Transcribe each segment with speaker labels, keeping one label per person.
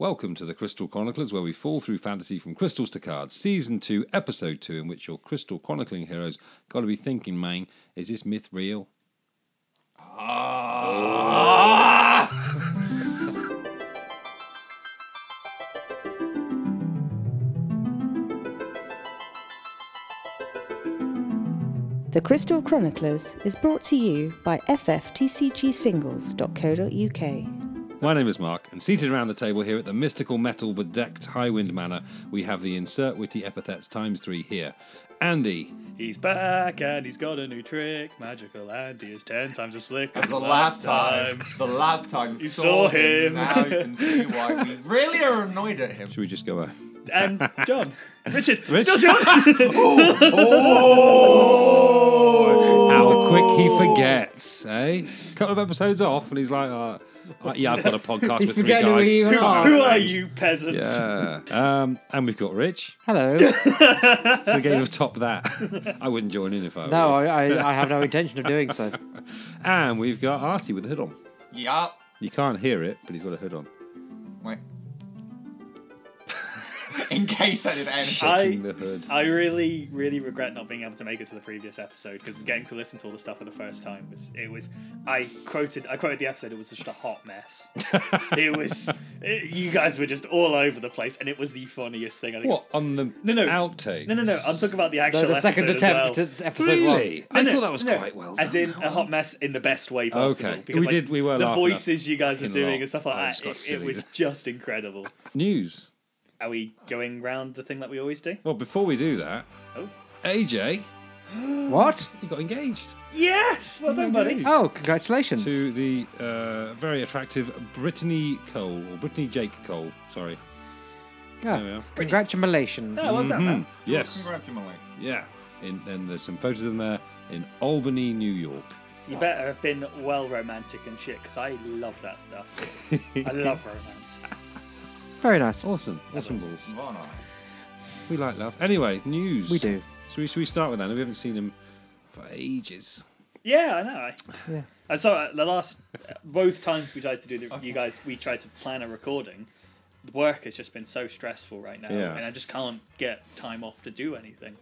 Speaker 1: Welcome to the Crystal Chroniclers, where we fall through fantasy from crystals to cards, season two, episode two, in which your crystal chronicling heroes got to be thinking, man, is this myth real? Ah!
Speaker 2: The Crystal Chroniclers is brought to you by ffTCgsingles.co.uk.
Speaker 1: My name is Mark, and seated around the table here at the mystical metal bedecked Highwind Manor, we have the insert witty epithets times three here. Andy,
Speaker 3: He's back and he's got a new trick. Magical Andy is ten times as slick as
Speaker 4: That's the last time. The last time
Speaker 3: You saw him.
Speaker 4: Now you can see why we really are annoyed at him.
Speaker 1: should we just go uh, out?
Speaker 3: And John, Richard,
Speaker 1: Rich-
Speaker 3: John, John.
Speaker 1: How quick he forgets, eh? Couple of episodes off, and he's like, uh, uh, "Yeah, I've got a podcast with three
Speaker 5: forgetting who
Speaker 1: guys."
Speaker 5: we even are.
Speaker 3: who are you peasants?
Speaker 1: Yeah. Um, and we've got Rich.
Speaker 5: Hello.
Speaker 1: It's a game of top that. I wouldn't join in if I.
Speaker 5: No,
Speaker 1: were.
Speaker 5: I, I, I have no intention of doing so.
Speaker 1: And we've got Artie with a hood on.
Speaker 4: Yup.
Speaker 1: You can't hear it, but he's got a hood on.
Speaker 4: Wait. In case I did anything.
Speaker 3: I,
Speaker 1: Shaking the hood.
Speaker 3: I really, really regret not being able to make it to the previous episode because getting to listen to all the stuff for the first time was it was I quoted I quoted the episode. It was just a hot mess. it was it, you guys were just all over the place, and it was the funniest thing. I think.
Speaker 1: What on the
Speaker 3: No, no.
Speaker 1: outtake?
Speaker 3: No, no, no. I'm talking about the actual
Speaker 5: So the second
Speaker 3: episode as well.
Speaker 5: attempt at episode
Speaker 1: Really?
Speaker 5: one.
Speaker 1: I
Speaker 3: No,
Speaker 1: thought that was
Speaker 3: no,
Speaker 1: quite well.
Speaker 3: As
Speaker 1: done.
Speaker 3: in a hot mess in the best way possible.
Speaker 1: Okay.
Speaker 3: Because,
Speaker 1: We
Speaker 3: like,
Speaker 1: did- we were
Speaker 3: the
Speaker 1: laughing
Speaker 3: voices you guys are
Speaker 1: fucking
Speaker 3: doing
Speaker 1: lot.
Speaker 3: and stuff like
Speaker 1: I
Speaker 3: that.
Speaker 1: just got
Speaker 3: It, it
Speaker 1: silly.
Speaker 3: was just incredible.
Speaker 1: News.
Speaker 3: Are we going round the thing that we always do?
Speaker 1: Well, before we do that,
Speaker 3: Oh.
Speaker 1: AJ,
Speaker 5: What?
Speaker 1: he got engaged
Speaker 3: Yes. Well done, buddy.
Speaker 1: Engaged.
Speaker 5: Oh, congratulations.
Speaker 1: to the uh, very attractive Brittany Cole or Brittany Jake Cole. Sorry.
Speaker 5: Yeah.
Speaker 1: There we are.
Speaker 5: Congratulations.
Speaker 3: Oh, well done, man.
Speaker 1: Yes.
Speaker 4: Congratulations.
Speaker 1: Yeah. In, and there's some photos of them there in Albany, New York.
Speaker 3: You better have been well romantic and shit because I love that stuff. I love romance.
Speaker 5: Very nice.
Speaker 1: Awesome. Awesome balls.
Speaker 4: Well, no.
Speaker 1: We like love. Anyway, news.
Speaker 5: We do.
Speaker 1: So we, should we start with that? We haven't seen him for ages.
Speaker 3: Yeah, I know. I,
Speaker 5: Yeah.
Speaker 3: I saw uh, the last both times we tried to do the, you guys we tried to plan a recording. The work has just been so stressful right now,
Speaker 1: Yeah.
Speaker 3: and I just can't get time off to do anything.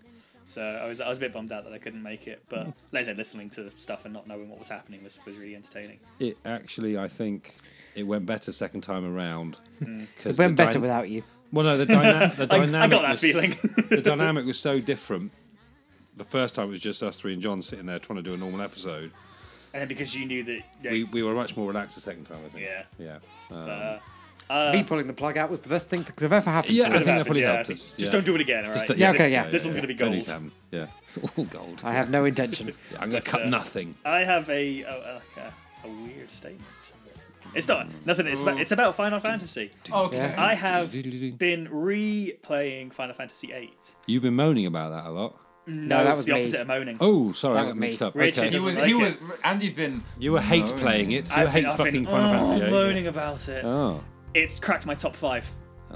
Speaker 3: So I was I was a bit bummed out that I couldn't make it,
Speaker 5: Mm.
Speaker 3: but like I said, listening to stuff and not knowing what was happening was, was really entertaining.
Speaker 1: It actually, I think, it went better second time around. Because
Speaker 5: It went better without you.
Speaker 1: Well, no, the, dyna- the
Speaker 3: Hmm. I,
Speaker 1: dynamic.
Speaker 3: I got that
Speaker 1: was-
Speaker 3: feeling.
Speaker 1: the dynamic was so different. The first time it was just us three and John sitting there trying to do a normal episode.
Speaker 3: and then because you knew that, yeah,
Speaker 1: We, we were much more relaxed the second time, I think.
Speaker 3: Yeah.
Speaker 1: Yeah.
Speaker 3: but, uh,
Speaker 5: Me pulling the plug out was the best thing that could have ever happened
Speaker 1: Yeah,
Speaker 5: to
Speaker 1: I
Speaker 3: could
Speaker 5: us.
Speaker 3: have
Speaker 1: think that
Speaker 3: happened,
Speaker 1: probably
Speaker 3: yeah,
Speaker 1: helped
Speaker 3: I think-
Speaker 1: us,
Speaker 3: Just
Speaker 1: yeah.
Speaker 3: don't do it again, all right?
Speaker 1: Just-
Speaker 5: yeah,
Speaker 3: this,
Speaker 5: okay, yeah.
Speaker 3: This one's gonna be
Speaker 1: Don't need
Speaker 3: gold.
Speaker 1: to happen. Yeah. It's all gold.
Speaker 5: I have no intention.
Speaker 1: I'm going to cut
Speaker 3: uh,
Speaker 1: nothing.
Speaker 3: I have a a, a, a weird statement. It's not
Speaker 1: Mm.
Speaker 3: nothing. It's about, it's about Final Fantasy.
Speaker 4: Okay.
Speaker 5: Yeah.
Speaker 3: I have been replaying Final Fantasy VIII.
Speaker 1: You've been moaning about that a lot.
Speaker 3: No,
Speaker 5: that
Speaker 3: it's
Speaker 5: was
Speaker 3: the
Speaker 5: me.
Speaker 3: opposite of moaning.
Speaker 1: Oh, sorry,
Speaker 5: That
Speaker 1: I
Speaker 5: was
Speaker 1: got
Speaker 5: me.
Speaker 1: mixed up.
Speaker 3: Richard
Speaker 1: okay.
Speaker 4: He was.
Speaker 3: Doesn't
Speaker 4: He was.
Speaker 3: like
Speaker 4: Andy's been.
Speaker 1: You were hate
Speaker 4: Oh.
Speaker 1: playing it. You
Speaker 3: I've
Speaker 1: hate
Speaker 3: been, I've
Speaker 1: fucking
Speaker 3: been,
Speaker 1: Final
Speaker 3: oh,
Speaker 1: Fantasy VIII.
Speaker 3: moaning about it.
Speaker 1: Oh,
Speaker 3: It's cracked my top five.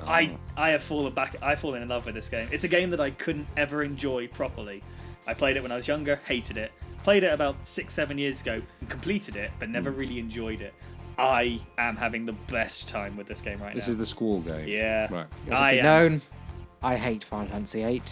Speaker 3: I I have fallen back. I've fallen in love with this game. It's a game that I couldn't ever enjoy properly. I played it when I was younger, hated it. Played it about six, seven years ago, and completed it, but
Speaker 1: Hmm.
Speaker 3: never really enjoyed it. I am having the best time with this game right
Speaker 1: this
Speaker 3: now.
Speaker 1: is the squall game.
Speaker 3: yeah.
Speaker 1: Right.
Speaker 5: As
Speaker 3: I
Speaker 5: be
Speaker 3: am-
Speaker 5: known, I hate Final Fantasy VIII,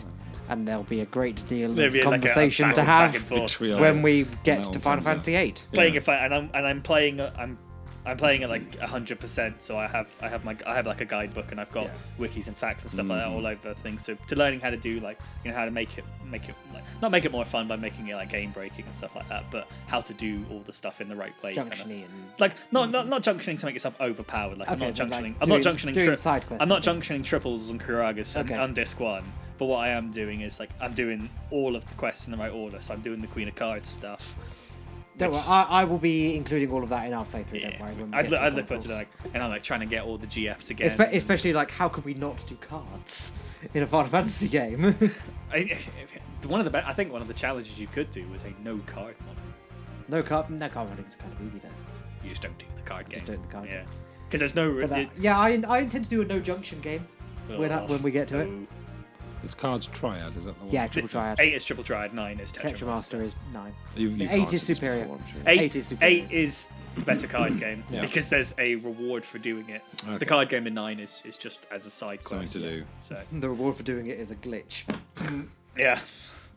Speaker 5: and there'll be a great deal
Speaker 3: There'll
Speaker 5: of
Speaker 3: be like a- a
Speaker 5: conversation
Speaker 3: back-
Speaker 5: to
Speaker 3: back and
Speaker 5: have
Speaker 3: forth.
Speaker 1: Vitriol.
Speaker 5: when we
Speaker 1: that
Speaker 5: get
Speaker 1: one
Speaker 5: to Final
Speaker 1: comes out.
Speaker 5: Fantasy VIII.
Speaker 3: playing
Speaker 1: Yeah.
Speaker 3: it, fi- and I'm and I'm playing. I'm I'm playing it like hundred percent. So I have I have my I have like a guidebook, and I've got wikis and facts and stuff like that all over things. So to learning how to do like you know how to make it make it like not make it more fun by making it like game breaking and stuff like that, but how to do all the stuff in the right way. kind of-
Speaker 5: Junctioning and
Speaker 3: Like not, not not junctioning to make yourself overpowered. Like I'm
Speaker 5: Hmm. Okay,
Speaker 3: not
Speaker 5: but, like,
Speaker 3: junctioning. I'm not
Speaker 5: doing-
Speaker 3: junctioning.
Speaker 5: doing
Speaker 3: tri-
Speaker 5: side quests
Speaker 3: I'm
Speaker 5: and
Speaker 3: not
Speaker 5: things.
Speaker 3: junctioning triples and Kuragas and
Speaker 5: Okay.
Speaker 3: on disc one. But what I am doing is like I'm doing all of the quests in the right order. So I'm doing the Queen of Cards stuff.
Speaker 5: Don't
Speaker 3: which-
Speaker 5: worry, I, I will be including all of that in our playthrough. Don't worry. When we
Speaker 3: I'd,
Speaker 5: get
Speaker 3: look,
Speaker 5: to
Speaker 3: I'd look forward
Speaker 5: Chronicles.
Speaker 3: to like, and I'm like trying to get all the GFs again.
Speaker 5: Espe- especially like, how could we not do cards in a Final Fantasy game?
Speaker 3: I, one of the, be- I think one of the challenges you could do was a no card model.
Speaker 5: no card, no card running is kind of easy then.
Speaker 3: You just don't do the card game.
Speaker 5: Just don't do the card
Speaker 3: yeah,
Speaker 5: game.
Speaker 3: because there's no.
Speaker 5: But that, yeah, I, I intend to do a no junction game when I, when we get to it.
Speaker 1: It's cards triad, is that the one?
Speaker 5: Yeah, triple triad.
Speaker 3: Eight is triple triad. Nine is tetra.
Speaker 5: Tetramaster is nine.
Speaker 1: You've-
Speaker 5: The
Speaker 1: you've
Speaker 5: eight
Speaker 1: answered
Speaker 5: is
Speaker 1: this
Speaker 5: superior.
Speaker 1: before, I'm sure.
Speaker 3: Eight,
Speaker 5: Eight is superior.
Speaker 3: eight is the better card game
Speaker 1: Yeah.
Speaker 3: because there's a reward for doing it.
Speaker 1: Okay.
Speaker 3: The card game in nine is, is just as a side
Speaker 1: Something
Speaker 3: quest.
Speaker 1: to do.
Speaker 3: So
Speaker 5: The reward for doing it is a glitch.
Speaker 3: yeah,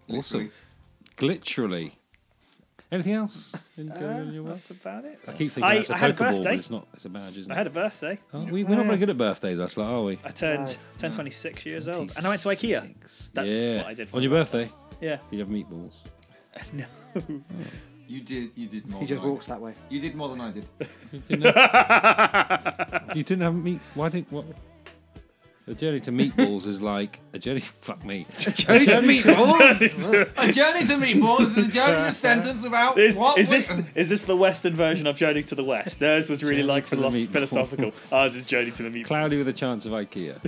Speaker 1: Awesome. Glitcherally. Anything else? in-
Speaker 5: Uh,
Speaker 1: going in your way?
Speaker 3: that's about it.
Speaker 1: I keep thinking
Speaker 3: I-
Speaker 1: that's a
Speaker 3: I had a
Speaker 1: Pokeball, but
Speaker 3: birthday.
Speaker 1: it's not. It's a badge, isn't
Speaker 3: I
Speaker 1: it?
Speaker 3: had a birthday.
Speaker 1: Oh, we, we're not very good at birthdays, us, lot, are we?
Speaker 3: I turned
Speaker 5: No.
Speaker 3: turned 26 years old, Oh, and I went to IKEA. That's
Speaker 1: yeah.
Speaker 3: what I did for
Speaker 1: On your
Speaker 3: my
Speaker 1: birthday,
Speaker 3: Yeah,
Speaker 1: did you have meatballs?
Speaker 3: no.
Speaker 4: You did. You did more.
Speaker 5: He just
Speaker 4: than I
Speaker 5: walks
Speaker 4: did.
Speaker 5: that way.
Speaker 4: You did more than I did.
Speaker 1: You didn't have meat. Why didn't what? A journey to meatballs is like a journey. Fuck me. A journey to
Speaker 5: meatballs!
Speaker 4: a journey to meatballs is a journey to sentence about
Speaker 3: Is,
Speaker 4: what
Speaker 3: is
Speaker 4: we-
Speaker 3: this is this the Western version of Journey to the West? Theirs was really
Speaker 1: Journey
Speaker 3: like
Speaker 1: to the
Speaker 3: philosoph-
Speaker 1: Meat
Speaker 3: philosophical. Ours is Journey to the Meat.
Speaker 1: Cloudy with a chance of IKEA.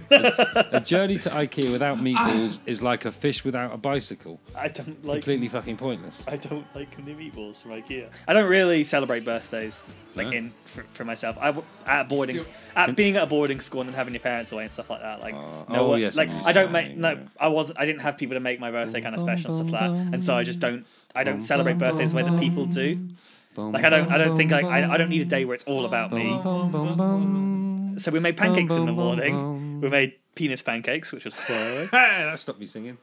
Speaker 1: a journey to IKEA without meatballs is like a fish without a bicycle.
Speaker 3: I don't like
Speaker 1: Completely fucking pointless.
Speaker 3: I don't like the meatballs from IKEA. I don't really celebrate birthdays like
Speaker 1: No.
Speaker 3: in for, for myself. I w- at boarding
Speaker 4: Still-
Speaker 3: at being at a boarding school and then having your parents away and stuff like that. Like
Speaker 1: Oh,
Speaker 3: no
Speaker 1: oh,
Speaker 3: one,
Speaker 1: yes,
Speaker 3: like
Speaker 1: what
Speaker 3: I
Speaker 1: you're
Speaker 3: don't make
Speaker 1: saying,
Speaker 3: no.
Speaker 1: yeah.
Speaker 3: I was I didn't have people to make my birthday kind of special and stuff like that. And so I just don't I don't
Speaker 1: Bum,
Speaker 3: celebrate
Speaker 1: bum,
Speaker 3: birthdays the way that people do. Like I don't I don't think like I, I don't need a day where it's all about me. So we made pancakes in the morning. We made penis pancakes, which was fun.
Speaker 1: that stopped me singing.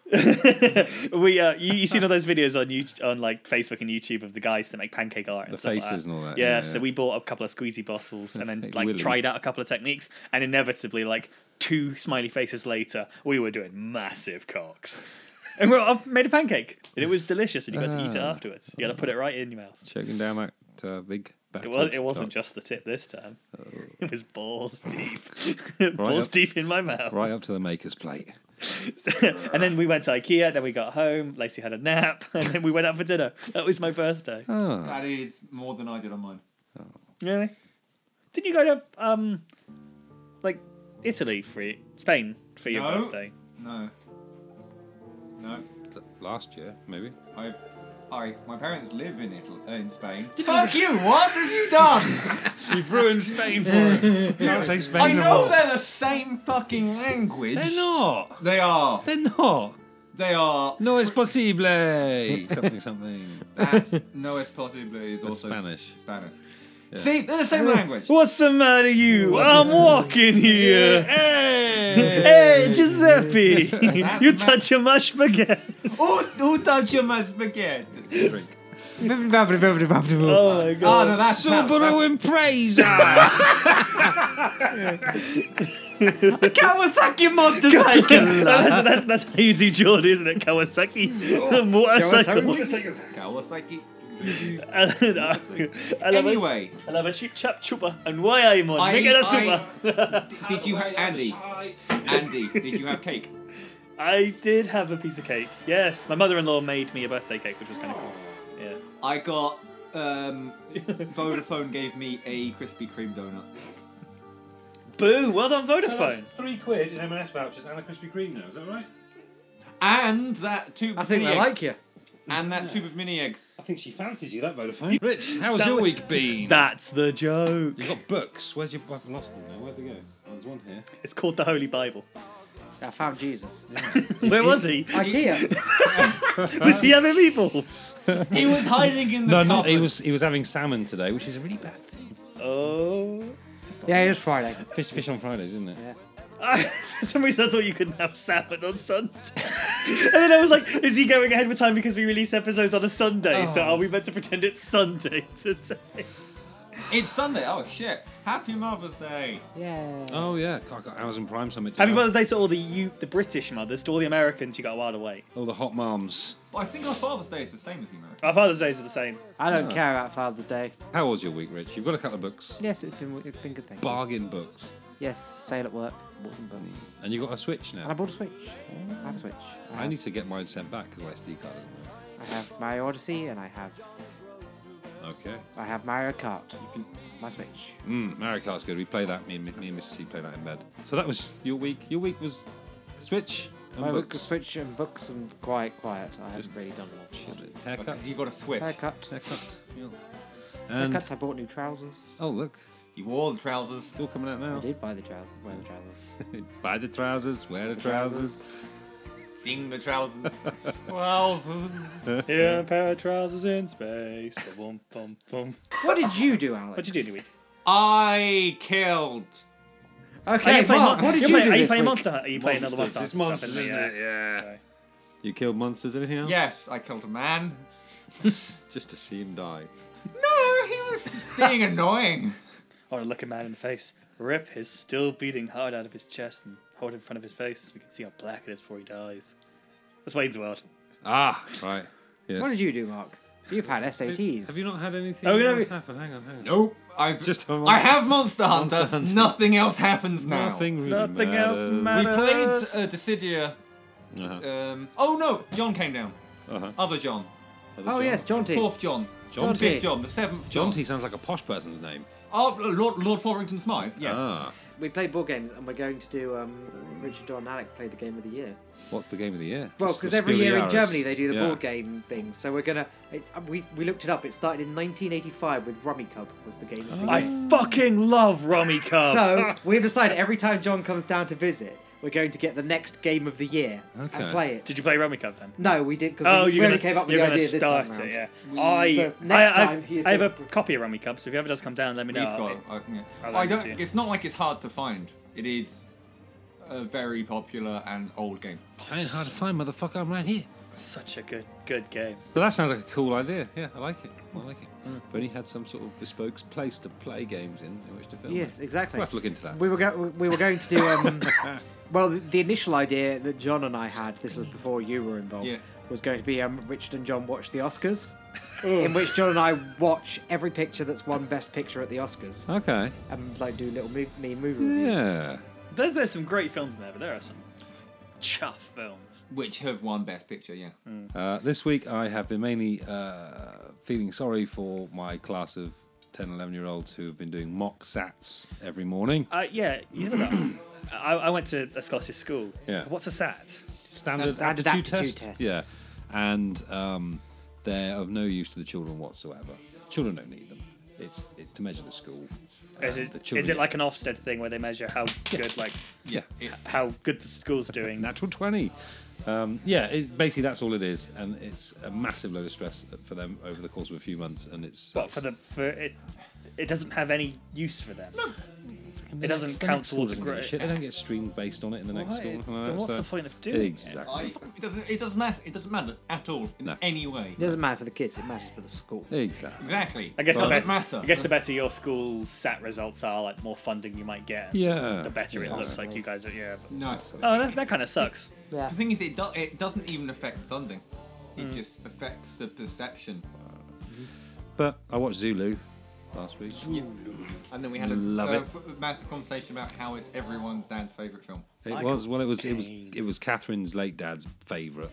Speaker 3: we uh, you, you seen all those videos on you on like Facebook and YouTube of the guys that make pancake art and
Speaker 1: The
Speaker 3: stuff like
Speaker 1: faces and all that,
Speaker 3: Yeah,
Speaker 1: yeah,
Speaker 3: so
Speaker 1: yeah.
Speaker 3: we bought a couple of squeezy bottles and then
Speaker 1: Fake
Speaker 3: like
Speaker 1: willies.
Speaker 3: tried out a couple of techniques, and inevitably like two smiley faces later, we were doing massive cocks. And we I've made a pancake, and it was delicious, and you got to eat it
Speaker 1: Ah.
Speaker 3: afterwards. You got to put it right in your mouth.
Speaker 1: Choking down that uh, big.
Speaker 3: It, was, it wasn't just the tip this time. It was balls deep, balls
Speaker 1: Oh. up-
Speaker 3: deep in my mouth.
Speaker 1: Right up to the maker's plate.
Speaker 3: and then we went to IKEA. Then we got home. Lacey had a nap, and then we went out for dinner. That was my birthday.
Speaker 1: Oh,
Speaker 4: That is more than I did on mine.
Speaker 3: Really? Didn't you go to um, like Italy for your, Spain for your
Speaker 4: No.
Speaker 3: birthday?
Speaker 4: No. No.
Speaker 1: last year, maybe.
Speaker 4: I've. I, my parents live in Italy, uh, in Spain. Fuck you! What have you done?
Speaker 1: You've ruined Spain for it. Can't say Spain
Speaker 4: I
Speaker 1: no
Speaker 4: know
Speaker 1: more.
Speaker 4: they're the same fucking language.
Speaker 1: They're not.
Speaker 4: They are.
Speaker 1: They're not.
Speaker 4: They are.
Speaker 1: No es posible. something, something.
Speaker 4: That's no es posible is also
Speaker 1: Spanish.
Speaker 4: Spanish. See, they're the same language.
Speaker 3: What's the matter, you? I'm walking here.
Speaker 1: Hey!
Speaker 3: Hey, Giuseppe, you
Speaker 4: That's
Speaker 3: touch your mush spaghetti.
Speaker 4: Who, who touched Oh, your my spaghetti?
Speaker 1: Drink.
Speaker 3: Oh my god.
Speaker 4: Oh, no, that's
Speaker 1: Subaru Impreza.
Speaker 5: Kawasaki motorcycle!
Speaker 3: that's, that's, that's how you do Jordan, isn't it? Kawasaki. The motorcycle.
Speaker 4: Kawasaki.
Speaker 3: I love it.
Speaker 4: Anyway,
Speaker 3: I love a cheap chap chupa and why I'm on
Speaker 4: I-
Speaker 3: make it a
Speaker 4: I-
Speaker 3: super.
Speaker 4: did you have Andy? Andy, did you have cake?
Speaker 3: I did have a piece of cake. Yes, my mother-in-law made me a birthday cake, which was kind of cool. Yeah.
Speaker 4: I got. Um, Vodafone gave me a Krispy Kreme donut.
Speaker 3: Boo! Well done, Vodafone.
Speaker 1: Three quid in M&S vouchers and a Krispy Kreme now, is that right?
Speaker 4: And that tube
Speaker 5: I
Speaker 4: of
Speaker 5: think
Speaker 4: mini
Speaker 5: they
Speaker 4: eggs.
Speaker 5: like you.
Speaker 4: And that tube of mini eggs.
Speaker 1: I think she fancies you, that Vodafone. Rich, how's
Speaker 3: That
Speaker 1: your
Speaker 3: was-
Speaker 1: week been?
Speaker 3: That's the joke.
Speaker 1: You've got books. Where's your... I've lost them now. Where'd they go? Oh, there's one here.
Speaker 3: It's called the Holy Bible.
Speaker 5: I found Jesus.
Speaker 3: Where was he?
Speaker 5: IKEA.
Speaker 3: Was he having meatballs?
Speaker 4: He was hiding in the
Speaker 1: No, no,
Speaker 4: cupboard.
Speaker 1: he was he was having salmon today, which is a really bad thing.
Speaker 3: Oh.
Speaker 5: Yeah, it is Friday.
Speaker 1: Fish, fish on Fridays, isn't it?
Speaker 3: for some reason, I thought you couldn't have salmon on Sunday. and then I was like, is he going ahead with time because we release episodes on a Sunday? So are we meant to pretend it's Sunday today?
Speaker 4: It's Sunday. Oh shit! Happy Mother's Day.
Speaker 5: Yeah.
Speaker 1: Oh yeah, God, I got Amazon Prime something.
Speaker 3: Happy Mother's Day to all the you, the British mothers, to all the Americans. You got a while to wait.
Speaker 1: All the hot moms.
Speaker 4: Well, I think our Father's Day is the same as the American.
Speaker 3: Our Father's Days are the same.
Speaker 5: I don't care about Father's Day.
Speaker 1: How was your week, Rich? You've got a couple of books,
Speaker 5: Yes, it's been it's been good thing.
Speaker 1: bargain books,
Speaker 5: Yes, sale at work. Bought some books.
Speaker 1: and you got a Switch
Speaker 5: And I
Speaker 1: now.
Speaker 5: bought a Switch. I have a Switch. Mm. I
Speaker 1: I
Speaker 5: have,
Speaker 1: need to get mine sent back because my SD card isn't working.
Speaker 5: I have Mario Odyssey and I have
Speaker 1: Okay.
Speaker 5: I have Mario Kart.
Speaker 4: You can
Speaker 5: My Switch.
Speaker 1: Mm, Mario Kart's good. We play that. Me and me and Mrs. C play that in bed. So that was your week. Your week was Switch and
Speaker 5: My
Speaker 1: books.
Speaker 5: Switch and books and quiet, quiet. I haven't really done much.
Speaker 1: Haircut.
Speaker 4: You got a switch.
Speaker 5: Haircut.
Speaker 1: Haircut. Yes. And
Speaker 5: Haircut. I bought new trousers.
Speaker 1: oh look,
Speaker 4: You wore the trousers.
Speaker 1: it's all coming out
Speaker 5: I
Speaker 1: now.
Speaker 5: did buy the trousers. Wear the trousers.
Speaker 1: Buy the trousers, wear the trousers.
Speaker 4: Sing the trousers. trousers.
Speaker 3: Yeah, a pair of trousers in space. Boom, boom, boom.
Speaker 5: What did you do, Alex?
Speaker 3: What you do, Dewey?
Speaker 4: I killed.
Speaker 3: Are
Speaker 5: Okay,
Speaker 3: you playing,
Speaker 5: Mark,
Speaker 3: Mon-
Speaker 5: what did
Speaker 3: you're
Speaker 5: you
Speaker 3: playing,
Speaker 5: do
Speaker 3: Are you
Speaker 5: this
Speaker 3: playing
Speaker 5: week?
Speaker 3: Monster Hunter? Are you playing another Monster
Speaker 1: It's
Speaker 3: Hunter
Speaker 1: monsters,
Speaker 3: stuff,
Speaker 1: isn't
Speaker 3: yeah.
Speaker 1: it? Yeah.
Speaker 3: Sorry.
Speaker 1: You killed monsters. Anything else?
Speaker 4: Yes, I killed a man.
Speaker 1: Just to see him die.
Speaker 4: No, he was just being annoying.
Speaker 3: I want to Oh, look a man in the face. Rip is still beating hard out of his chest and hold it in front of his face so we can see how black it is before he dies. That's Wayne's World.
Speaker 1: Ah, right. Yes.
Speaker 5: What did you do, Mark? You've had SATs.
Speaker 1: Have you not had anything
Speaker 3: Oh, yeah,
Speaker 1: else
Speaker 3: we-
Speaker 1: happen? Hang on, hang on.
Speaker 4: Nope. I've
Speaker 1: Just a
Speaker 4: I have Monster Hunter.
Speaker 1: Monster Hunter.
Speaker 4: Nothing else happens now.
Speaker 1: Nothing really
Speaker 3: Nothing else
Speaker 4: We
Speaker 1: matters.
Speaker 4: played
Speaker 3: Matters.
Speaker 4: uh, Dissidia.
Speaker 1: Uh-huh.
Speaker 4: Um, oh no, John came down.
Speaker 1: Uh-huh.
Speaker 4: Other John.
Speaker 1: Other
Speaker 5: Oh,
Speaker 1: John.
Speaker 5: yes, John T.
Speaker 4: Fourth John.
Speaker 1: John
Speaker 5: T.
Speaker 4: Fifth John. The seventh John.
Speaker 1: John T sounds like a posh person's name.
Speaker 4: Oh, Lord, Lord Fotherington Smythe. Yes.
Speaker 1: Ah,
Speaker 5: We play board games, and we're going to do um, Richard Don Alec play the game of the year.
Speaker 1: what's the game of the year?
Speaker 5: Well,
Speaker 1: It's
Speaker 5: because
Speaker 1: the
Speaker 5: every year in
Speaker 1: Spielejahrers.
Speaker 5: Germany they do the
Speaker 1: Yeah.
Speaker 5: board game thing, so we're gonna. It, we we looked it up. It started in 1985 with Rummy Cub was the game of the
Speaker 3: I
Speaker 5: year.
Speaker 3: fucking love Rummy Cub.
Speaker 5: So we've decided every time John comes down to visit, we're going to get the next game of the year and
Speaker 1: Okay.
Speaker 5: play it.
Speaker 3: Did you play Rummy Cub then?
Speaker 5: No, we did because
Speaker 3: Oh,
Speaker 5: we
Speaker 3: you're
Speaker 5: really
Speaker 3: gonna,
Speaker 5: came up with
Speaker 3: you're
Speaker 5: the
Speaker 3: gonna
Speaker 5: idea this
Speaker 3: start
Speaker 5: time round.
Speaker 3: it, yeah. I,
Speaker 5: So next
Speaker 3: I, I've-
Speaker 5: time he is
Speaker 3: I have a
Speaker 5: gonna-
Speaker 3: copy of Rummy Cub, so if he ever does come down, let me know.
Speaker 4: He's got.
Speaker 3: I'll-
Speaker 4: it. I, yeah.
Speaker 3: I'll
Speaker 4: I
Speaker 3: lend it
Speaker 4: don't.
Speaker 3: to you.
Speaker 4: It's not like it's hard to find. It is a very popular and old game.
Speaker 1: I ain't hard to find, motherfucker. I'm right here.
Speaker 3: Such a good, good game.
Speaker 1: But that sounds like a cool idea. Yeah, I like it. I like it. If only had some sort of bespoke place to play games in, in which to film.
Speaker 5: Yes,
Speaker 1: it.
Speaker 5: exactly.
Speaker 1: We'll have to look into that.
Speaker 5: We were go- we were going to do um, well the- the initial idea that John and I had this was before you were involved
Speaker 4: Yeah.
Speaker 5: was going to be um, Richard and John watch the Oscars in which John and I watch every picture that's won best picture at the Oscars
Speaker 1: Okay.
Speaker 5: and like do little mo- me movie reviews.
Speaker 1: Yeah.
Speaker 3: There's there's some great films in there, but there are some chuff films.
Speaker 4: Which have won Best Picture. Yeah.
Speaker 1: Uh, this week I have been mainly uh, feeling sorry for my class of 10, 11 year olds who have been doing mock sats every morning.
Speaker 3: Uh, yeah, you know that. I, I went to a Scottish school.
Speaker 1: Yeah.
Speaker 3: What's a sat?
Speaker 1: Standard,
Speaker 5: Standard
Speaker 1: aptitude,
Speaker 5: aptitude
Speaker 1: test.
Speaker 5: tests.
Speaker 1: Yeah. And um, they're of no use to the children whatsoever. Children don't need them. It's, it's to measure the school.
Speaker 3: Is
Speaker 1: and Uh, the
Speaker 3: it,
Speaker 1: children
Speaker 3: is it
Speaker 1: get-
Speaker 3: like an Ofsted thing where they measure how good like
Speaker 1: Yeah.
Speaker 3: how good the school's doing?
Speaker 1: natural 20 um, yeah it's basically that's all it is and it's a massive load of stress for them over the course of a few months and it's
Speaker 3: but for the for it, it doesn't have any use for them.
Speaker 1: The
Speaker 3: it doesn't
Speaker 1: next- the
Speaker 3: count
Speaker 1: next school
Speaker 3: towards a
Speaker 1: doesn't give
Speaker 3: grade.
Speaker 1: shit. they don't get streamed based on it in the next
Speaker 3: Why-
Speaker 1: school or something like
Speaker 3: then
Speaker 1: that,
Speaker 3: what's
Speaker 1: so-
Speaker 3: the point of doing it?
Speaker 1: exactly
Speaker 4: It doesn't. It doesn't matter. It doesn't matter at all in
Speaker 1: No.
Speaker 4: any way.
Speaker 5: It doesn't matter for the kids; it matters for the school.
Speaker 1: exactly
Speaker 4: Exactly.
Speaker 3: I guess the
Speaker 4: doesn't
Speaker 3: better,
Speaker 4: matter.
Speaker 3: I guess the better your school's sat results are, like more funding you might get.
Speaker 1: yeah
Speaker 3: The better it
Speaker 1: Yeah.
Speaker 3: looks like you guys are. Yeah. But,
Speaker 4: no.
Speaker 3: oh, that, that kind of sucks.
Speaker 5: Yeah.
Speaker 4: The thing is, it do- it doesn't even affect funding. It just affects the perception.
Speaker 1: but I watched Zulu last week
Speaker 4: And then we had a,
Speaker 1: Love
Speaker 4: a
Speaker 1: it.
Speaker 4: b- massive conversation about how it's everyone's dad's favourite film.
Speaker 1: it
Speaker 3: Michael
Speaker 1: was well it was it was
Speaker 3: Caine.
Speaker 1: it was Catherine's late dad's favourite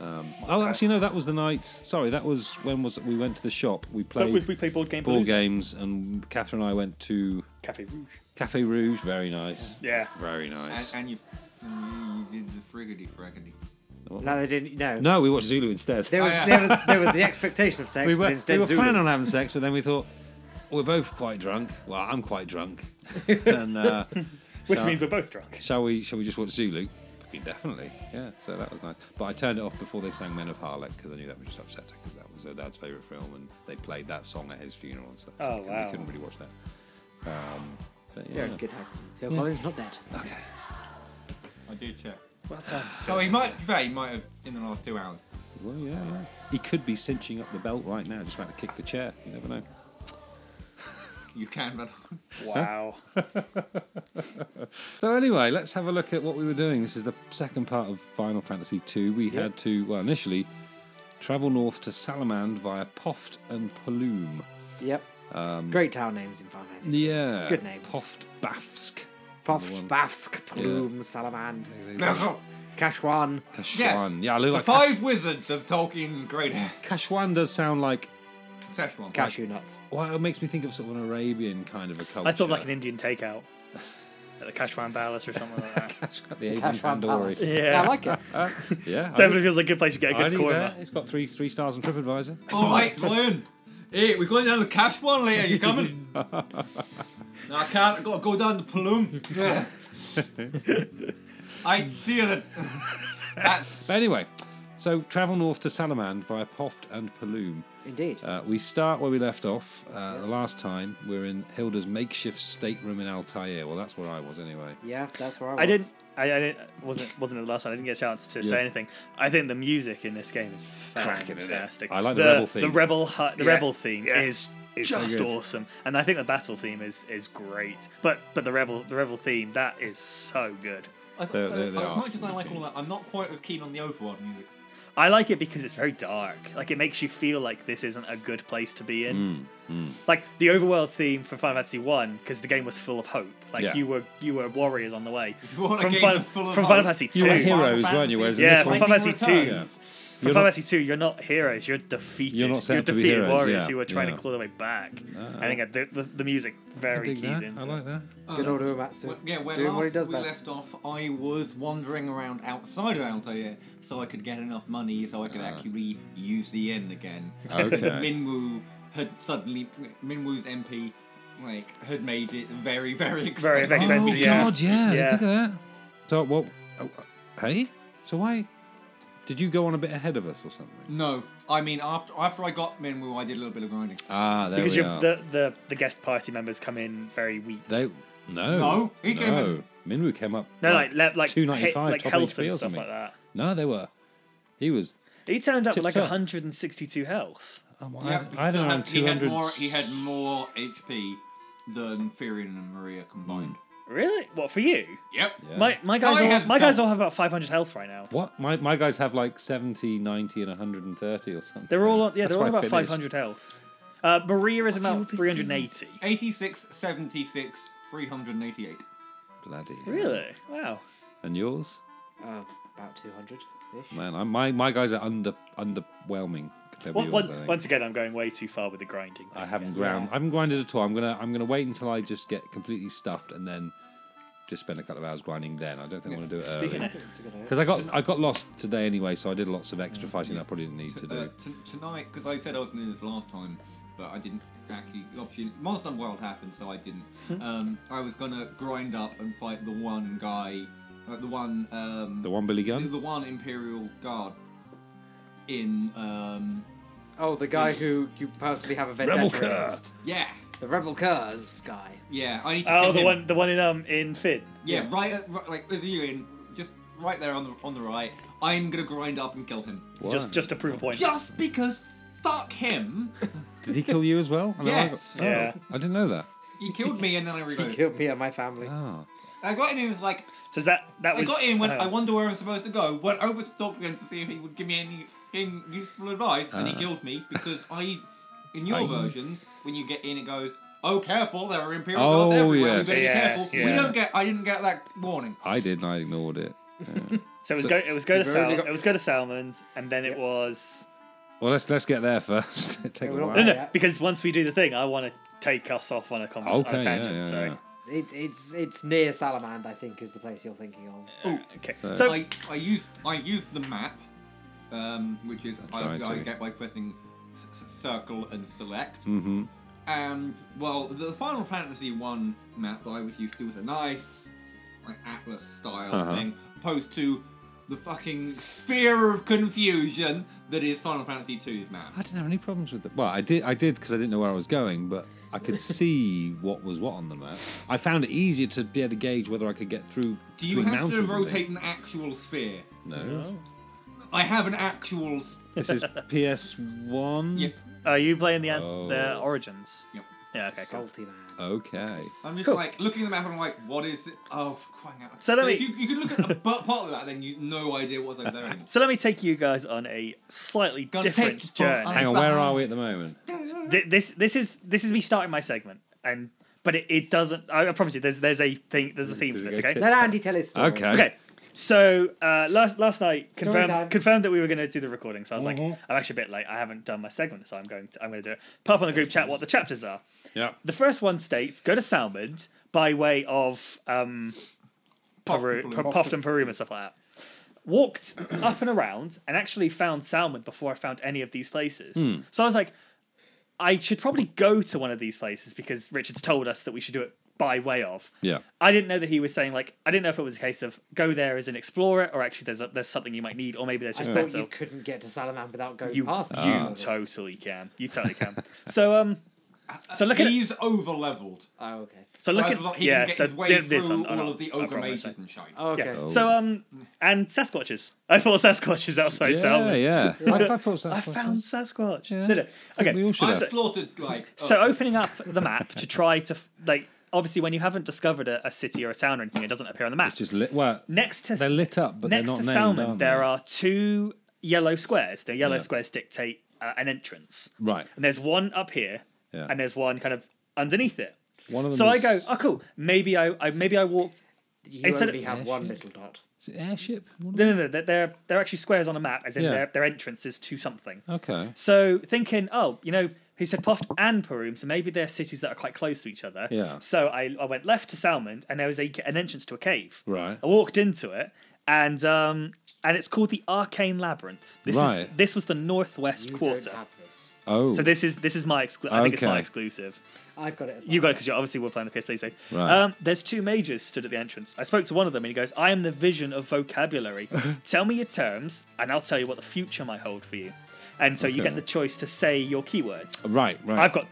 Speaker 1: um, oh actually no that was the night sorry that was when was it? we went to the shop we
Speaker 3: But
Speaker 1: played
Speaker 3: we, we play board game.
Speaker 1: ball
Speaker 3: Blues?
Speaker 1: games and Catherine and I went to
Speaker 3: Cafe Rouge.
Speaker 1: Cafe Rouge very nice
Speaker 3: Yeah.
Speaker 1: very
Speaker 4: And,
Speaker 1: nice
Speaker 4: and you, you did the friggity friggity.
Speaker 5: No, they didn't. No,
Speaker 1: No, we watched Zulu instead.
Speaker 5: There was,
Speaker 4: Oh, yeah.
Speaker 5: there was there was the expectation of sex,
Speaker 1: we were,
Speaker 5: but
Speaker 1: we
Speaker 5: instead
Speaker 1: were
Speaker 5: Zulu.
Speaker 1: planning on having sex, but then we thought we're both quite drunk. Well, I'm quite drunk, and uh,
Speaker 3: Which
Speaker 1: Shall-
Speaker 3: means we're both drunk.
Speaker 1: shall we? Shall we just watch Zulu? Fucking Definitely, yeah. So that was nice, but I turned it off before they sang "Men of Harlech" because I knew that would just upset her because that was her dad's favorite film, and they played that song at his funeral and stuff. So we,
Speaker 3: Oh,
Speaker 1: couldn't, we
Speaker 3: wow.
Speaker 1: couldn't really watch that. Um, but
Speaker 5: You're
Speaker 1: yeah,
Speaker 5: a good husband. Phil Collins not dead.
Speaker 1: okay.
Speaker 4: I did check.
Speaker 3: Well done.
Speaker 4: Oh, he might. Faye might have in the last two hours.
Speaker 1: Well, yeah, yeah. He could be cinching up the belt right now, just about to kick the chair. You never know.
Speaker 4: You can, but
Speaker 3: Wow.
Speaker 1: So anyway, let's have a look at what we were doing. This is the second part of Final Fantasy II. We had to, well, initially travel north to Salamand via Poft and Paloom.
Speaker 5: Yep. Great town names in Final Fantasy.
Speaker 1: Um, Yeah,
Speaker 5: Good names.
Speaker 1: Poft Bafsk.
Speaker 5: Poft, Bafsk, Plume, Salamand, Kashwan.
Speaker 1: Kashwan. Yeah, I look
Speaker 4: the
Speaker 1: like
Speaker 4: five
Speaker 1: Kash-
Speaker 4: wizards of Tolkien's great
Speaker 1: Kashwan does sound like.
Speaker 4: Szechuan.
Speaker 5: Cashew nuts.
Speaker 1: Well, it makes me think of sort of an Arabian kind of a culture.
Speaker 3: I thought like an Indian takeout at the Kashwan Palace or something like that.
Speaker 1: Kashwan, the Arabian Tandoori.
Speaker 3: Yeah.
Speaker 5: I like it.
Speaker 1: Yeah, I
Speaker 3: Definitely
Speaker 1: need-
Speaker 3: feels like a good place to get
Speaker 1: I
Speaker 3: a
Speaker 1: need
Speaker 3: good korma.
Speaker 1: that. It's got three three stars on TripAdvisor.
Speaker 4: All right, Glenn. Hey, we're going down to Kashwan later. You coming? no, I can't. I've got to go down to Paloom. I see it.
Speaker 1: But anyway, so travel north to Salamand via Poft and Paloom.
Speaker 5: Indeed.
Speaker 1: Uh, we start where we left off uh, the last time. We're in Hilda's makeshift stateroom in Altair. Well, that's where I was anyway.
Speaker 5: yeah, that's where I was.
Speaker 3: I didn't. I, I didn't. Wasn't wasn't it the last time. I didn't get a chance to
Speaker 1: Yeah.
Speaker 3: say anything. I think the music in this game is
Speaker 1: Cracking, isn't it?
Speaker 3: fantastic.
Speaker 1: I like the rebel
Speaker 3: The
Speaker 1: theme.
Speaker 3: rebel. hu- The
Speaker 1: Yeah.
Speaker 3: rebel theme
Speaker 1: Yeah.
Speaker 3: is.
Speaker 1: so
Speaker 3: just
Speaker 1: good.
Speaker 3: awesome, and I think the battle theme is is great. But but the rebel the rebel theme that is so good.
Speaker 4: As,
Speaker 1: They- they- they
Speaker 4: as
Speaker 1: are
Speaker 4: much as I like
Speaker 1: huge.
Speaker 4: all that, I'm not quite as keen on the Overworld music.
Speaker 3: I like it because it's very dark. Like it makes you feel like this isn't a good place to be in.
Speaker 1: Mm,
Speaker 3: Like the overworld theme from Final Fantasy One, because the game was full of hope. Like
Speaker 1: Yeah.
Speaker 3: you were you were warriors on the way.
Speaker 4: you want a
Speaker 3: from
Speaker 4: game
Speaker 3: Final,
Speaker 4: that's full of
Speaker 3: from Final
Speaker 4: hope,
Speaker 3: Fantasy
Speaker 1: You were
Speaker 3: Two.
Speaker 1: heroes,
Speaker 4: Final
Speaker 1: weren't you?
Speaker 4: Fantasy.
Speaker 1: Whereas in
Speaker 3: Yeah,
Speaker 1: this
Speaker 3: from
Speaker 1: one,
Speaker 4: Lightning
Speaker 3: Final Fantasy Two.
Speaker 4: Returns.
Speaker 3: From
Speaker 1: You're
Speaker 3: Final
Speaker 1: not-
Speaker 3: Fantasy Two, you're not heroes. You're defeated.
Speaker 1: You're
Speaker 3: You're,
Speaker 1: not set up to be
Speaker 3: defeated
Speaker 1: heroes,
Speaker 3: warriors
Speaker 1: yeah,
Speaker 3: who were trying
Speaker 1: yeah. Uh-huh.
Speaker 3: to claw their way back. I think uh, the, the, the music very
Speaker 1: Dig
Speaker 3: keys
Speaker 1: that.
Speaker 3: into
Speaker 1: I
Speaker 3: it.
Speaker 1: like that.
Speaker 5: Good old Uematsu.
Speaker 4: Well, yeah, where
Speaker 5: doing
Speaker 4: last
Speaker 5: what he does
Speaker 4: we
Speaker 5: best.
Speaker 4: left off, I was wandering around outside of Altair so I could get enough money so I could actually use the yen again. Because
Speaker 1: Ah. Okay.
Speaker 4: Minwoo had suddenly, Minwoo's MP, like, had made it very, very
Speaker 3: Very
Speaker 4: expensive.
Speaker 3: expensive,
Speaker 1: oh
Speaker 3: yeah.
Speaker 1: God, yeah,
Speaker 3: Yeah.
Speaker 1: Think of that. So what? oh, hey, so why did you go on a bit ahead of us or something?
Speaker 4: No, I mean, after after I got Minwoo, I did a little bit of grinding.
Speaker 1: Ah, there
Speaker 3: Because
Speaker 1: we
Speaker 3: you're,
Speaker 1: are.
Speaker 3: the, the the guest party members come in very weak.
Speaker 1: They no,
Speaker 4: No, he came
Speaker 1: no. Minwoo came up.
Speaker 3: no, like le- like
Speaker 1: two ninety five,
Speaker 3: he- like
Speaker 1: top
Speaker 3: health
Speaker 1: HP
Speaker 3: and
Speaker 1: or
Speaker 3: stuff
Speaker 1: something.
Speaker 3: like that.
Speaker 1: No, they were. He was.
Speaker 3: He turned up with like
Speaker 1: Tip-top.
Speaker 3: 162 health.
Speaker 1: Um,
Speaker 4: Yeah,
Speaker 1: I, I
Speaker 4: he
Speaker 1: don't know.
Speaker 4: had- he
Speaker 1: Two
Speaker 4: had
Speaker 1: hundred.
Speaker 4: more. He had more HP than Firion and Maria combined.
Speaker 1: Hmm.
Speaker 3: Really? What for you?
Speaker 4: Yep.
Speaker 3: My my guys
Speaker 4: I
Speaker 3: all,
Speaker 4: have
Speaker 3: my guys
Speaker 4: done-
Speaker 3: all have about 500 health right now.
Speaker 1: What my, my guys have like 70, 90, and 130 or something.
Speaker 3: They're all on, yeah,
Speaker 1: That's
Speaker 3: they're all
Speaker 1: why I
Speaker 3: about
Speaker 1: finished.
Speaker 3: 500 health. Uh, Maria is about 380.
Speaker 4: 86, 76, 388.
Speaker 1: Bloody. hell.
Speaker 3: Really? Wow.
Speaker 1: And yours,
Speaker 5: Uh, about 200 ish.
Speaker 1: man. I, my my guys are under underwhelming compared
Speaker 3: Well,
Speaker 1: with yours. I
Speaker 3: one,
Speaker 1: think.
Speaker 3: once again, I'm going way too far with the grinding.
Speaker 1: I haven't ground. I haven't grinded at all. I'm gonna I'm gonna wait until I just get completely stuffed and then just spend a couple of hours grinding. Then I don't think I want to do it
Speaker 3: Speaking
Speaker 1: early
Speaker 3: of-
Speaker 1: because I got I got lost today anyway, so I did lots of extra fighting that I probably didn't need to
Speaker 4: Uh,
Speaker 1: do.
Speaker 4: t- tonight, because I said I was going to do this last time, but I didn't actually. The opportunity. Monster World happened, so I didn't.
Speaker 1: Hmm.
Speaker 4: um, I was going to grind up and fight the one guy, uh, the one, um,
Speaker 1: The one Billy
Speaker 4: the,
Speaker 1: gun.
Speaker 4: the one Imperial guard in, um,
Speaker 5: Oh, the guy who you personally have a vendetta
Speaker 1: Rebel
Speaker 5: against.
Speaker 4: yeah,
Speaker 5: The Rebel Curse guy.
Speaker 4: yeah. I need to.
Speaker 3: Oh,
Speaker 4: kill
Speaker 3: the
Speaker 4: him.
Speaker 3: one, the one in um in Finn.
Speaker 4: Yeah, right, at- right. Like with you in, just right there on the on the right. I'm going to grind up and kill him,
Speaker 1: Why?
Speaker 3: Just just to prove a point.
Speaker 4: just because. Fuck him.
Speaker 1: did he kill you as well? And then I
Speaker 4: Yes.
Speaker 1: got- oh,
Speaker 3: Yeah.
Speaker 1: I didn't know that.
Speaker 4: He killed me, and then I reloaded.
Speaker 5: Killed me and my family.
Speaker 4: uh.
Speaker 1: Ah,
Speaker 4: I got in and it was like,
Speaker 3: So is that that
Speaker 4: I
Speaker 3: was.
Speaker 4: got in when
Speaker 3: uh,
Speaker 4: I wonder where I'm supposed to go. Went over to talk to him to see if he would give me anything useful advice, and he killed me because I, in your
Speaker 1: Uh. I-
Speaker 4: versions, when you get in, it goes, "Oh, careful! There are imperial
Speaker 1: Oh,
Speaker 4: guards everywhere.
Speaker 1: yes.
Speaker 4: We better
Speaker 3: Yeah,
Speaker 4: be careful."
Speaker 3: yeah.
Speaker 4: We don't get. I didn't get that warning.
Speaker 1: I did, and I ignored it.
Speaker 3: So it was go it was go to
Speaker 5: We've already
Speaker 3: Sal
Speaker 5: got-
Speaker 3: it was go to Salmons and then it was
Speaker 1: Well, let's let's get there first. Take a
Speaker 5: we're not
Speaker 1: while.
Speaker 3: no no
Speaker 5: Yeah.
Speaker 3: because once we do the thing I want to take us off on a, convers- on
Speaker 1: Okay,
Speaker 3: a
Speaker 1: yeah,
Speaker 3: tangent.
Speaker 1: yeah,
Speaker 3: so
Speaker 1: yeah.
Speaker 5: It, it's it's near Salamand, I think, is the place you're thinking of.
Speaker 3: okay
Speaker 1: So-
Speaker 3: so
Speaker 4: I, I used I used the map, um, which is I,
Speaker 1: tried
Speaker 4: I
Speaker 1: to.
Speaker 4: get by pressing s- s- circle and select.
Speaker 1: Mm-hmm.
Speaker 4: And well, the Final Fantasy One map that I was used to was a nice, like atlas style
Speaker 1: Uh-huh.
Speaker 4: thing, opposed to the fucking sphere of confusion that is Final Fantasy 2's map.
Speaker 1: I didn't have any problems with it. Well, I did, I did because I didn't know where I was going, but I could see what was what on the map. I found it easier to be able to gauge whether I could get through.
Speaker 4: Do
Speaker 1: through
Speaker 4: you have to
Speaker 1: mountains and
Speaker 4: rotate
Speaker 1: things.
Speaker 4: an actual sphere?
Speaker 1: No.
Speaker 4: I have an actual. s-
Speaker 1: This is PS One.
Speaker 4: Yeah.
Speaker 3: are you playing the an- the
Speaker 1: Oh.
Speaker 3: origins?
Speaker 4: Yep.
Speaker 3: Yeah okay cool.
Speaker 5: Salty man.
Speaker 4: Uh,
Speaker 1: Okay.
Speaker 4: I'm just
Speaker 3: Cool.
Speaker 4: like looking at the map and I'm like, what is it? Oh, for crying out.
Speaker 3: So let me-
Speaker 4: if you, you could look at a part part of that, then you no idea what's over there anymore.
Speaker 3: So let me take you guys on a slightly
Speaker 4: Gonna take you
Speaker 3: different
Speaker 4: for
Speaker 3: journey.
Speaker 4: a-
Speaker 1: Hang on. Where are we at the moment?
Speaker 3: Th- this this is this is me starting my segment and but it, it doesn't I, I promise you there's there's a thing there's a theme for
Speaker 1: Does it
Speaker 3: this
Speaker 1: go
Speaker 3: okay
Speaker 1: tits?
Speaker 5: Let Andy tell his story.
Speaker 1: Okay.
Speaker 3: okay so uh, last last night
Speaker 5: Story time.
Speaker 3: confirmed confirmed that we were going to do the recording so I was
Speaker 1: Mhm.
Speaker 3: like I'm actually a bit late I haven't done my segment so I'm going to I'm going to do it pop on the group chat what the chapters are
Speaker 1: Yeah.
Speaker 3: the first one states go to Salmond by way of um, Peru,
Speaker 4: and
Speaker 3: P-
Speaker 4: Peru.
Speaker 3: Puffed and Peru and stuff like that. Walked up and around and actually found Salmond before I found any of these places. So I was like, I should probably go to one of these places because Richard's told us that we should do it by way of.
Speaker 1: Yeah.
Speaker 3: I didn't know that he was saying like I didn't know if it was a case of go there as an explorer or actually there's a, there's something you might need or maybe there's
Speaker 5: I
Speaker 3: just
Speaker 5: thought
Speaker 3: better.
Speaker 5: you couldn't get to Salaman without going
Speaker 3: You-
Speaker 5: past.
Speaker 3: You
Speaker 5: the others.
Speaker 3: totally can. You totally can. so um, so look at
Speaker 4: He's over leveled.
Speaker 5: Oh, okay.
Speaker 3: so look
Speaker 4: Like,
Speaker 3: at
Speaker 4: like, he
Speaker 3: yeah.
Speaker 4: can get
Speaker 3: So
Speaker 4: his way
Speaker 3: there-
Speaker 4: through
Speaker 3: this one, Oh, I
Speaker 4: all
Speaker 3: know,
Speaker 4: of the
Speaker 3: I
Speaker 4: ogre
Speaker 3: probably
Speaker 4: mages
Speaker 3: say.
Speaker 4: and shite.
Speaker 5: Oh, okay.
Speaker 3: Yeah. So um, and Sasquatches. I fought Sasquatches outside
Speaker 1: Yeah,
Speaker 3: Salmon.
Speaker 1: yeah. I,
Speaker 3: I found Sasquatch. No, no. Okay.
Speaker 1: we all should
Speaker 4: I
Speaker 1: have.
Speaker 4: slaughtered like
Speaker 3: So
Speaker 4: oh,
Speaker 3: opening up the map to try to f- like obviously when you haven't discovered a, a city or a town or anything, it doesn't appear on the map.
Speaker 1: It's just lit. Well,
Speaker 3: next to
Speaker 1: they're lit up, but
Speaker 3: next
Speaker 1: they're not
Speaker 3: to
Speaker 1: named,
Speaker 3: Salmon,
Speaker 1: aren't
Speaker 3: there
Speaker 1: they?
Speaker 3: are two yellow squares. The yellow
Speaker 1: Yeah.
Speaker 3: squares dictate uh, an entrance.
Speaker 1: Right.
Speaker 3: And there's one up here,
Speaker 1: Yeah.
Speaker 3: and there's one kind of underneath it.
Speaker 1: One of them
Speaker 3: So I
Speaker 1: is-
Speaker 3: go, oh cool. Maybe I, I maybe I walked.
Speaker 5: You
Speaker 3: Instead of-
Speaker 5: only have one little dot.
Speaker 1: Is it airship. One of
Speaker 3: No, no, no. They're- They're they're actually squares on a map, as in
Speaker 1: Yeah.
Speaker 3: they're, they're entrances to something.
Speaker 1: them? Okay.
Speaker 3: So thinking, oh, you know, he said Poft and Perum, so maybe they're cities that are quite close to each other.
Speaker 1: Yeah.
Speaker 3: So I, I went left to Salmond, and there was a, an entrance to a cave.
Speaker 1: Right.
Speaker 3: I walked into it, and um, and it's called the Arcane Labyrinth. This is
Speaker 1: Right.
Speaker 3: this was the northwest
Speaker 5: You
Speaker 3: quarter.
Speaker 5: don't have this.
Speaker 1: Oh.
Speaker 3: So this is this is my exclu- I think it's my
Speaker 1: Okay.
Speaker 3: exclusive.
Speaker 5: I've got it as well.
Speaker 3: You got it because you obviously were playing the PS3. So.
Speaker 1: Right.
Speaker 3: Um, there's two majors stood at the entrance. I spoke to one of them and he goes, "I am the vision of vocabulary. tell me your terms, and I'll tell you what the future might hold for you." And so you
Speaker 1: Okay.
Speaker 3: get the choice to say your keywords.
Speaker 1: right. Right.
Speaker 3: I've got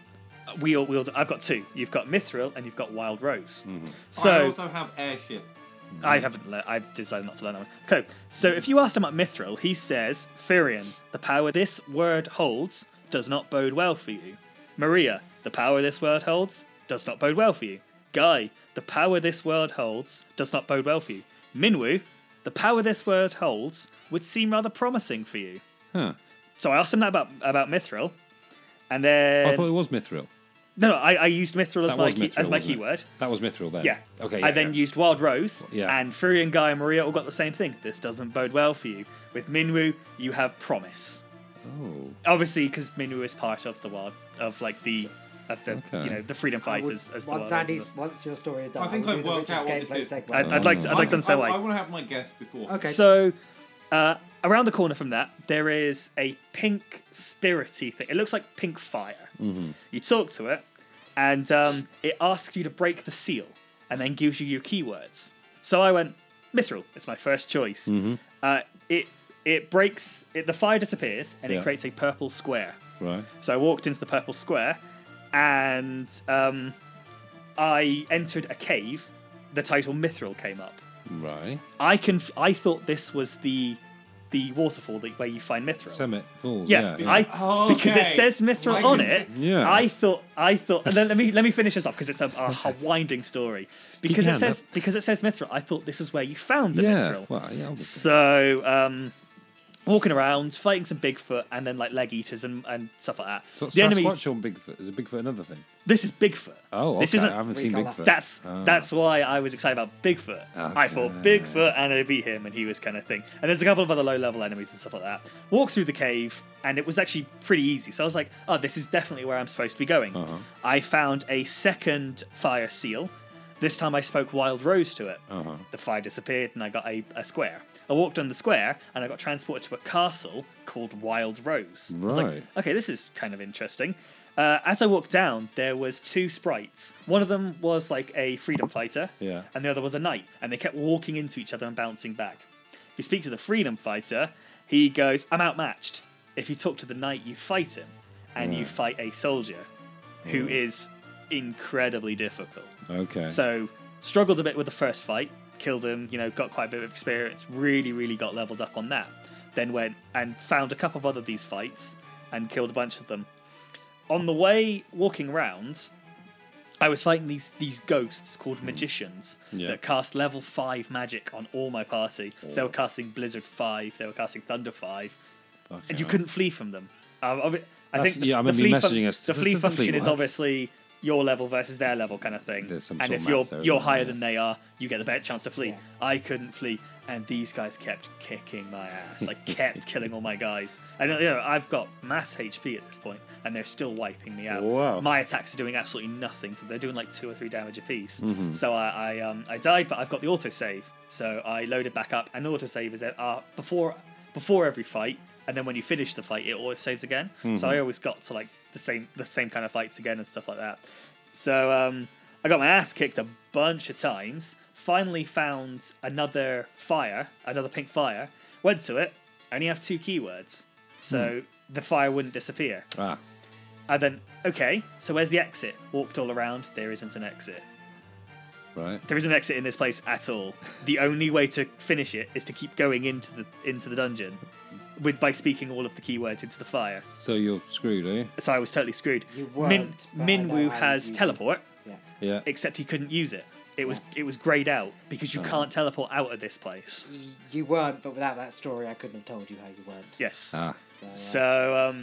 Speaker 3: wheel wheel. I've got two. You've got Mithril and you've got Wild Rose.
Speaker 1: Mm-hmm.
Speaker 4: I
Speaker 3: So
Speaker 4: also have airship.
Speaker 3: I haven't. Le- I decided not to learn that one. Okay. So if you asked him about Mithril, he says Firion, the power this word holds does not bode well for you. Maria, the power this word holds does not bode well for you. Guy, the power this word holds does not bode well for you. Minwu, the power this word holds would seem rather promising for you.
Speaker 1: Huh.
Speaker 3: So I asked him that about about Mithril, and then
Speaker 1: I thought it was mithril.
Speaker 3: no, no, I, I used Mithril as
Speaker 1: That
Speaker 3: my
Speaker 1: was
Speaker 3: key,
Speaker 1: mithril,
Speaker 3: as
Speaker 1: wasn't
Speaker 3: my
Speaker 1: it?
Speaker 3: keyword.
Speaker 1: That was mithril then.
Speaker 3: Yeah.
Speaker 1: Okay.
Speaker 3: I
Speaker 1: yeah,
Speaker 3: then
Speaker 1: yeah.
Speaker 3: used Wild Rose.
Speaker 1: Yeah.
Speaker 3: And Fury and Guy and Maria all got the same thing. This doesn't bode well for you. With Minwu, you have promise.
Speaker 1: Oh.
Speaker 3: Obviously, because Minwu is part of the wild of like the of the
Speaker 1: Okay.
Speaker 3: you know the freedom
Speaker 5: I would-
Speaker 3: fighters as the
Speaker 5: once
Speaker 3: wild Rose
Speaker 5: Andy's,
Speaker 3: is
Speaker 5: once your story is done,
Speaker 4: I
Speaker 5: I
Speaker 4: think
Speaker 5: will
Speaker 4: I've
Speaker 5: do the
Speaker 4: worked
Speaker 5: Witcher's
Speaker 4: out what
Speaker 5: gameplay
Speaker 4: this is.
Speaker 3: the- I'd, I'd like to, I'd like to
Speaker 4: I,
Speaker 3: understand
Speaker 4: I,
Speaker 3: why.
Speaker 4: I want to have my guess before.
Speaker 5: Okay.
Speaker 3: So, uh, around the corner from that, there is a pink spirity thing. It looks like pink fire. You talk to it, and um, it asks you to break the seal, and then gives you your keywords. So I went mithril. It's my first choice. Uh, it it breaks. It, the fire disappears, and
Speaker 1: Yeah.
Speaker 3: it creates a purple square.
Speaker 1: Oh, Right.
Speaker 3: So I walked into the purple square, and um, I entered a cave. The title mithril came up.
Speaker 1: Right.
Speaker 3: I can. I thought this was the the waterfall that, where you find Mithril.
Speaker 1: Summit falls.
Speaker 3: yeah,
Speaker 1: oh, Yeah.
Speaker 3: I because it
Speaker 4: Okay.
Speaker 3: says Mithril
Speaker 4: I
Speaker 3: on
Speaker 4: can-
Speaker 3: it.
Speaker 1: Yeah.
Speaker 3: I thought. I thought. And then let me let me finish this off because it's a, a winding story. Because
Speaker 1: your
Speaker 3: it
Speaker 1: hand up.
Speaker 3: says because it says Mithril. I thought this is where you found the
Speaker 1: Yeah.
Speaker 3: Mithril.
Speaker 1: Well, yeah. obviously.
Speaker 3: So um, walking around, fighting some Bigfoot, and then like leg eaters and, and stuff like that.
Speaker 1: So
Speaker 3: the
Speaker 1: Sasquatch
Speaker 3: enemies.
Speaker 1: or Bigfoot? Is a Bigfoot another thing?
Speaker 3: This is Bigfoot.
Speaker 1: Oh, okay.
Speaker 3: this
Speaker 1: I
Speaker 3: isn't
Speaker 1: haven't seen
Speaker 5: Recall that.
Speaker 1: Bigfoot. Ah.
Speaker 3: that's that's why I was excited about Bigfoot. I thought
Speaker 1: Okay.
Speaker 3: Bigfoot and I beat him, and he was kind of thing. And there's a couple of other low level enemies and stuff like that. Walk through the cave, and it was actually pretty easy. So I was like, oh, this is definitely where I'm supposed to be going.
Speaker 1: Uh-huh.
Speaker 3: I found a second fire seal. This time I spoke Wild Rose to it.
Speaker 1: Uh-huh.
Speaker 3: The fire disappeared, and I got a, a square. I walked on the square, and I got transported to a castle called Wild Rose. I was like,
Speaker 1: Right.
Speaker 3: okay, this is kind of interesting. Uh, as I walked down, there was two sprites. One of them was like a freedom fighter,
Speaker 1: Yeah.
Speaker 3: and the other was a knight, and they kept walking into each other and bouncing back. If you speak to the freedom fighter, he goes, "I'm outmatched." If you talk to the knight, you fight him, and you fight a soldier, who is incredibly difficult.
Speaker 1: Okay.
Speaker 3: So struggled a bit with the first fight, killed him, you know, got quite a bit of experience, really, really got leveled up on that. Then went and found a couple of other these fights and killed a bunch of them. On the way walking around, I was fighting these these ghosts called magicians
Speaker 1: Hmm. Yeah.
Speaker 3: that cast level five magic on all my party. So
Speaker 1: Oh.
Speaker 3: they were casting Blizzard five, they were casting Thunder five, and you couldn't flee from them. Um, obvi- I
Speaker 1: That's-
Speaker 3: think the,
Speaker 1: yeah, I
Speaker 3: the
Speaker 1: remember you
Speaker 3: flee,
Speaker 1: messaging us,
Speaker 3: the
Speaker 1: "Does
Speaker 3: flee
Speaker 1: the- does the flee
Speaker 3: function is
Speaker 1: work?"
Speaker 3: obviously your level versus their level kind of thing.
Speaker 1: There's some
Speaker 3: and
Speaker 1: sort
Speaker 3: if
Speaker 1: of
Speaker 3: you're
Speaker 1: maths there,
Speaker 3: you're
Speaker 1: isn't there?
Speaker 3: higher than they are, you get the better chance to flee.
Speaker 5: Yeah.
Speaker 3: I couldn't flee, and these guys kept kicking my ass. I kept killing all my guys. And you know, I've got mass HP at this point, and they're still wiping me out.
Speaker 1: Wow.
Speaker 3: My attacks are doing absolutely nothing. So they're doing like two or three damage a piece. So I I, um, I died, but I've got the autosave. So I loaded back up, and autosave is uh, before before every fight, and then when you finish the fight, it autosaves again. So I always got to like the same the same kind of fights again and stuff like that. So um, I got my ass kicked a bunch of times. Finally found another fire, another pink fire. Went to it. I only have two keywords, so the fire wouldn't disappear.
Speaker 1: Ah,
Speaker 3: And then, okay, so where's the exit? Walked all around. There isn't an exit.
Speaker 1: right.
Speaker 3: There isn't an exit in this place at all. The only way to finish it is to keep going into the into the dungeon, with by speaking all of the keywords into the fire.
Speaker 1: So you're screwed, are you?
Speaker 3: So I was totally screwed.
Speaker 5: You
Speaker 3: Min,
Speaker 5: weren't, but I know
Speaker 3: Minwoo
Speaker 5: how
Speaker 3: has
Speaker 5: you-
Speaker 3: teleport,
Speaker 5: Yeah.
Speaker 1: Yeah.
Speaker 3: except he couldn't use it. It was it was grayed out because you can't teleport out of this place.
Speaker 5: You weren't, but without that story, I couldn't have told you how you weren't.
Speaker 3: Yes.
Speaker 1: Ah,
Speaker 5: So, uh,
Speaker 3: So um,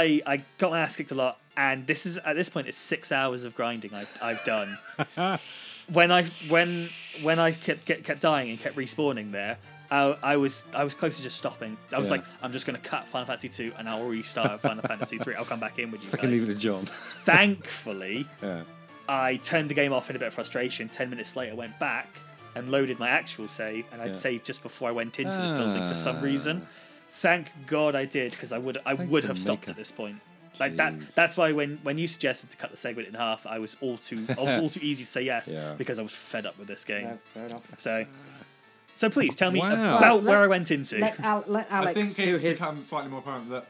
Speaker 3: I I got my ass kicked a lot, and this is at this point it's six hours of grinding I've I've done. when I when when I kept kept, kept dying and kept respawning there. I, I was I was close to just stopping. I was
Speaker 1: Yeah.
Speaker 3: like, I'm just gonna cut Final Fantasy two and I'll restart Final Fantasy three. I'll come back in with you
Speaker 1: fucking
Speaker 3: guys.
Speaker 1: leave it to John.
Speaker 3: Thankfully,
Speaker 1: yeah.
Speaker 3: I turned the game off in a bit of frustration. Ten minutes later, went back and loaded my actual save, and I'd
Speaker 1: Yeah.
Speaker 3: saved just before I went into this building for some
Speaker 1: Ah.
Speaker 3: reason. Thank God I did, because I would I
Speaker 1: Thank
Speaker 3: would
Speaker 1: the
Speaker 3: have stopped
Speaker 1: maker.
Speaker 3: at this point. Like that.
Speaker 1: Jeez.
Speaker 3: That's why when, when you suggested to cut the segment in half, I was all too I was all too easy to say yes
Speaker 1: Yeah.
Speaker 3: because I was fed up with this game.
Speaker 5: no, fair enough.
Speaker 3: So, so please tell me
Speaker 1: Wow.
Speaker 3: about where
Speaker 5: Let-
Speaker 3: I went into.
Speaker 5: Let, Al- let
Speaker 4: I
Speaker 5: Alex
Speaker 4: think it's
Speaker 5: do his.
Speaker 4: become slightly more apparent that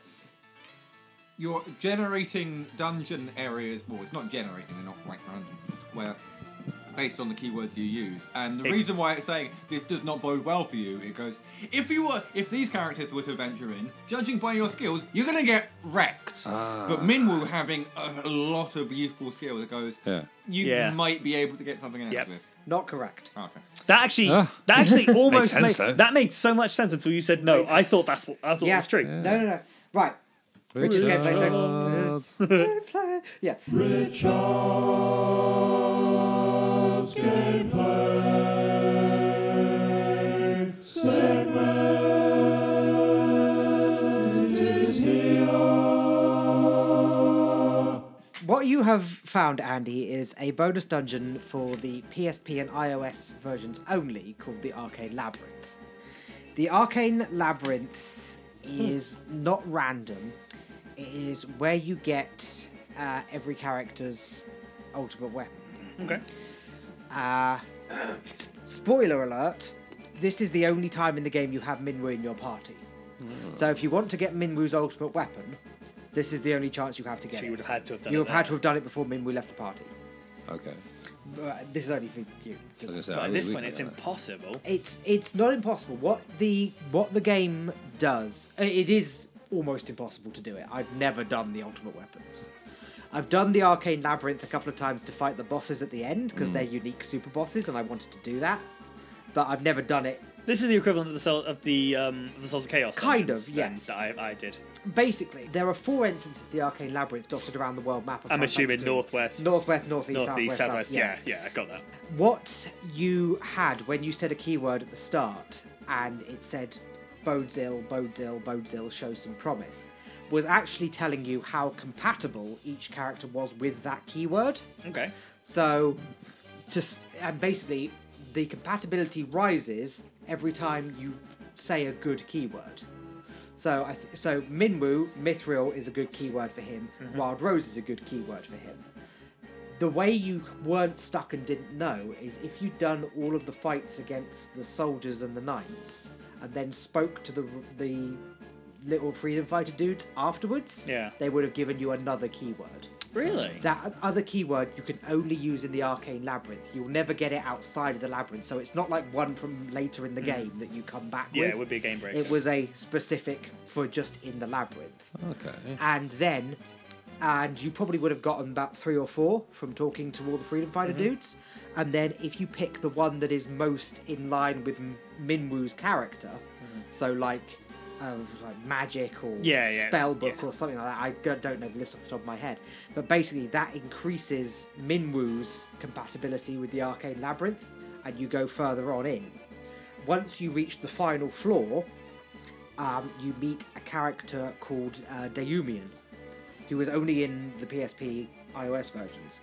Speaker 4: you're generating dungeon areas. Well, it's not generating; they're not like dungeons. Where based on the keywords you use, and the
Speaker 3: It-
Speaker 4: reason why it's saying this does not bode well for you, it goes: if you were, if these characters were to venture in, judging by your skills, you're gonna get wrecked.
Speaker 5: Ah.
Speaker 4: But Minwoo having a lot of useful skills, it goes:
Speaker 1: Yeah.
Speaker 4: you
Speaker 3: Yeah.
Speaker 4: might be able to get something out
Speaker 3: Yep.
Speaker 4: of this.
Speaker 5: Not correct.
Speaker 4: Okay.
Speaker 3: That actually,
Speaker 1: Ah.
Speaker 3: that actually almost
Speaker 1: sense,
Speaker 3: made,
Speaker 1: though.
Speaker 3: that made so much sense until you said no. I thought that's what I thought
Speaker 5: Yeah.
Speaker 3: was true.
Speaker 5: No, no, no. Right. Richard's
Speaker 1: Richard.
Speaker 5: gameplay segment. yeah. What you have found, Andy, is a bonus dungeon for the PSP and iOS versions only called the Arcane Labyrinth. The Arcane Labyrinth is not random, it is where you get uh, every character's ultimate weapon.
Speaker 3: Okay.
Speaker 5: Uh, s- spoiler alert, this is the only time in the game you have Minwoo in your party. So if you want to get Minwoo's ultimate weapon, this is the only chance you have to get
Speaker 3: So you
Speaker 5: it.
Speaker 3: would have had to have done.
Speaker 5: You
Speaker 3: it
Speaker 5: have had
Speaker 3: then.
Speaker 5: to have done it before Minwoo left the party.
Speaker 1: Okay.
Speaker 5: But this is only for
Speaker 1: I
Speaker 5: you.
Speaker 1: was gonna say,
Speaker 3: But
Speaker 1: I
Speaker 3: at
Speaker 1: really
Speaker 3: this point,
Speaker 1: like
Speaker 3: it's
Speaker 1: that.
Speaker 3: impossible.
Speaker 5: It's it's not impossible. What the what the game does, uh, it is almost impossible to do it. I've never done the ultimate weapons. I've done the arcane labyrinth a couple of times to fight the bosses at the end because
Speaker 3: Hmm.
Speaker 5: they're unique super bosses, and I wanted to do that. But I've never done it.
Speaker 3: This is the equivalent of the soul of the um, of the Souls of Chaos.
Speaker 5: Kind
Speaker 3: dungeons
Speaker 5: of,
Speaker 3: then
Speaker 5: yes.
Speaker 3: That I, I did.
Speaker 5: Basically, there are four entrances to the arcane labyrinth dotted around the world map. of
Speaker 3: I'm
Speaker 5: Final
Speaker 3: assuming
Speaker 5: Fantasy II.
Speaker 3: northwest,
Speaker 5: northwest, northeast,
Speaker 3: northeast,
Speaker 5: southwest,
Speaker 3: southwest.
Speaker 5: south-
Speaker 3: Yeah. yeah, I got that.
Speaker 5: what you had when you said a keyword at the start and it said bodes ill, bodes ill, bodes ill, shows some promise was actually telling you how compatible each character was with that keyword.
Speaker 3: Okay.
Speaker 5: So, just and basically, the compatibility rises every time you say a good keyword. So, I th- so Minwoo Mithril is a good keyword for him. Wild Rose is a good keyword for him. The way you weren't stuck and didn't know is if you'd done all of the fights against the soldiers and the knights, and then spoke to the r- the little freedom fighter dudes afterwards.
Speaker 3: Yeah.
Speaker 5: they would have given you another keyword.
Speaker 3: Really?
Speaker 5: That other keyword you can only use in the arcane labyrinth. You'll never get it outside of the labyrinth, so it's not like one from later in the game that you come back
Speaker 3: Hmm. yeah,
Speaker 5: with.
Speaker 3: it would be a game breaker.
Speaker 5: It was a specific for just in the labyrinth,
Speaker 1: Okay.
Speaker 5: and then, and you probably would have gotten about three or four from talking to all the freedom fighter
Speaker 3: Mm-hmm.
Speaker 5: dudes, and then if you pick the one that is most in line with M- Minwoo's character,
Speaker 3: Mm-hmm.
Speaker 5: so like. Uh, like magic or
Speaker 3: Yeah, yeah,
Speaker 5: spell book
Speaker 3: yeah.
Speaker 5: or something like that. I g- don't know the list off the top of my head, but basically that increases Minwoo's compatibility with the arcane labyrinth, and you go further on in. Once you reach the final floor, um, you meet a character called uh, Deumian, who was only in the PSP iOS versions,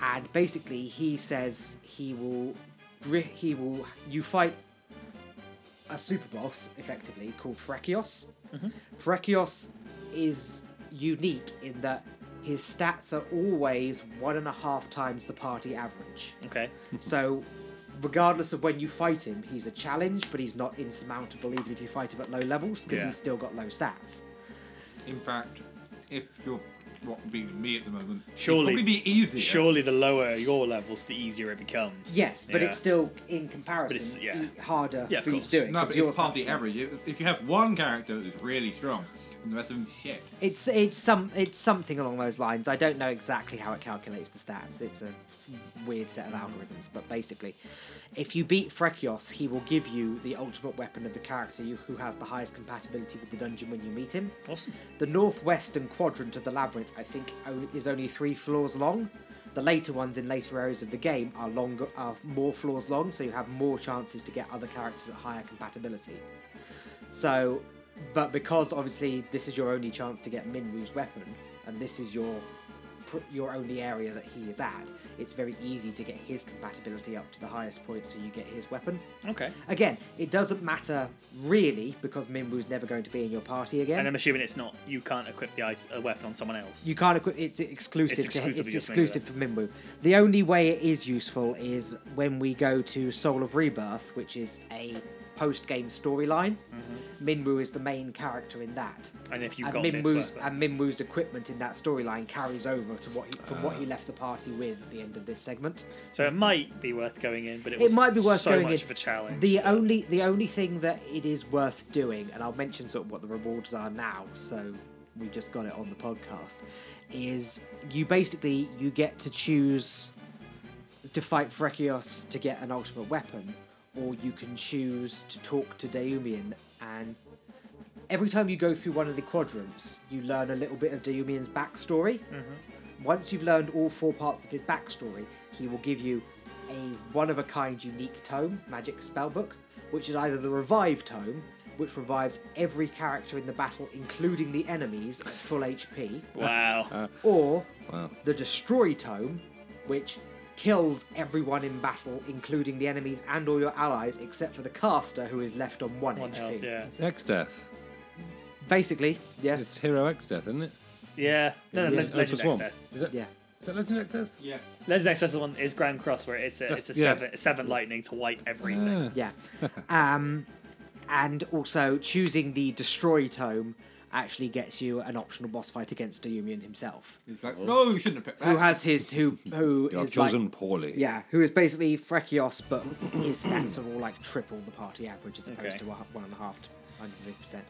Speaker 5: and basically he says he will gri- he will you fight a super boss
Speaker 3: Mm-hmm.
Speaker 5: effectively called Frakios. Frakios is unique in that his stats are always one and a half times the party average.
Speaker 3: Okay.
Speaker 5: So, regardless of when you fight him, he's a challenge, but he's not insurmountable even if you fight him at low levels because
Speaker 3: Yeah.
Speaker 5: he's still got low stats.
Speaker 4: In fact, if you're what beating me at the moment, it'd
Speaker 3: Surely-
Speaker 4: probably be easier.
Speaker 3: Surely the lower your levels, the easier it becomes.
Speaker 5: Yes, but
Speaker 3: Yeah.
Speaker 5: it's still in comparison e-,
Speaker 3: But it's- yeah.
Speaker 5: harder
Speaker 3: Yeah, of
Speaker 5: for you to
Speaker 3: course.
Speaker 5: do it.
Speaker 4: No,
Speaker 5: 'cause
Speaker 4: but
Speaker 5: your
Speaker 4: it's party
Speaker 5: stats are-
Speaker 4: average. If- If you have one character that's really strong and the rest of them shit,
Speaker 5: It's it's some it's something along those lines. I don't know exactly how it calculates the stats. It's a weird set of algorithms, but basically, if you beat Frekios, he will give you the ultimate weapon of the character you, who has the highest compatibility with the dungeon when you meet him.
Speaker 3: Awesome.
Speaker 5: The northwestern quadrant of the labyrinth, I think, o- is only three floors long. The later ones in later areas of the game are longer, are more floors long, so you have more chances to get other characters at higher compatibility. So, but because obviously this is your only chance to get Minwu's weapon, and this is your pr- your only area that he is at, it's very easy to get his compatibility up to the highest point, so you get his weapon.
Speaker 3: Okay.
Speaker 5: Again, it doesn't matter really because Minwu's never going to be in your party again.
Speaker 3: And I'm assuming it's not you can't equip the it- a weapon on someone else.
Speaker 5: You can't equip. It's exclusive.
Speaker 3: It's
Speaker 5: to,
Speaker 3: exclusively
Speaker 5: it's
Speaker 3: just Minwu.
Speaker 5: exclusive for Minwu. The only way it is useful is when we go to Soul of Rebirth, which is a post-game storyline. Minwu is the main character in that,
Speaker 3: Mm-hmm. and if you've
Speaker 5: and
Speaker 3: got this
Speaker 5: Minwu's
Speaker 3: weapon-
Speaker 5: and Minwu's equipment in that storyline carries over to what he, from what
Speaker 3: Ah.
Speaker 5: he left the party with at the end of this segment.
Speaker 3: so it might be worth going in, but it,
Speaker 5: It
Speaker 3: was
Speaker 5: might be worth
Speaker 3: so
Speaker 5: going
Speaker 3: much
Speaker 5: in.
Speaker 3: of a challenge.
Speaker 5: The
Speaker 3: that-
Speaker 5: only the only thing that it is worth doing, and I'll mention sort of what the rewards are now, so we've just got it on the podcast, is you basically you get to choose to fight Frekios to get an ultimate weapon, or you can choose to talk to Deumian and every time you go through one of the quadrants, you learn a little bit of Deumian's backstory.
Speaker 3: Mm-hmm.
Speaker 5: Once you've learned all four parts of his backstory, he will give you a one of a kind unique tome, magic spellbook, which is either the revive tome, which revives every character in the battle, including the enemies, at full HP,
Speaker 3: wow.
Speaker 5: Uh, or
Speaker 1: Wow.
Speaker 5: the destroy tome, which kills everyone in battle, including the enemies and all your allies, except for the caster who is left on one,
Speaker 3: One
Speaker 5: HP.
Speaker 3: health, yeah.
Speaker 1: It's X Death.
Speaker 5: Basically, yes.
Speaker 1: It's Hero X Death, isn't it?
Speaker 3: Yeah. No, no,
Speaker 1: Yeah,
Speaker 3: Legend,
Speaker 1: Opus
Speaker 3: Legend
Speaker 1: One.
Speaker 3: X Death.
Speaker 1: Is that,
Speaker 5: Yeah.
Speaker 1: is that Legend X Death?
Speaker 4: yeah.
Speaker 3: Legend X Death is the one is Grand Cross where it's a,
Speaker 1: That's-
Speaker 3: it's a
Speaker 1: yeah. Ah,
Speaker 3: seven, seven lightning to white everything.
Speaker 1: Yeah.
Speaker 5: Yeah. um, and also choosing the destroy tome actually gets you an optional boss fight against Deumian himself,
Speaker 4: It's like, no, you shouldn't have picked that.
Speaker 5: Oh. who has his who who
Speaker 1: You are
Speaker 5: is like-
Speaker 1: chosen poorly.
Speaker 5: yeah, who is basically Frekios, but his stats are all like triple the party average as opposed
Speaker 3: Okay.
Speaker 5: to a hu- one and a half, hundred percent.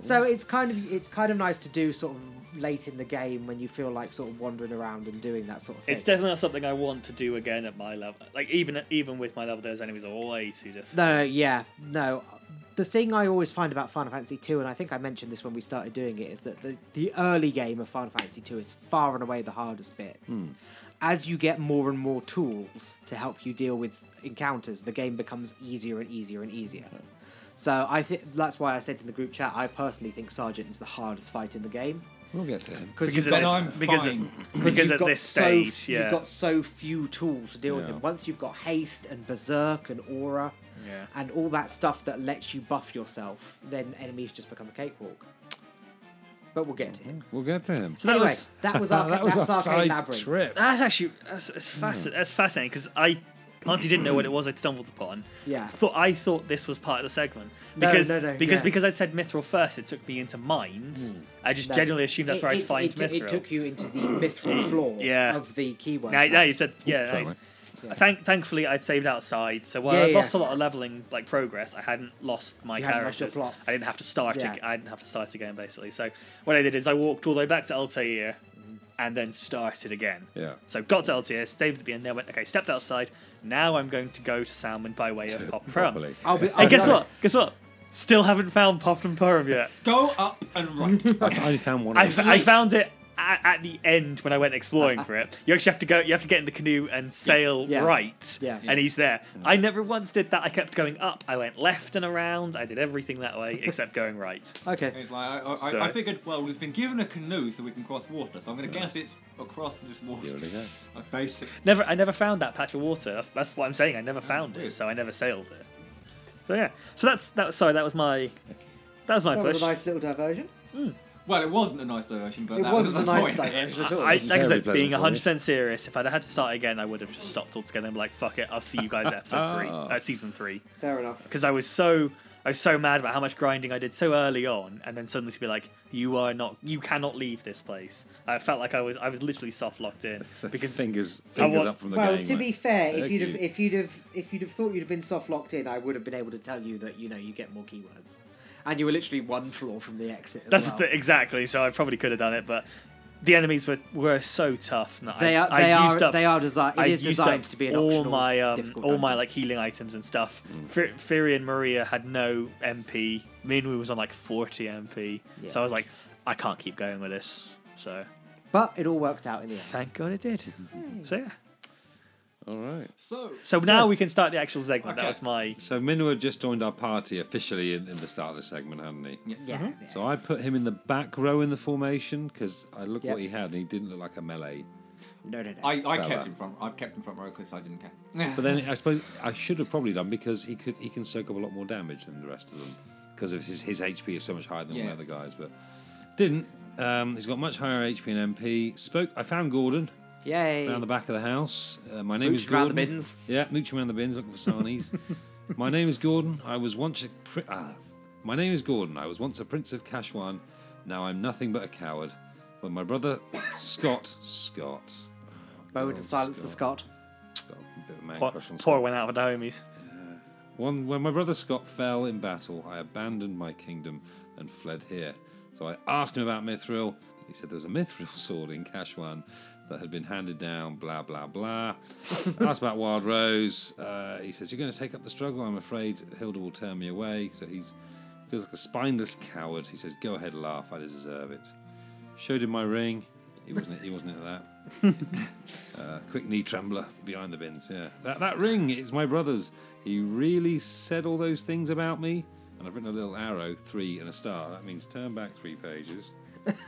Speaker 5: So it's kind of it's kind of nice to do sort of late in the game when you feel like sort of wandering around and doing that sort of thing.
Speaker 3: It's definitely not something I want to do again at my level. Like even even with my level, those enemies are way too difficult.
Speaker 5: No, no, yeah, no. The thing I always find about Final Fantasy II, and I think I mentioned this when we started doing it, is that the, the early game of Final Fantasy II is far and away the hardest bit. As you get more and more tools to help you deal with encounters, the game becomes easier and easier and easier. So I think that's why I said in the group chat, I personally think Sergeant is the hardest fight in the game
Speaker 1: We'll get to him.
Speaker 5: because
Speaker 3: Because
Speaker 5: you've
Speaker 3: at
Speaker 5: got
Speaker 3: this,
Speaker 4: I'm
Speaker 3: because,
Speaker 4: fine.
Speaker 3: At, because
Speaker 5: you've
Speaker 3: at
Speaker 5: got
Speaker 3: this
Speaker 5: so-
Speaker 3: stage, yeah,
Speaker 5: You've got so few tools to deal with
Speaker 1: Yeah.
Speaker 5: him. Once you've got haste and berserk and aura
Speaker 3: Yeah.
Speaker 5: and all that stuff that lets you buff yourself, then enemies just become a cakewalk. But we'll get to him.
Speaker 1: We'll get to him.
Speaker 3: So that
Speaker 5: anyway,
Speaker 3: was-
Speaker 5: that was our
Speaker 1: that was
Speaker 5: that's
Speaker 1: our side
Speaker 5: arcade labyrinth.
Speaker 1: trip.
Speaker 3: that's actually that's, it's
Speaker 5: Hmm.
Speaker 3: fascin- that's fascinating because I honestly didn't know what it was I stumbled upon.
Speaker 5: Yeah.
Speaker 3: thought I thought this was part of the segment
Speaker 5: No,
Speaker 3: because
Speaker 5: no, no,
Speaker 3: because
Speaker 5: yeah. Hmm.
Speaker 3: because I'd said Mithril first. It took me into mines. I just
Speaker 5: No.
Speaker 3: generally assumed that's
Speaker 5: It-
Speaker 3: where I'd
Speaker 5: it-
Speaker 3: find
Speaker 5: it,
Speaker 3: Mithril.
Speaker 5: It took you into the mithril floor
Speaker 3: Yeah.
Speaker 5: of the keyword.
Speaker 3: Now,
Speaker 5: map.
Speaker 3: now you said, yeah.
Speaker 1: sorry,
Speaker 3: now you-
Speaker 5: mate.
Speaker 3: Thank, thankfully, I'd saved outside, so while
Speaker 5: Yeah,
Speaker 3: I
Speaker 5: yeah,
Speaker 3: lost
Speaker 5: yeah.
Speaker 3: a lot of leveling, like progress, I hadn't lost my
Speaker 5: You hadn't lost your
Speaker 3: characters.
Speaker 5: plots.
Speaker 3: I didn't have to start.
Speaker 5: Yeah.
Speaker 3: ag- I didn't have to start again, basically. So what I did is I walked all the way back to Altair, and then started again.
Speaker 1: Yeah.
Speaker 3: So got to Altair, stayed at the end, then went okay, stepped outside. Now I'm going to go to Salmon by way of Pop
Speaker 1: Properly.
Speaker 3: Prum.
Speaker 5: I'll be, I'll
Speaker 3: And guess
Speaker 5: be
Speaker 3: what? Guess what? Still haven't found Pop and Prum yet.
Speaker 4: Go up and right.
Speaker 1: I finally found one.
Speaker 3: I,
Speaker 1: Of
Speaker 3: f-
Speaker 1: them.
Speaker 3: I found it at, at the end when I went exploring for it. You actually have to go. You have to get in the canoe and sail
Speaker 5: Yeah.
Speaker 3: right.
Speaker 5: Yeah.
Speaker 3: And he's there. I never once did that. I kept going up. I went left and around. I did everything that way except going right.
Speaker 5: honest.
Speaker 4: And
Speaker 5: Okay.
Speaker 4: It's like, I, I,
Speaker 3: So-
Speaker 4: I figured, well, we've been given a canoe so we can cross water, so I'm going to guess it's across this water.
Speaker 1: Here we go.
Speaker 4: That's basic.
Speaker 3: Never. I never found that patch of water. That's that's what I'm saying. I never found it, so I never sailed it. So yeah. So that's that. Sorry, that was my. That was my
Speaker 5: That
Speaker 3: push.
Speaker 5: was a nice little diversion.
Speaker 4: Well, it wasn't a nice diversion, but
Speaker 5: It
Speaker 4: that
Speaker 5: wasn't
Speaker 4: was
Speaker 5: a
Speaker 4: the
Speaker 5: nice
Speaker 4: point.
Speaker 5: diversion at all.
Speaker 3: I,
Speaker 1: It's
Speaker 3: like I
Speaker 1: terribly
Speaker 3: said,
Speaker 1: pleasant
Speaker 3: being
Speaker 1: for you.
Speaker 3: 100% serious, if I'd had to start again, I would have just stopped altogether and be like, fuck it, I'll see you guys at episode three,
Speaker 1: Ah.
Speaker 3: uh, season three.
Speaker 5: Fair enough.
Speaker 3: Because I was so. I was so mad about how much grinding I did so early on, and then suddenly to be like, "You are not, you cannot leave this place." I felt like I was, I was literally soft locked in because
Speaker 1: fingers fingers
Speaker 3: want-
Speaker 1: up from the
Speaker 5: Well,
Speaker 1: game.
Speaker 5: to be fair, if
Speaker 1: Thank
Speaker 5: you'd have
Speaker 1: you.
Speaker 5: if you'd have if you'd have thought you'd have been soft locked in, I would have been able to tell you that you know you get more keywords, and you were literally one floor from the exit. As
Speaker 3: That's
Speaker 5: well.
Speaker 3: the, exactly. So I probably could have done it, but the enemies were, were so tough. That
Speaker 5: They
Speaker 3: I,
Speaker 5: are
Speaker 3: I
Speaker 5: they are
Speaker 3: used up,
Speaker 5: they are designed.
Speaker 3: I
Speaker 5: It is
Speaker 3: used
Speaker 5: designed
Speaker 3: up
Speaker 5: to be an
Speaker 3: all
Speaker 5: optional,
Speaker 3: my um,
Speaker 5: difficult Mm.
Speaker 3: all my
Speaker 5: dungeon.
Speaker 3: like healing items and stuff. F- Fury and Maria had no MP. Minwu was on like forty MP. So I was like, I can't keep going with this. So
Speaker 5: But it all worked out in the end.
Speaker 3: thank God it did. So yeah.
Speaker 1: All right.
Speaker 4: So,
Speaker 3: So now we can start the actual segment.
Speaker 4: Okay.
Speaker 3: That was my
Speaker 1: So Minwa just joined our party officially in, in the start of the segment, hadn't he?
Speaker 5: Yeah.
Speaker 1: So I put him in the back row in the formation because I looked
Speaker 5: Yep.
Speaker 1: what he had and he didn't look like a melee.
Speaker 5: No, no, no.
Speaker 4: I, I
Speaker 1: Fair
Speaker 4: kept
Speaker 1: enough.
Speaker 4: him front. I've kept him front row because I didn't care.
Speaker 1: But then I suppose I should have probably done because he could he can soak up a lot more damage than the rest of them because of his his HP is so much higher than all
Speaker 4: Yeah.
Speaker 1: the other guys, but didn't. Um, he's got much higher HP and MP. Spoke. I found Gordon
Speaker 5: Yay.
Speaker 1: around the back of the house. Uh, my name
Speaker 5: Mooch
Speaker 1: is
Speaker 5: him around
Speaker 1: Gordon.
Speaker 5: the bins.
Speaker 1: Yeah, mooch around the bins looking for sarnies. my name is Gordon. I was once a pri- ah, my name is Gordon. I was once a prince of Kashwan. Now I'm nothing but a coward. When my brother Scott Scott Oh,
Speaker 5: Moment
Speaker 3: Oh,
Speaker 5: of silence for Scott.
Speaker 1: Scott, bit of a man
Speaker 3: poor,
Speaker 1: crush on
Speaker 3: poor
Speaker 1: Scott.
Speaker 3: one out of the homies.
Speaker 1: One, when my brother Scott fell in battle, I abandoned my kingdom and fled here. So I asked him about Mithril. He said there was a Mithril sword in Kashwan that had been handed down, blah, blah, blah. I asked about Wild Rose. Uh, he says, You're going to take up the struggle. I'm afraid Hilda will turn me away. So he's feels like a spineless coward. He says, Go ahead, laugh. I deserve it. Showed him my ring. He wasn't, he wasn't into that. Uh, quick knee trembler behind the bins. Yeah, that that ring. It's my brother's. He really said all those things about me, and I've written a little arrow, three and a star. That means turn back three pages,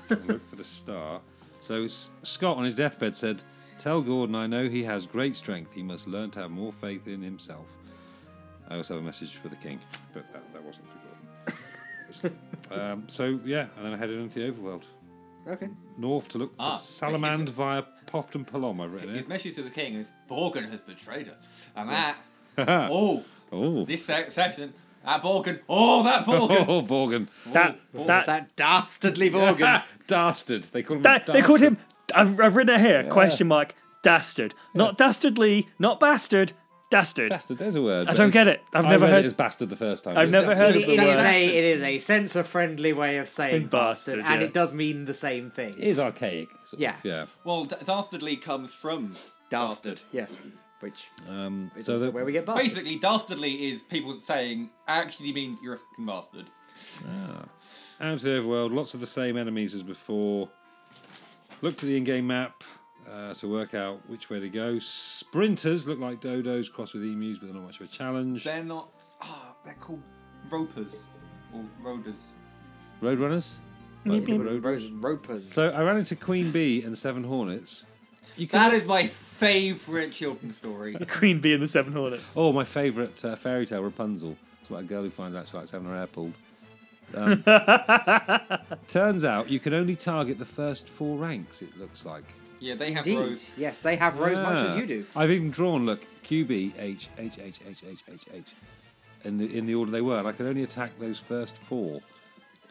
Speaker 1: and look for the star. So S- Scott on his deathbed said, "Tell Gordon I know he has great strength. He must learn to have more faith in himself." I also have a message for the king, but that, that wasn't for Gordon. um, so yeah, and then I headed into the overworld.
Speaker 5: Okay.
Speaker 1: North to look for
Speaker 4: Ah,
Speaker 1: Salamand via Pofton Palom. I've written
Speaker 4: His
Speaker 1: it.
Speaker 4: message to the king is Borgin has betrayed us. And that, oh,
Speaker 1: Oh,
Speaker 4: this se- section, that Borgin, oh, that Borgin.
Speaker 1: Oh, Borgin.
Speaker 3: That
Speaker 4: oh,
Speaker 3: that
Speaker 5: That dastardly Morgan.
Speaker 1: Ah, dastard. They called him.
Speaker 3: that
Speaker 1: a
Speaker 3: they called
Speaker 1: dastard.
Speaker 3: him. I've, I've written it here. Question mark. Dastard. Not dastardly. Not bastard. Dastard.
Speaker 1: Bastard. There's a word.
Speaker 3: I
Speaker 1: but
Speaker 3: don't get it. I've
Speaker 1: I
Speaker 3: never
Speaker 1: read
Speaker 3: heard.
Speaker 1: it as bastard the first time.
Speaker 3: I've never
Speaker 1: That's-
Speaker 3: heard
Speaker 5: It,
Speaker 3: of the
Speaker 5: it is
Speaker 3: word.
Speaker 5: a it is a censor friendly way of saying
Speaker 3: And bastard,
Speaker 5: bastard, and
Speaker 3: yeah.
Speaker 5: it does mean the same thing.
Speaker 1: It is archaic. sort of,
Speaker 5: Yeah.
Speaker 1: Yeah.
Speaker 4: Well, d- dastardly comes from
Speaker 5: Dastard. Yes. Which
Speaker 1: Um,
Speaker 5: is
Speaker 1: so
Speaker 5: also
Speaker 1: that,
Speaker 5: where we get bastard.
Speaker 4: Basically, dastardly is people saying actually means you're a fucking bastard.
Speaker 1: out to the overworld. Lots of the same enemies as before. Look to the in-game map uh, to work out which way to go. Sprinters look like dodos crossed with emus, but they're not much of a challenge.
Speaker 4: They're not. Ah, they're called ropers or roders.
Speaker 1: Roadrunners. Like road-
Speaker 5: Ro- ropers.
Speaker 1: So I ran into Queen Bee and the Seven Hornets. You can
Speaker 4: That is my favourite children's story.
Speaker 3: Queen Bee and the Seven Hornets.
Speaker 1: Oh, my favourite uh, fairy tale, Rapunzel. It's about a girl who finds out she likes having her hair pulled. Um, turns out you can only target the first four ranks, it looks like.
Speaker 4: Yeah, they have
Speaker 5: Indeed.
Speaker 4: rows.
Speaker 5: Yes, they have rows much as
Speaker 1: Yeah.
Speaker 5: you do.
Speaker 1: I've even drawn, look, QB, H, H, H, H, H, H, H, in the, in the order they were, and I could only attack those first four.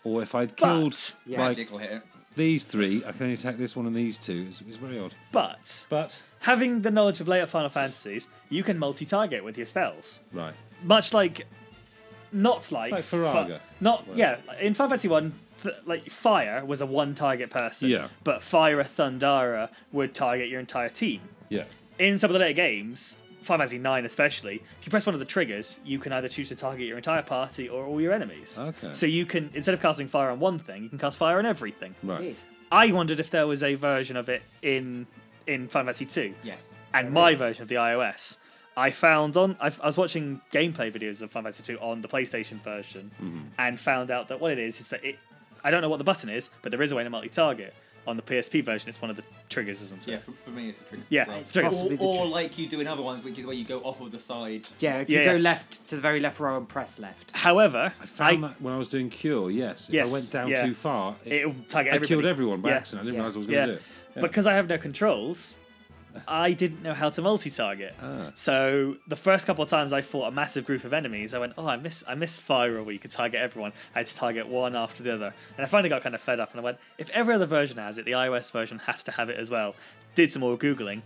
Speaker 1: Or if I'd killed
Speaker 5: Yes.
Speaker 1: like,
Speaker 4: Magical hair.
Speaker 1: these three, I can only attack this one and these two. It's, it's very odd.
Speaker 3: But
Speaker 1: But,
Speaker 3: having the knowledge of later Final Fantasies, you can multi-target with your spells.
Speaker 1: right.
Speaker 3: Much like, not like,
Speaker 1: Like Faraga.
Speaker 3: fi- not
Speaker 1: Well-
Speaker 3: yeah. In Final Fantasy One, th- like fire was a one-target person.
Speaker 1: Yeah.
Speaker 3: But Fire Thundara would target your entire team.
Speaker 1: Yeah.
Speaker 3: in some of the later games, Final Fantasy Nine especially, if you press one of the triggers, you can either choose to target your entire party or all your enemies.
Speaker 1: Okay.
Speaker 3: So you can instead of casting fire on one thing, you can cast fire on everything.
Speaker 1: Right.
Speaker 5: Indeed.
Speaker 3: I wondered if there was a version of it in in Final Fantasy Two.
Speaker 4: Yes.
Speaker 3: And my version of the iOS, I found on I, I was watching gameplay videos of Final Fantasy Two on the PlayStation
Speaker 1: Mm-hmm.
Speaker 3: version, and found out that what it is is that it. I don't know what the button is, but there is a way to multi-target. on the PSP version, it's one of the triggers, isn't it?
Speaker 4: Yeah, for, for me, it's a trigger.
Speaker 3: Yeah,
Speaker 4: as well.
Speaker 3: it's triggers.
Speaker 4: Or,
Speaker 5: Possibly the
Speaker 4: or
Speaker 5: trigger.
Speaker 4: like you do in other ones, which is where you go off of the side.
Speaker 5: Yeah, if
Speaker 3: Yeah,
Speaker 5: you go
Speaker 3: yeah.
Speaker 5: left to the very left row and press left.
Speaker 3: However,
Speaker 1: I found that when I was doing Cure, yes. If
Speaker 3: Yes,
Speaker 1: I went down
Speaker 3: yeah.
Speaker 1: too far, it,
Speaker 3: it'll target
Speaker 1: I
Speaker 3: everybody.
Speaker 1: killed everyone by
Speaker 3: Yeah.
Speaker 1: accident. I didn't
Speaker 5: yeah,
Speaker 1: realise I was going
Speaker 3: Yeah.
Speaker 1: to do it. Yeah.
Speaker 3: Because I have no controls, I didn't know how to multi-target.
Speaker 1: Ah.
Speaker 3: So the first couple of times I fought a massive group of enemies, I went, "Oh, I miss I miss Fyra where you could target everyone. I had to target one after the other." And I finally got kind of fed up and I went, "If every other version has it, the iOS version has to have it as well." Did some more googling.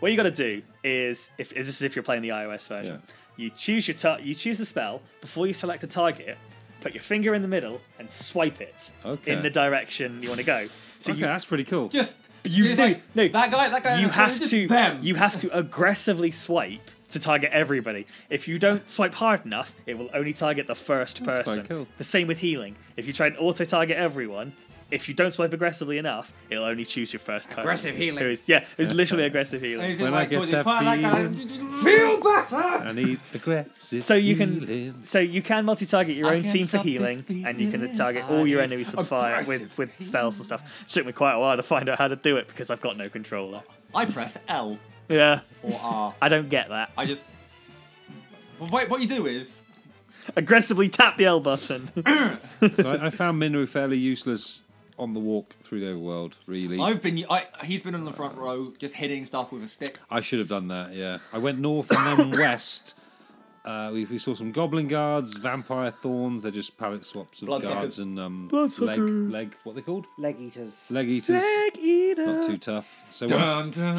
Speaker 3: What you got to do is if is this is if you're playing the iOS version.
Speaker 1: Yeah.
Speaker 3: You choose your tar- you choose the spell before you select a target. Put your finger in the middle and swipe it
Speaker 1: Okay.
Speaker 3: in the direction you want to go. So
Speaker 1: okay,
Speaker 3: you
Speaker 1: that's pretty cool.
Speaker 4: Just
Speaker 3: you
Speaker 4: it's
Speaker 3: no,
Speaker 4: like,
Speaker 3: no,
Speaker 4: that guy, that guy.
Speaker 3: you
Speaker 4: that guy,
Speaker 3: have
Speaker 4: just
Speaker 3: to
Speaker 4: them.
Speaker 3: you have to aggressively swipe to target everybody if you don't swipe hard enough it will only target the first
Speaker 1: That's quite
Speaker 3: person
Speaker 1: cool.
Speaker 3: the same with healing if you try and auto target everyone if you don't swipe aggressively enough it'll only choose your first person
Speaker 5: Aggressive healing.
Speaker 3: who is, yeah it's literally aggressive
Speaker 4: And
Speaker 3: healing
Speaker 4: he's just
Speaker 1: When I
Speaker 4: like,
Speaker 1: get
Speaker 4: George,
Speaker 1: that
Speaker 4: fire that guy.
Speaker 5: Feel better!
Speaker 1: I need aggressive.
Speaker 3: so you can
Speaker 1: healing.
Speaker 3: so you can multi-target your
Speaker 4: I
Speaker 3: own
Speaker 4: can't
Speaker 3: team for
Speaker 4: stop this
Speaker 3: healing and you
Speaker 4: feeling.
Speaker 3: can target all your
Speaker 4: I
Speaker 3: enemies with fire with,
Speaker 4: aggressive
Speaker 3: with spells and stuff took me quite a while to find out how to do it because i've got no controller
Speaker 4: I press L
Speaker 3: yeah
Speaker 4: or R.
Speaker 3: i don't get that
Speaker 4: I just. But wait, what you do is
Speaker 3: aggressively tap the L button.
Speaker 1: so I, I found Minru fairly useless on the walk through the overworld, really. i
Speaker 4: I've been. I, he's been on the front row, just hitting stuff with a stick.
Speaker 1: should have done that, yeah. I went north and then west. Uh, we, we saw some goblin guards, vampire thorns. They're just pallet swaps of
Speaker 4: Bloodsuckers.
Speaker 1: guards and um, leg,
Speaker 3: Bloodsucker.
Speaker 1: leg, what are they called?
Speaker 5: Leg eaters.
Speaker 1: Leg eaters. Not too tough. So when-
Speaker 4: dun.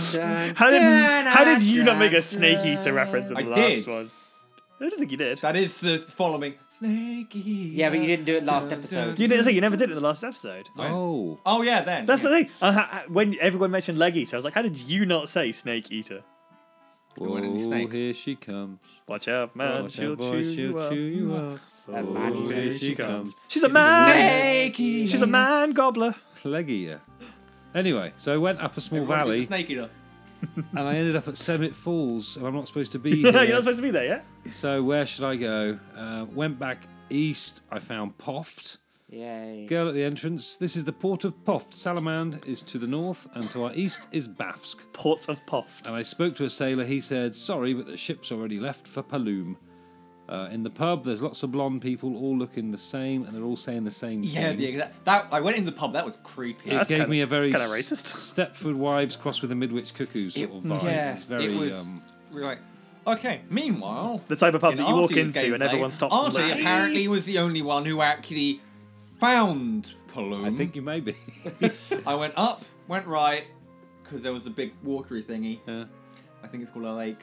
Speaker 3: How did, how did you not make a Snake Eater reference in the
Speaker 4: I
Speaker 3: last
Speaker 4: did.
Speaker 3: one? I don't think you did.
Speaker 4: That is the following. Snakey.
Speaker 5: Yeah, but you didn't do it last episode.
Speaker 3: You didn't say you never did it in the last episode.
Speaker 1: oh,
Speaker 4: Oh yeah, then.
Speaker 3: That's
Speaker 4: yeah.
Speaker 3: the thing. Uh, ha- ha- when everyone mentioned Leg Eater, I was like, how did you not say Snake Eater?
Speaker 4: want any
Speaker 1: Whoa,
Speaker 4: snakes?
Speaker 1: oh, here she comes.
Speaker 3: Watch out, man.
Speaker 1: Watch
Speaker 3: she'll
Speaker 1: out, boy,
Speaker 3: chew you
Speaker 1: she'll
Speaker 3: up.
Speaker 1: chew you up.
Speaker 5: That's
Speaker 1: Oh,
Speaker 5: mad
Speaker 1: here
Speaker 5: eater.
Speaker 1: she comes.
Speaker 3: She's a man.
Speaker 4: Snakey.
Speaker 3: She's a man gobbler.
Speaker 1: Plague eater. Anyway, so I went up a small
Speaker 4: Everyone did
Speaker 1: valley
Speaker 4: the Snake eater.
Speaker 1: and I ended up at Summit Falls, and I'm not supposed to be
Speaker 3: You're
Speaker 1: here.
Speaker 3: not supposed to be there, yeah?
Speaker 1: So where should I go? Uh, went back east. I found Poft.
Speaker 5: Yay.
Speaker 1: Girl at the entrance. This is the port of Poft. Salamand is to the north, and to our east is Bafsk.
Speaker 3: Port of Poft.
Speaker 1: And I spoke to a sailor. He said, "Sorry, but the ship's already left for Paloom." Uh, in the pub, there's lots of blonde people, all looking the same, and they're all saying the same
Speaker 4: Yeah,
Speaker 1: thing.
Speaker 4: the exact. That I went in the pub. That was creepy.
Speaker 1: it
Speaker 3: That's
Speaker 1: gave
Speaker 3: kinda-
Speaker 1: me a very
Speaker 3: that's kinda racist.
Speaker 1: Stepford Wives crossed with a Midwich Cuckoo sort of vibe.
Speaker 4: Yeah,
Speaker 1: it's very
Speaker 4: it was
Speaker 1: um,
Speaker 4: right. Okay. Meanwhile,
Speaker 3: The type of pub
Speaker 4: in
Speaker 3: that you walk
Speaker 4: Artie's
Speaker 3: into and
Speaker 4: gameplay,
Speaker 3: everyone stops and
Speaker 4: Artie
Speaker 3: laughs.
Speaker 4: apparently was the only one who actually found Paloom.
Speaker 1: I think you may be.
Speaker 4: I went up, went right, because there was a big watery thingy.
Speaker 1: Yeah.
Speaker 4: I think it's called a lake.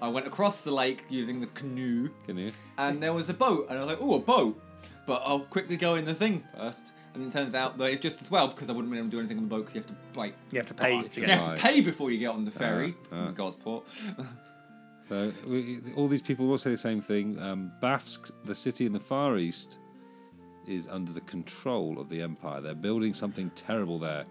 Speaker 4: I went across the lake using the canoe,
Speaker 1: Can you?
Speaker 4: and there was a boat, and I was like, "Oh, a boat!" But I'll quickly go in the thing first. And it turns out that it's just as well because I wouldn't be able to do anything on the boat because you have to like
Speaker 3: You have to pay to
Speaker 4: you
Speaker 3: get
Speaker 1: Yeah.
Speaker 3: it.
Speaker 4: have
Speaker 1: Right.
Speaker 4: to pay before you get on the ferry.
Speaker 1: uh.
Speaker 4: in Gosport.
Speaker 1: So we, all these people all say the same thing. Um, Bafsk, the city in the Far East, is under the control of the Empire. They're building something terrible there.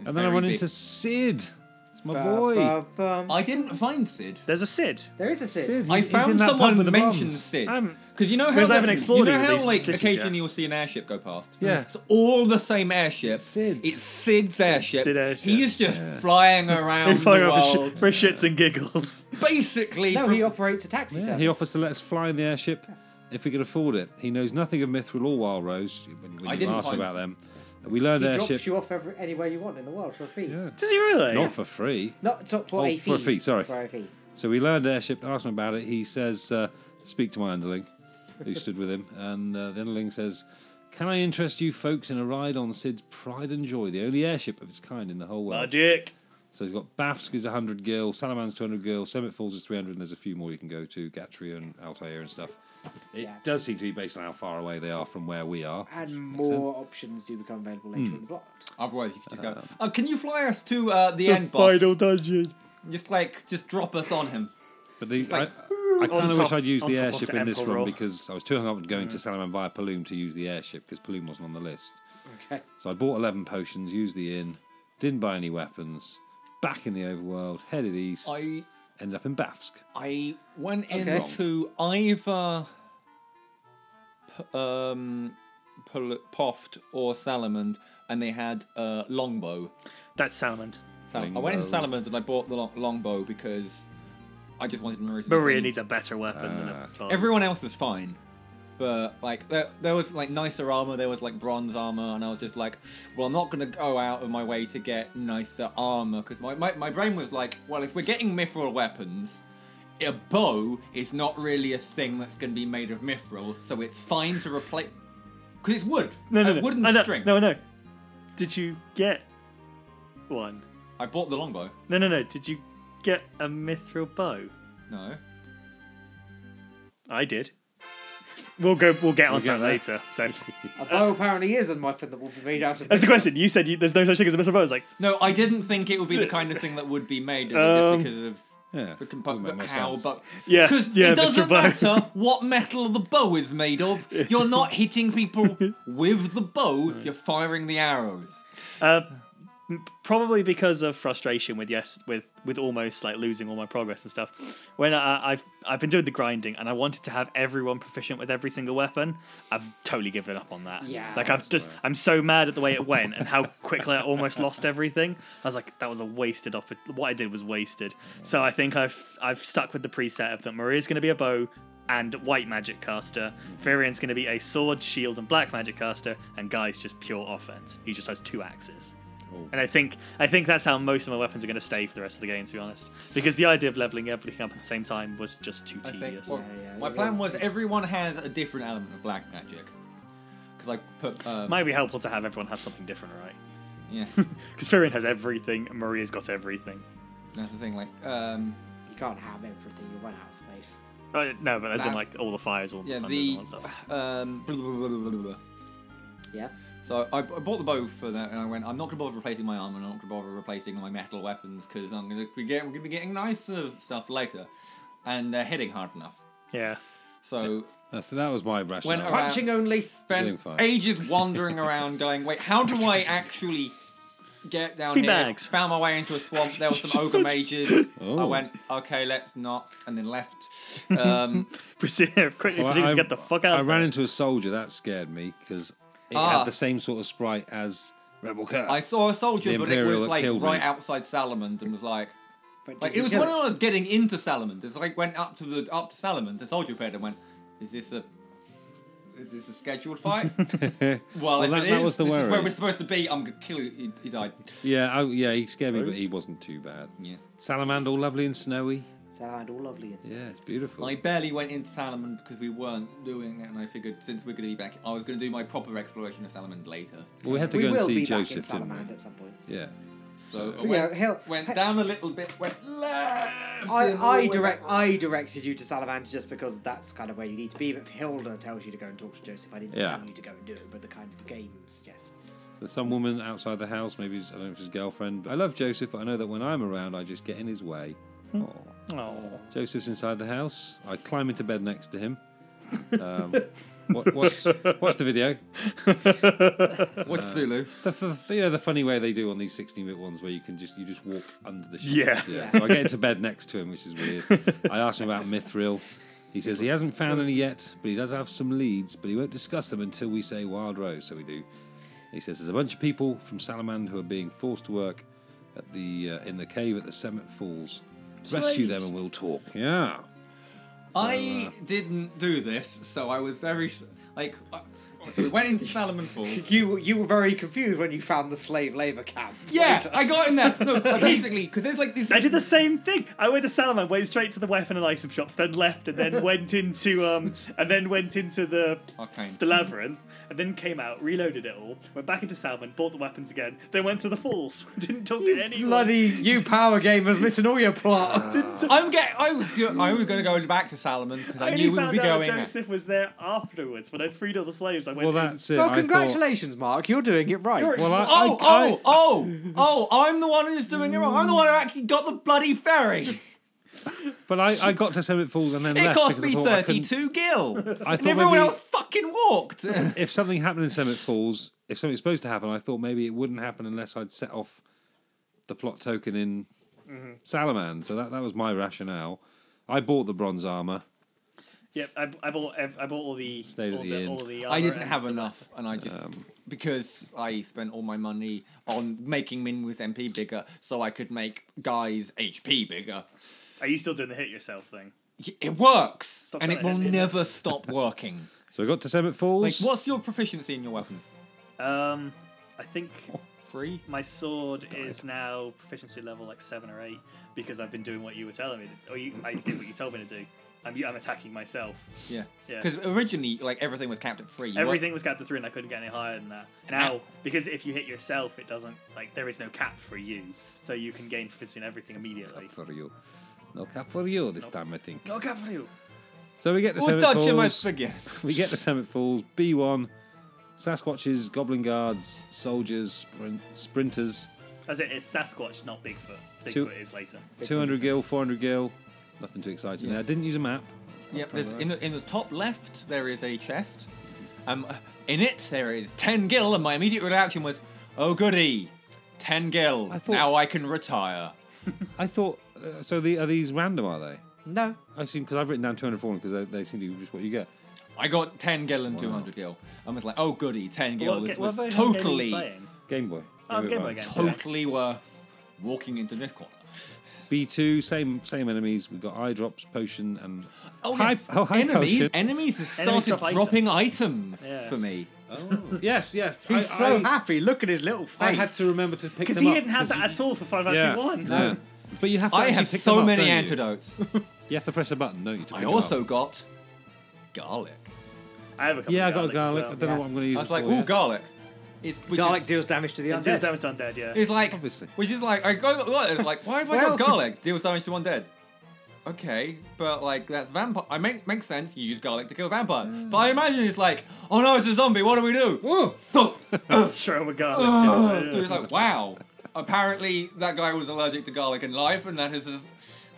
Speaker 1: And then I
Speaker 4: very
Speaker 1: run
Speaker 4: big.
Speaker 1: into Sid. It's my boy.
Speaker 5: Ba-ba-bum.
Speaker 4: I didn't find Sid.
Speaker 3: There's a Sid.
Speaker 5: There is a Sid.
Speaker 1: Sid.
Speaker 4: I
Speaker 1: He's- he's in
Speaker 4: found
Speaker 1: that pub
Speaker 4: someone
Speaker 1: with the
Speaker 4: mentioned
Speaker 1: bombs.
Speaker 4: Sid
Speaker 3: Um,
Speaker 4: because you know how
Speaker 3: because I
Speaker 4: like,
Speaker 3: haven't explored
Speaker 4: you know
Speaker 3: all of
Speaker 4: how
Speaker 3: these
Speaker 4: like
Speaker 3: cities
Speaker 4: occasionally
Speaker 3: yet.
Speaker 4: you'll see an airship go past.
Speaker 1: Yeah.
Speaker 4: it's all the same airship.
Speaker 1: Sid's.
Speaker 4: It's Sid's airship.
Speaker 3: Sid airship.
Speaker 4: He is just
Speaker 1: Yeah.
Speaker 4: flying
Speaker 3: They
Speaker 4: around
Speaker 3: fire
Speaker 4: the
Speaker 3: off for,
Speaker 4: world,
Speaker 3: sh- for shits and giggles.
Speaker 4: basically.
Speaker 5: No,
Speaker 4: from-
Speaker 5: he operates a taxi
Speaker 1: Yeah,
Speaker 5: service.
Speaker 1: he offers to let us fly in the airship if we can afford it. He knows nothing of Mithril or Wild Rose. When, when
Speaker 4: I
Speaker 1: you
Speaker 4: didn't
Speaker 1: asked
Speaker 4: find-
Speaker 1: about them, we learned
Speaker 5: He
Speaker 1: airship.
Speaker 5: drops you off every, anywhere you want in the world for a fee.
Speaker 1: Yeah.
Speaker 3: Does he really?
Speaker 1: Not for free.
Speaker 5: Not top for
Speaker 1: Oh,
Speaker 5: a fee.
Speaker 1: for a fee, sorry.
Speaker 5: For a fee.
Speaker 1: So we learned airship. Asked him about it. He says, uh, "Speak to my underling," who stood with him, and uh, the underling says, "Can I interest you folks in a ride on Sid's Pride and Joy, the only airship of its kind in the whole
Speaker 3: Oh,
Speaker 1: world?"
Speaker 3: dick.
Speaker 1: so he's got Bafsk is 100 gil, Salaman's 200 gil, Summit Falls is 300, and there's a few more you can go to, Gatria and Altair and stuff. It
Speaker 5: Yeah.
Speaker 1: does seem to be based on how far away they are from where we are.
Speaker 5: And
Speaker 1: Makes
Speaker 5: more
Speaker 1: sense. Hmm.
Speaker 5: options do become available later in the plot.
Speaker 4: Otherwise, you could just go. Oh, can you fly us to uh, the end boss?
Speaker 3: Final dungeon.
Speaker 4: Just like, just drop us on him.
Speaker 1: But the,
Speaker 4: like-
Speaker 1: I, I kind of
Speaker 3: top-
Speaker 1: wish I'd used
Speaker 3: on
Speaker 1: the
Speaker 3: top of
Speaker 1: airship
Speaker 3: the
Speaker 1: in this
Speaker 3: Emperor.
Speaker 1: one because I was too hung up on going to Salaman via Paloom to use the airship because Paloom wasn't on the list.
Speaker 5: Okay.
Speaker 1: So I bought 11 potions, used the inn, didn't buy any weapons, back in the overworld, headed east,
Speaker 4: I
Speaker 1: ended up in Bafsk.
Speaker 4: I went
Speaker 5: Okay.
Speaker 4: into either p- um, Pol- Poft, or Salamand, and they had uh, longbow.
Speaker 3: That's Salamand.
Speaker 4: Sal- I went into
Speaker 1: Longbow.
Speaker 4: Salamand and I bought the long- longbow because I just wanted Maria. To be
Speaker 3: Maria
Speaker 4: seen.
Speaker 3: needs a better weapon than
Speaker 1: Uh,
Speaker 3: a plant.
Speaker 4: Everyone else was fine, but like there, there was like nicer armor, there was like bronze armor, and I was just like, well, I'm not gonna go out of my way to get nicer armor because my, my my brain was like, well, if we're getting mithril weapons. A bow is not really a thing that's going to be made of mithril, so it's fine to replace because it's wood,
Speaker 3: no, no,
Speaker 4: a
Speaker 3: no.
Speaker 4: wooden
Speaker 3: I know,
Speaker 4: string.
Speaker 3: No, no. Did you get one?
Speaker 4: I bought the longbow.
Speaker 3: No, no, no. Did you get a mithril bow?
Speaker 4: No,
Speaker 3: I did. We'll go. We'll get onto
Speaker 1: get
Speaker 3: that
Speaker 1: there.
Speaker 3: later. So
Speaker 5: A bow apparently is a weapon that will be made out of.
Speaker 3: that's the
Speaker 5: metal.
Speaker 3: question. You said you, there's no such thing as a mithril bow. I was like,
Speaker 4: no, I didn't think it would be the kind of thing that would be made of it
Speaker 3: Um,
Speaker 4: just because of
Speaker 1: Yeah.
Speaker 4: The
Speaker 1: Would make
Speaker 4: compo-
Speaker 1: more
Speaker 4: the how,
Speaker 1: sense.
Speaker 4: but
Speaker 3: Yeah,
Speaker 4: because
Speaker 3: yeah,
Speaker 4: it doesn't
Speaker 3: Mr. Bow.
Speaker 4: matter what metal the bow is made of. You're not hitting people with the bow. You're firing the arrows.
Speaker 3: uh, probably because of frustration with yes with with almost like losing all my progress and stuff when I, i've i've been doing the grinding and i wanted to have everyone proficient with every single weapon i've totally given up on that
Speaker 5: Yeah.
Speaker 3: like i've just i'm so mad at the way it went and how quickly i almost lost everything i was like that was a wasted opp- what i did was wasted so i think i've i've stuck with the preset of that maria's going to be a bow and white magic caster. Varian's going to be a sword, shield, and black magic caster. And Guy's just pure offense. He just has two axes. And I think I think that's how most of my weapons are going to stay for the rest of the game, to be honest. Because the idea of leveling everything up at the same time was just too
Speaker 4: I think.
Speaker 3: tedious.
Speaker 4: well,
Speaker 5: yeah,
Speaker 4: my
Speaker 5: it
Speaker 4: plan
Speaker 5: is-
Speaker 4: was
Speaker 5: it's-
Speaker 4: everyone has a different element of black magic. Because I put. Uh,
Speaker 3: Might be helpful to have everyone have something different, right?
Speaker 4: yeah,
Speaker 3: Because Firion has everything, and Maria's got everything.
Speaker 4: that's the thing. Like, um,
Speaker 5: You can't have everything. You run out of space.
Speaker 3: Uh, no, but as in
Speaker 4: That's-
Speaker 3: like all the fires, all the
Speaker 4: yeah,
Speaker 3: thunders
Speaker 4: the.
Speaker 3: and all that stuff.
Speaker 4: Um, blah, blah, blah, blah, blah, blah.
Speaker 5: Yeah.
Speaker 4: So I, I bought the bow for that, and I went. I'm not gonna bother replacing my armor. and I'm not gonna bother replacing my metal weapons because I'm gonna be get, we're gonna be getting nicer stuff later, and they're hitting hard enough.
Speaker 3: Yeah,
Speaker 4: So
Speaker 1: That's, Uh, that was my
Speaker 4: when
Speaker 1: rationale.
Speaker 4: around,
Speaker 5: Punching only.
Speaker 1: Doing
Speaker 4: spent
Speaker 1: fine.
Speaker 4: ages wandering around, going, "Wait, how do I actually get down
Speaker 3: Speed
Speaker 4: here?"
Speaker 3: bags.
Speaker 4: Found my way into a swamp. There were some ogre mages. I
Speaker 1: Oh.
Speaker 4: went, "Okay, let's not," and then left. Um,
Speaker 3: proceed quickly
Speaker 1: Well,
Speaker 3: proceed to get the fuck out.
Speaker 1: I
Speaker 3: of
Speaker 1: ran
Speaker 3: there.
Speaker 1: into a soldier. That scared me because it
Speaker 4: Ah.
Speaker 1: had the same sort of sprite as Rebel Kurt.
Speaker 4: I saw a soldier,
Speaker 1: The
Speaker 4: but it
Speaker 1: Imperial
Speaker 4: was
Speaker 1: that
Speaker 4: like
Speaker 1: killed
Speaker 4: right
Speaker 1: me.
Speaker 4: outside Salamand, and was like.
Speaker 5: But
Speaker 4: Like
Speaker 5: you
Speaker 4: it was
Speaker 5: can
Speaker 4: when
Speaker 5: kill
Speaker 4: I was getting into Salamand. It's like went up to the up to Salamand, the soldier appeared and went, "Is this a is this a scheduled fight?" well, if
Speaker 1: that-
Speaker 4: it
Speaker 1: that
Speaker 4: is,
Speaker 1: was the
Speaker 4: this is
Speaker 1: worry.
Speaker 4: where we're supposed to be. I'm gonna kill you. He, he died.
Speaker 1: yeah, I, yeah, he scared me, but he wasn't too bad.
Speaker 4: Yeah.
Speaker 1: Salamand, all lovely and snowy.
Speaker 5: Sound all lovely and
Speaker 1: Yeah, it's beautiful.
Speaker 4: I barely went into Salamand because we weren't doing it, and I figured since we're gonna be back, I was gonna do my proper exploration of Salamand later.
Speaker 1: well, we had to
Speaker 5: we
Speaker 1: go and
Speaker 5: will
Speaker 1: see
Speaker 5: be
Speaker 1: Joseph,
Speaker 5: back in
Speaker 1: didn't
Speaker 5: Salamand
Speaker 1: we?
Speaker 5: at some point.
Speaker 1: Yeah.
Speaker 4: So I
Speaker 5: Yeah,
Speaker 4: went,
Speaker 5: he'll-
Speaker 4: went
Speaker 5: he-
Speaker 4: down a little bit, went left.
Speaker 5: I,
Speaker 4: and all the
Speaker 5: I
Speaker 4: way
Speaker 5: direct
Speaker 4: back.
Speaker 5: I directed you to Salamand just because that's kind of where you need to be. But Hilda tells you to go and talk to Joseph. I didn't
Speaker 1: Yeah.
Speaker 5: tell you to go and do it, but the kind of the game suggests.
Speaker 1: There's some woman outside the house, maybe it's- I don't know if it's his girlfriend. But I love Joseph, but I know that when I'm around, I just get in his way. Aw.
Speaker 3: Oh,
Speaker 1: Joseph's inside the house. I climb into bed next to him. Um, what, watch, watch the video.
Speaker 4: What's Thulu?
Speaker 1: The, the, the- you know, the funny way they do on these 16-bit ones, where you can just you just walk under the sheet.
Speaker 3: Yeah.
Speaker 1: So I get into bed next to him, which is weird. I ask him about Mithril. He says he hasn't found any yet, but he does have some leads, but he won't discuss them until we say Wild Rose. So we do. He says there's a bunch of people from Salamand who are being forced to work at the uh, in the cave at the Summit Falls. Rescue them and we'll talk. Yeah.
Speaker 4: I didn't do this, so I was very s- like. uh, So we went into Salamand Falls.
Speaker 5: You you were very confused when you found the slave labor camp.
Speaker 4: Yeah,
Speaker 5: later.
Speaker 4: I got in there. No, basically, because there's like this.
Speaker 3: I did the same thing. I went to Salaman, went straight to the weapon and item shops, then left, and then went into um, and then went into the
Speaker 4: Arcane.
Speaker 3: the labyrinth, and then came out, reloaded it all, went back into Salmon, bought the weapons again, then went to the falls. Didn't talk to anyone.
Speaker 5: bloody you power gamers missing all your
Speaker 1: Uh,
Speaker 5: plot.
Speaker 3: Didn't talk.
Speaker 4: I'm get. I was. Go- I was going to go back to Salomon because I,
Speaker 3: only
Speaker 4: knew we would
Speaker 3: found
Speaker 4: be
Speaker 3: out
Speaker 4: going.
Speaker 3: Joseph was there afterwards when I freed all the slaves. I went.
Speaker 1: Well,
Speaker 3: in-
Speaker 1: that's it.
Speaker 5: well,
Speaker 1: I thought-
Speaker 5: congratulations, Mark. You're doing it right.
Speaker 3: You're-
Speaker 1: well, I,
Speaker 4: Oh,
Speaker 1: I- I-
Speaker 4: oh, oh, oh! I'm the one who's doing it wrong. I'm the one who actually got the bloody ferry.
Speaker 1: But I, I got to Summit Falls and then
Speaker 4: It
Speaker 1: left
Speaker 4: cost
Speaker 1: because I
Speaker 4: me
Speaker 1: thought I couldn't-
Speaker 4: 32 gil, and
Speaker 1: thought
Speaker 4: everyone
Speaker 1: maybe-
Speaker 4: else fucking walked.
Speaker 1: if something happened in Summit Falls, if something's supposed to happen, I thought maybe it wouldn't happen unless I'd set off the plot token in Salamand. So that, that was my rationale. I bought the bronze armor.
Speaker 3: Yep, I, I bought ev- I bought all the
Speaker 1: Stayed at
Speaker 3: all
Speaker 1: the inn.
Speaker 3: all the
Speaker 4: I
Speaker 3: armor
Speaker 4: didn't
Speaker 3: and-
Speaker 4: have enough, and I just
Speaker 1: Um,
Speaker 4: because I spent all my money on making Minwu's MP bigger, so I could make Guy's HP bigger.
Speaker 3: Are you still doing the hit yourself thing?
Speaker 4: Y- It works,
Speaker 3: Stop
Speaker 4: and
Speaker 3: doing
Speaker 4: it will
Speaker 3: it, didn't it?
Speaker 4: never stop working.
Speaker 1: So we got to Summit
Speaker 4: Like,
Speaker 1: Falls.
Speaker 4: what's your proficiency in your weapons?
Speaker 3: Um, I think
Speaker 4: Three.
Speaker 3: my sword is now proficiency level like seven or eight because I've been doing what you were telling me, to, or you, I did what you told me to do. I'm I'm attacking myself.
Speaker 4: Yeah.
Speaker 3: Yeah.
Speaker 4: Because originally, like everything was capped at three. You
Speaker 3: Everything was capped to three, and I couldn't get any higher than that. Now,
Speaker 4: Ow.
Speaker 3: because if you hit yourself, it doesn't like there is no cap for you, so you can gain proficiency in everything immediately.
Speaker 1: Cap for you. No cap for you this time, I think.
Speaker 3: No cap for you.
Speaker 1: So we get to
Speaker 4: We're
Speaker 1: Summit
Speaker 4: touching my
Speaker 1: Falls.
Speaker 4: spaghetti.
Speaker 1: We get to Summit Falls. B1. Sasquatches, Goblin Guards, Soldiers, sprint, Sprinters.
Speaker 3: As it, it's Sasquatch, not Bigfoot. Bigfoot
Speaker 1: Two-
Speaker 3: is later.
Speaker 1: 200 gil, 400 gil. Nothing too exciting
Speaker 4: Yeah.
Speaker 1: there. I didn't use a map.
Speaker 4: Yep. There's in the in the top left there is a chest. Um, in it there is ten gil, and my immediate reaction was, "Oh goody, ten gil.
Speaker 1: I thought-
Speaker 4: now I can retire."
Speaker 1: I thought. Uh, so the, are these random? Are they?
Speaker 5: No,
Speaker 1: I assume because I've written down 200 because they, they seem to be just what you get.
Speaker 4: I got ten gil and two hundred gil. I was like, "Oh goody, ten gil.
Speaker 3: What
Speaker 4: this
Speaker 3: ga- what
Speaker 4: was
Speaker 3: version of the game are you
Speaker 4: totally,
Speaker 3: playing?
Speaker 1: Game Boy.
Speaker 3: Oh, Game Boy
Speaker 1: Advance.
Speaker 3: game.
Speaker 4: totally worth walking into this corner."
Speaker 1: B2, same same enemies. We've got eye drops, potion, and
Speaker 4: Oh,
Speaker 1: high,
Speaker 4: yes.
Speaker 1: oh, high
Speaker 4: enemies!
Speaker 1: potion.
Speaker 4: Enemies have
Speaker 3: Enemies
Speaker 4: started
Speaker 3: drop
Speaker 4: dropping items,
Speaker 3: Yeah.
Speaker 4: for me.
Speaker 1: Oh, yes, yes. I,
Speaker 5: he's so
Speaker 1: I,
Speaker 5: happy. Look at his little face.
Speaker 1: I had to remember to pick them
Speaker 3: Because
Speaker 1: up.
Speaker 3: he didn't have that
Speaker 1: 'cause
Speaker 3: at all for Final
Speaker 1: you-
Speaker 3: Fantasy One.
Speaker 1: yeah. But you have to
Speaker 4: I
Speaker 1: actually
Speaker 4: have
Speaker 1: pick
Speaker 4: so
Speaker 1: them up,
Speaker 4: many
Speaker 1: don't you?
Speaker 4: antidotes.
Speaker 1: You? have to press a button, don't you? to
Speaker 4: I
Speaker 1: pick them
Speaker 4: also
Speaker 1: up.
Speaker 4: got garlic.
Speaker 3: I have a couple.
Speaker 1: Yeah, I
Speaker 3: of
Speaker 1: got a garlic.
Speaker 3: As
Speaker 1: I
Speaker 3: well.
Speaker 1: don't know
Speaker 5: Yeah.
Speaker 1: what I'm going to use
Speaker 4: I
Speaker 1: it
Speaker 4: was
Speaker 1: for
Speaker 4: like, "Ooh,
Speaker 1: yet."
Speaker 4: garlic." It's, which is-
Speaker 5: Garlic deals damage to the
Speaker 3: Until
Speaker 5: undead.
Speaker 3: Damage Done Dead, yeah.
Speaker 4: It's like
Speaker 1: Obviously.
Speaker 4: which is like I go look, it's like why have I
Speaker 5: Well-
Speaker 4: got garlic? Deals damage to one dead. Okay, but like that's vampire. I make makes sense. You use garlic to kill vampire,
Speaker 1: Mm.
Speaker 4: but I imagine it's like oh no, it's a zombie. What do we do? Ooh, thump, uh,
Speaker 3: Throw him a garlic.
Speaker 4: uh.
Speaker 3: Yeah.
Speaker 4: Dude, it's like wow. Apparently that guy was allergic to garlic in life, and that has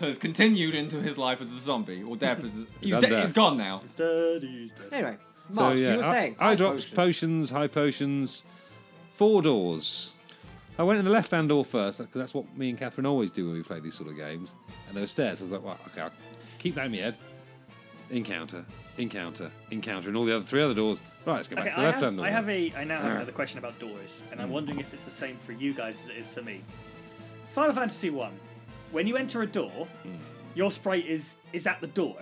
Speaker 4: has continued into his life as a zombie or death. As a, he's
Speaker 1: Done
Speaker 4: dead.
Speaker 1: death.
Speaker 4: He's gone now.
Speaker 3: He's dead, he's dead.
Speaker 5: Anyway, Mark,
Speaker 1: So yeah,
Speaker 5: you were
Speaker 1: eye-
Speaker 5: saying
Speaker 1: eye drops, potions, high potions, four doors. I went in the left hand door first because that's what me and Catherine always do when we play these sort of games. And there were stairs. I was like, well, okay, I'll keep that in my head. Encounter, encounter, encounter, and all the other three other doors. Right, let's go back
Speaker 3: Okay,
Speaker 1: to the
Speaker 3: I
Speaker 1: left hand
Speaker 3: have,
Speaker 1: door.
Speaker 3: I have a. I now have another question about doors, and
Speaker 4: Hmm.
Speaker 3: I'm wondering if it's the same for you guys as it is for me. Final Fantasy One, when you enter a door,
Speaker 4: Hmm.
Speaker 3: your sprite is is at the door,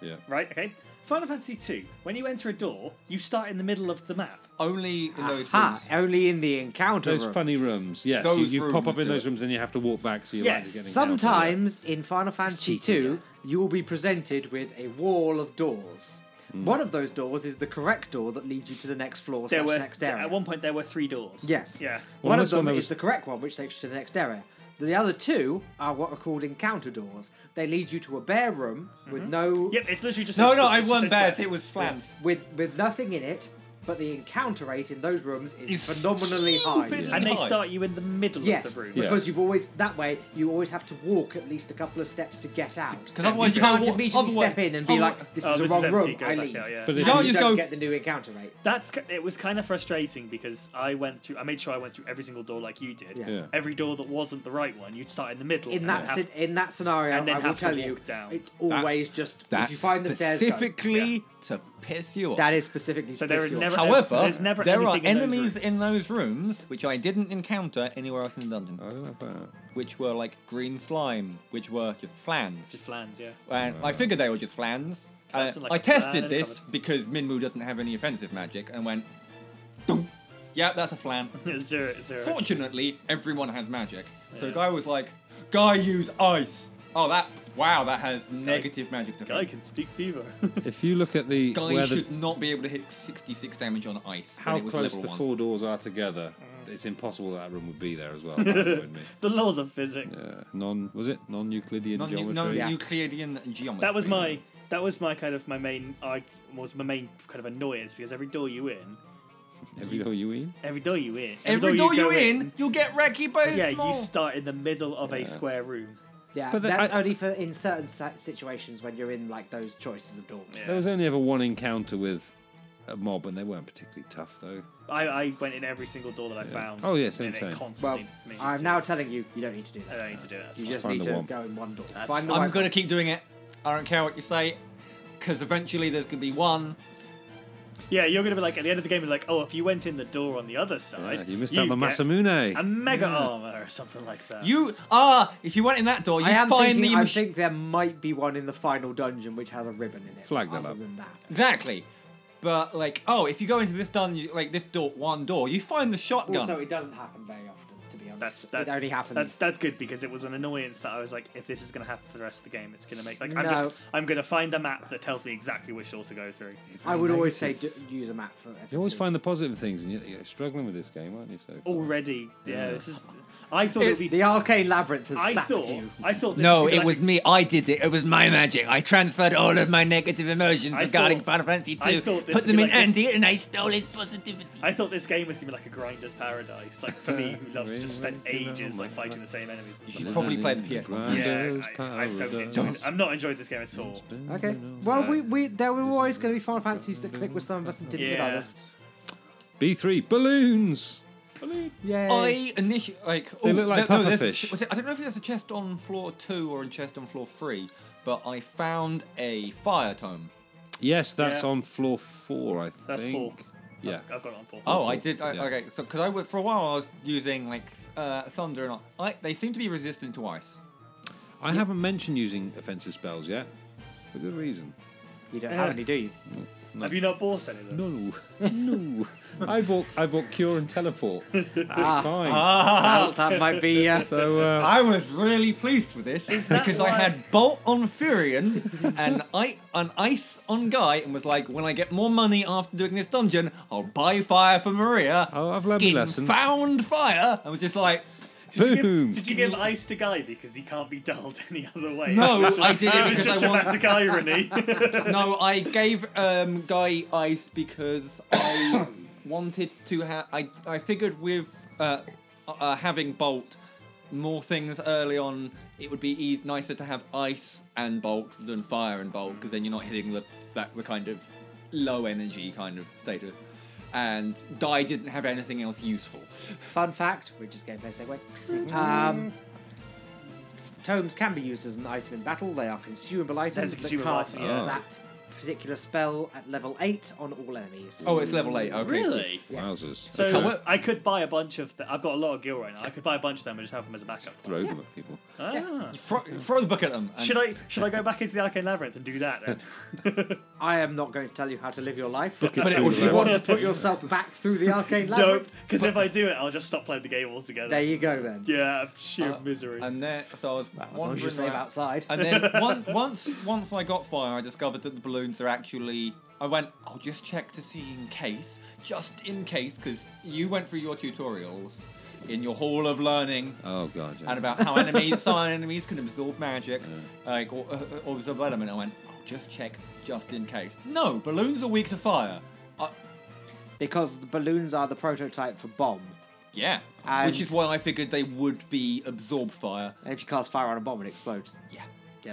Speaker 1: yeah.
Speaker 3: right? Okay. Final Fantasy Two, when you enter a door, you start in the middle of the map.
Speaker 4: Only in those
Speaker 5: Ha!
Speaker 4: rooms.
Speaker 5: Only in the encounter.
Speaker 1: Those
Speaker 5: rooms.
Speaker 1: funny rooms. Yes, you,
Speaker 4: Those
Speaker 1: you pop up
Speaker 4: rooms
Speaker 1: in
Speaker 4: do
Speaker 1: those
Speaker 4: it.
Speaker 1: rooms and you have to walk back so you're
Speaker 3: Yes,
Speaker 1: likely getting encountered, yeah.
Speaker 5: Sometimes in Final Fantasy
Speaker 1: cheating,
Speaker 5: II, you will be presented with a wall of doors. One of those doors is the correct door that leads you to the next floor
Speaker 3: There
Speaker 5: slash
Speaker 3: were
Speaker 5: next area.
Speaker 3: at one point there were three doors.
Speaker 5: Yes.
Speaker 3: Yeah.
Speaker 1: Well,
Speaker 5: one
Speaker 1: this
Speaker 5: of them
Speaker 1: one there
Speaker 5: is
Speaker 1: was-
Speaker 5: the correct one, which takes you to the next area. The other two are what are called encounter doors. They lead you to a bare room with no
Speaker 3: Yep. It's literally just.
Speaker 4: No,
Speaker 3: a-
Speaker 4: no, I
Speaker 3: it's just a
Speaker 4: won bears.
Speaker 3: square.
Speaker 4: It was slams.
Speaker 5: with with nothing in it, but the encounter rate in those rooms is
Speaker 4: It's
Speaker 5: phenomenally high.
Speaker 4: stupidly
Speaker 3: And they
Speaker 4: high.
Speaker 3: start you in the middle of
Speaker 5: Yes,
Speaker 3: the room.
Speaker 1: Yeah.
Speaker 5: because you've always that way you always have to walk at least a couple of steps to get out.
Speaker 4: Because otherwise you
Speaker 5: can't
Speaker 4: can't
Speaker 5: just
Speaker 4: walk.
Speaker 5: immediately
Speaker 4: otherwise-
Speaker 5: step in and be
Speaker 4: otherwise-
Speaker 5: like, "This
Speaker 3: Oh,
Speaker 5: is the
Speaker 3: this
Speaker 5: wrong
Speaker 3: is empty,
Speaker 5: room.
Speaker 3: go
Speaker 5: I
Speaker 3: back
Speaker 5: leave."
Speaker 3: out, yeah.
Speaker 1: But
Speaker 5: But
Speaker 1: if
Speaker 5: you
Speaker 1: you
Speaker 5: don't
Speaker 4: just go-
Speaker 5: get the new encounter rate.
Speaker 3: That's ki- it was kind of frustrating because I went through. I made sure I went through every single door like you did.
Speaker 5: Yeah.
Speaker 1: Yeah.
Speaker 3: Every door that wasn't the right one, you'd start in the middle.
Speaker 5: In
Speaker 3: and
Speaker 5: that
Speaker 3: have-
Speaker 5: sce- in that scenario,
Speaker 3: and then
Speaker 5: I will
Speaker 3: have to
Speaker 5: tell you,
Speaker 3: walk down.
Speaker 5: it's always just if you find the stairs, go.
Speaker 4: specifically to piss you off.
Speaker 5: that is specifically.
Speaker 3: So
Speaker 5: So
Speaker 3: there
Speaker 5: there is
Speaker 3: are never-
Speaker 5: never.
Speaker 4: However,
Speaker 3: There's never
Speaker 4: there are
Speaker 3: anything in those
Speaker 4: enemies
Speaker 3: rooms.
Speaker 4: in those rooms which I didn't encounter anywhere else in the dungeon,
Speaker 1: I don't know about
Speaker 4: which were like green slime, which were just flans.
Speaker 3: Just flans, yeah.
Speaker 4: And I figured they were just flans. Uh,
Speaker 3: Counts in, like,
Speaker 4: I
Speaker 3: a flan
Speaker 4: tested
Speaker 3: and
Speaker 4: this
Speaker 3: covered.
Speaker 4: because Minmu doesn't have any offensive magic and went, Dum. yeah, that's a flan.
Speaker 3: zero, zero.
Speaker 4: Fortunately, everyone has magic. So the guy was like, guy use ice. Oh, that, wow, that has negative magic defense.
Speaker 3: Guy can speak fever.
Speaker 1: that. If you look at the
Speaker 4: Guy
Speaker 1: where the
Speaker 4: should not be able to hit 66 damage on ice. when
Speaker 1: how
Speaker 4: it was
Speaker 1: close
Speaker 4: level
Speaker 1: the
Speaker 4: one.
Speaker 1: four doors are together, it's impossible that room would be there as well. that annoyed me.
Speaker 3: the laws of physics.
Speaker 1: Uh, non was it non-Euclidean
Speaker 4: Non-
Speaker 1: geometry?
Speaker 4: non- Euclidean geometry.
Speaker 3: That was my. That was my kind of my main. I was my main kind of annoyance because every door you in,
Speaker 1: Every door you eat.
Speaker 3: every door you in,
Speaker 4: Every door you
Speaker 3: go
Speaker 4: in, you'll get wrecked by a
Speaker 3: yeah,
Speaker 4: small.
Speaker 3: you start in the middle of a
Speaker 1: Yeah.
Speaker 3: square room.
Speaker 5: Yeah,
Speaker 1: But the-
Speaker 5: that's
Speaker 1: I-
Speaker 5: only for in certain si- situations when you're in like those choices of doors.
Speaker 1: There was only ever one encounter with a mob, and they weren't particularly tough though.
Speaker 3: I, I went in every single door that I found.
Speaker 1: Oh, yeah, same,
Speaker 3: and it
Speaker 1: same.
Speaker 5: Well,
Speaker 3: constantly. made me
Speaker 5: I'm
Speaker 3: do
Speaker 5: now
Speaker 3: it.
Speaker 5: telling you, you don't need to do
Speaker 3: I
Speaker 5: that.
Speaker 3: don't need to do it. That's
Speaker 5: You
Speaker 3: fine.
Speaker 5: just
Speaker 1: Find
Speaker 5: need
Speaker 1: the
Speaker 5: to
Speaker 1: one.
Speaker 5: go in one door.
Speaker 3: That's
Speaker 5: Find the
Speaker 4: I'm
Speaker 5: right
Speaker 4: gonna
Speaker 5: one.
Speaker 4: keep doing it. I don't care what you say. because eventually there's going to be one.
Speaker 3: Yeah, you're gonna be like at the end of the game, you're like, oh, if you went in the door on the other side,
Speaker 1: Yeah, you missed out on
Speaker 3: get
Speaker 1: Masamune.
Speaker 3: a mega armor or something like that.
Speaker 4: You are, if you went in that door, you
Speaker 5: I am
Speaker 4: find
Speaker 5: thinking,
Speaker 4: the
Speaker 5: I
Speaker 4: mach-
Speaker 5: think there might be one in the final dungeon which has a ribbon in it.
Speaker 1: Flag that
Speaker 5: other
Speaker 1: up.
Speaker 5: Than that.
Speaker 4: Exactly. But like, oh, if you go into this dungeon, like this door, one door, you find the shotgun.
Speaker 3: Oh,
Speaker 5: Also, it doesn't happen very often, to be honest.
Speaker 3: That's that,
Speaker 5: it only happens.
Speaker 3: That's, that's good because it was an annoyance that I was like, if this is gonna happen for the rest of the game, it's gonna make like I'm
Speaker 5: No.
Speaker 3: just I'm gonna find a map that tells me exactly which door to go through.
Speaker 5: I would always say do, use a map for.
Speaker 1: You always
Speaker 5: everything.
Speaker 1: find the positive things, and you're, you're struggling with this game, aren't you? So far?
Speaker 5: Oh,
Speaker 3: Already, yeah, this is. I thought
Speaker 4: It's
Speaker 3: it'd be.
Speaker 5: the arcade labyrinth has
Speaker 3: I
Speaker 5: sacked
Speaker 3: thought.
Speaker 5: you.
Speaker 3: I thought. This
Speaker 4: no,
Speaker 3: gonna be
Speaker 4: it
Speaker 3: like
Speaker 4: was
Speaker 3: a-
Speaker 4: me. I did it. It was my magic. I transferred all of my negative emotions
Speaker 3: I
Speaker 4: regarding
Speaker 3: thought-
Speaker 4: Final Fantasy
Speaker 3: I
Speaker 4: II,
Speaker 3: thought this
Speaker 4: put
Speaker 3: would
Speaker 4: them
Speaker 3: be
Speaker 4: in
Speaker 3: like this-
Speaker 4: Andy, and I stole his positivity.
Speaker 3: I thought this game was gonna be like a grinder's paradise, like for me who loves to just spend
Speaker 1: Really?
Speaker 3: ages like fighting the same enemies. And
Speaker 4: should
Speaker 3: stuff.
Speaker 4: probably play the PS1.
Speaker 1: Grinders,
Speaker 3: Yeah, I, I don't
Speaker 1: paradise.
Speaker 3: enjoy. I'm not enjoying this game at all.
Speaker 5: Okay. Well, we, we there were always going to be Final Fantasies that click with some of us and didn't with
Speaker 3: Yeah.
Speaker 5: others.
Speaker 1: B3 balloons.
Speaker 5: Yeah.
Speaker 4: I initially like.
Speaker 1: They
Speaker 4: oh,
Speaker 1: look like
Speaker 4: no, no,
Speaker 1: puffer
Speaker 4: there's-
Speaker 1: fish.
Speaker 4: Was it, I don't know if there's a chest on floor two or a chest on floor three, but I found a fire tome.
Speaker 1: Yes, that's
Speaker 3: Yeah.
Speaker 1: on floor four, I think.
Speaker 3: That's four.
Speaker 1: Yeah.
Speaker 3: I've got it on four.
Speaker 4: Oh, I did. I,
Speaker 1: Yeah.
Speaker 4: Okay, so because I was for a while I was using like uh, thunder and I, they seem to be resistant to ice.
Speaker 1: I haven't mentioned using offensive spells yet, for good reason.
Speaker 5: You don't have
Speaker 3: Yeah.
Speaker 5: any, do you?
Speaker 3: Have you not bought any of them?
Speaker 1: No, no. I bought I bought cure and teleport. Fine.
Speaker 3: Ah.
Speaker 5: Well, that might be. Uh,
Speaker 1: So uh,
Speaker 4: I was really pleased with this
Speaker 3: that
Speaker 4: because I
Speaker 3: why-
Speaker 4: had Bolt on Furion and I an Ice on Guy and was like, when I get more money after doing this dungeon, I'll buy fire for Maria.
Speaker 1: Oh, I've learned my
Speaker 4: Fucking
Speaker 1: lesson.
Speaker 4: Found fire. I was just like,
Speaker 3: Did you give-
Speaker 1: Boom.
Speaker 3: Did you give ice to Guy because he can't be dulled any other way?
Speaker 4: No,
Speaker 3: That was
Speaker 4: I
Speaker 3: just-
Speaker 4: did it
Speaker 3: That was
Speaker 4: because I
Speaker 3: just
Speaker 4: wanted-
Speaker 3: dramatic irony.
Speaker 4: no, I gave um, Guy Ice because I wanted to have. I I figured with uh, uh, having Bolt. More things early on, it would be e- nicer to have ice and bolt than fire and bolt because then you're not hitting the that the kind of low energy kind of state of. And Guy didn't have anything else useful.
Speaker 5: fun fact, which is gameplay segue. Um, tomes can be used as an item in battle. They are consumable items that
Speaker 3: consumable
Speaker 5: cast
Speaker 3: item,
Speaker 1: yeah.
Speaker 5: that particular spell at level eight on all enemies.
Speaker 4: Oh, it's level eight. Okay.
Speaker 5: Yes.
Speaker 1: wowzers.
Speaker 3: So
Speaker 1: Okay.
Speaker 4: what-
Speaker 3: I could buy a bunch of. Th- I've got a lot of gil right now. I could buy a bunch of them and just have them as a backup.
Speaker 1: throw them at people.
Speaker 3: Ah.
Speaker 4: Throw, throw the book at them. and-
Speaker 3: Should I should I go back into the arcane labyrinth and do that then?
Speaker 5: I am not going to tell you how to live your life, but
Speaker 1: it
Speaker 5: if
Speaker 1: through
Speaker 5: you
Speaker 1: the
Speaker 5: want to
Speaker 3: labyrinth.
Speaker 5: put yourself back through the arcade
Speaker 3: Don't,
Speaker 5: labyrinth,
Speaker 3: because if I do it, I'll just stop playing the game altogether.
Speaker 5: there you go then.
Speaker 3: yeah, sheer
Speaker 4: Uh,
Speaker 3: misery.
Speaker 4: And then, so I was
Speaker 5: As long as you
Speaker 4: wandering
Speaker 5: save
Speaker 4: around-
Speaker 5: outside.
Speaker 4: And then one, once once I got fire, I discovered that the balloons are actually. I went. I'll just check to see in case, just in case, because you went through your tutorials in your hall of learning
Speaker 1: Oh god. Yeah.
Speaker 4: and about how enemies, some enemies can absorb magic, like or, uh, or absorb element. I went. I'll just check, just in case. No, balloons are weak to fire. Uh,
Speaker 5: because the balloons are the prototype for bomb.
Speaker 4: yeah,
Speaker 5: And-
Speaker 4: which is why I figured they would be absorb fire.
Speaker 5: And if you cast fire on a bomb, it explodes.
Speaker 4: Yeah.
Speaker 5: Yeah,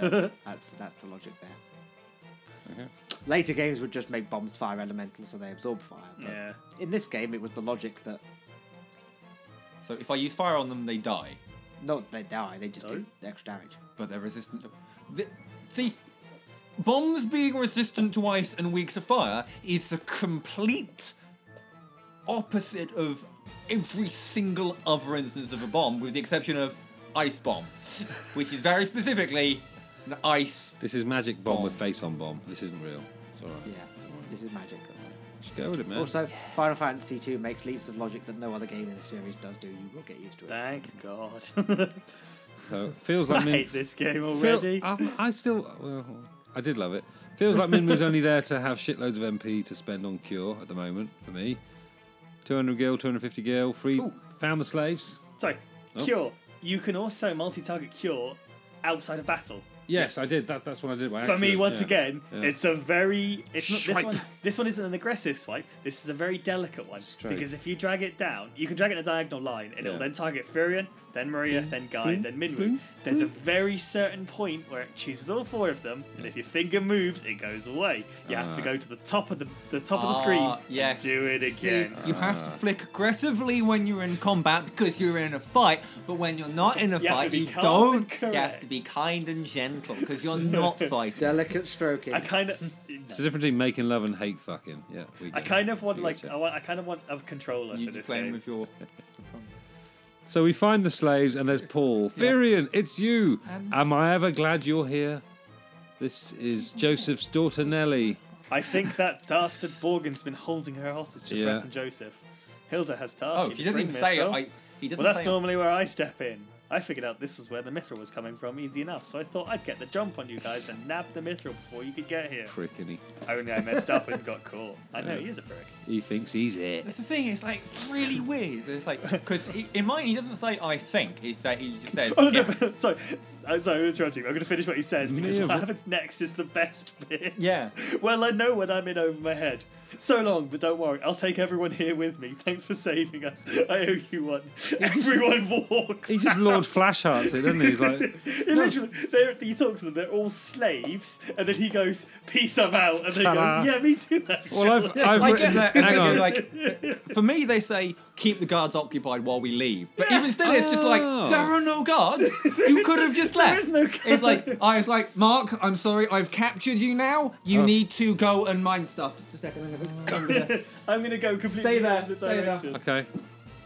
Speaker 5: that's, that's, that's the logic there. Later games would just make bombs fire elemental, so they absorb fire. But
Speaker 3: yeah.
Speaker 5: In this game, it was the logic that
Speaker 4: So if I use fire on them, they die.
Speaker 5: not they die, they just do
Speaker 3: No?
Speaker 5: extra damage.
Speaker 4: but they're resistant. To... Th- See, bombs being resistant to ice and weak to fire is the complete opposite of every single other instance of a bomb, with the exception of ice bomb, which is very specifically an ice.
Speaker 1: This is magic bomb,
Speaker 4: Bomb.
Speaker 1: with face on bomb. This isn't real. It's alright.
Speaker 5: Yeah, this is magic.
Speaker 1: Just go with it, man.
Speaker 5: Also, Final Fantasy II makes leaps of logic that no other game in the series does do. You will get used to it.
Speaker 3: Thank God.
Speaker 1: So it feels
Speaker 3: I
Speaker 1: like Min-
Speaker 3: hate this game
Speaker 1: Feel-
Speaker 3: already.
Speaker 4: uh,
Speaker 1: I'm- I still, well, I did love it. Feels like Min was only there to have shitloads of MP to spend on cure at the moment for me. 200 gil, 250 gil, free. Found the slaves.
Speaker 3: Sorry, cure. You can also multi-target cure outside of battle.
Speaker 1: Yes, I did. That, that's what I did. by
Speaker 3: For me,
Speaker 1: accident,
Speaker 3: once
Speaker 1: yeah.
Speaker 3: again,
Speaker 1: Yeah.
Speaker 3: it's a very it's not this
Speaker 4: Swipe.
Speaker 3: one. This one isn't an aggressive swipe. This is a very delicate one
Speaker 1: Straight.
Speaker 3: because if you drag it down, you can drag it in a diagonal line, and
Speaker 1: Yeah.
Speaker 3: it'll then target Furion, then Maria, then Guy, then Minwu. There's a very certain point where it chooses all four of them, and if your finger moves, it goes away. You have to
Speaker 1: Ah.
Speaker 3: go to the top of the the top of the
Speaker 4: Ah,
Speaker 3: screen
Speaker 4: yes.
Speaker 3: and do it
Speaker 4: See,
Speaker 3: again.
Speaker 4: you have to flick aggressively when you're in combat because you're in a fight, but when you're not in a
Speaker 3: You have to
Speaker 4: fight,
Speaker 3: be
Speaker 4: you
Speaker 3: calm
Speaker 4: don't.
Speaker 3: and
Speaker 4: You have to
Speaker 3: correct.
Speaker 4: be kind and gentle because you're not fighting. Ah.
Speaker 5: Delicate stroking.
Speaker 3: I kind of
Speaker 1: It's the difference between making love and hate fucking. Yeah, we
Speaker 3: I
Speaker 1: get
Speaker 3: kind
Speaker 1: it.
Speaker 3: of want
Speaker 1: We
Speaker 3: like
Speaker 1: get it.
Speaker 3: I, want, I kind of want a controller
Speaker 4: You
Speaker 3: for this
Speaker 4: playing
Speaker 3: game.
Speaker 4: with your
Speaker 1: So we find the slaves, and there's Paul. Virion, it's you.
Speaker 4: And-
Speaker 1: Am I ever glad you're here? This is Joseph's daughter Nellie.
Speaker 3: I think that dastard Borgen's been holding her hostage to
Speaker 1: Yeah.
Speaker 3: Prince and Joseph. Hilda has tasked
Speaker 4: Oh,
Speaker 3: you
Speaker 4: he
Speaker 3: to
Speaker 4: doesn't
Speaker 3: bring
Speaker 4: even say it.
Speaker 3: Mithril.
Speaker 4: I, he doesn't
Speaker 3: well, that's
Speaker 4: say
Speaker 3: normally where I step in. I figured out this was where the mithril was coming from easy enough, so I thought I'd get the jump on you guys and nab the mithril before you could get here.
Speaker 1: Frickin' he,
Speaker 3: Only I messed up and got caught. I know he is a prick.
Speaker 1: he thinks he's it.
Speaker 4: That's the thing. It's like really weird. It's like because in mine he doesn't say I think. He say he just says.
Speaker 3: Oh, no, no,
Speaker 4: yeah.
Speaker 3: but- sorry, I'm sorry, I'm interrupting you. I'm going to finish what he says because
Speaker 1: Yeah,
Speaker 3: what
Speaker 1: but-
Speaker 3: happens next is the best bit.
Speaker 4: Yeah.
Speaker 3: Well, I know when I'm in over my head. So long, but don't worry, I'll take everyone here with me. Thanks for saving us. I owe you one. everyone walks.
Speaker 1: He just
Speaker 3: out.
Speaker 1: Lord Flash hearts it, doesn't he? He's like,
Speaker 3: He literally, they're, you talk to them, they're all slaves, and then he goes, Peace, I'm out. And they go,
Speaker 1: Ta-da.
Speaker 3: Yeah, me too, actually.
Speaker 1: well, I've, I've
Speaker 4: I
Speaker 1: written,
Speaker 4: get that. and
Speaker 1: hang
Speaker 4: they go
Speaker 1: on.
Speaker 4: Like for me, they say keep the guards occupied while we leave. But even still, it's just like
Speaker 1: Oh.
Speaker 4: there are no guards. You could have just left.
Speaker 3: There is no guard.
Speaker 4: It's like I was like Mark. I'm sorry. I've captured you now.
Speaker 3: Oh.
Speaker 4: You need to go and mine stuff. Just a second. I'm gonna go over there.
Speaker 3: I'm going to go completely
Speaker 4: Stay there,
Speaker 3: the opposite
Speaker 4: stay there.
Speaker 3: direction.
Speaker 1: okay.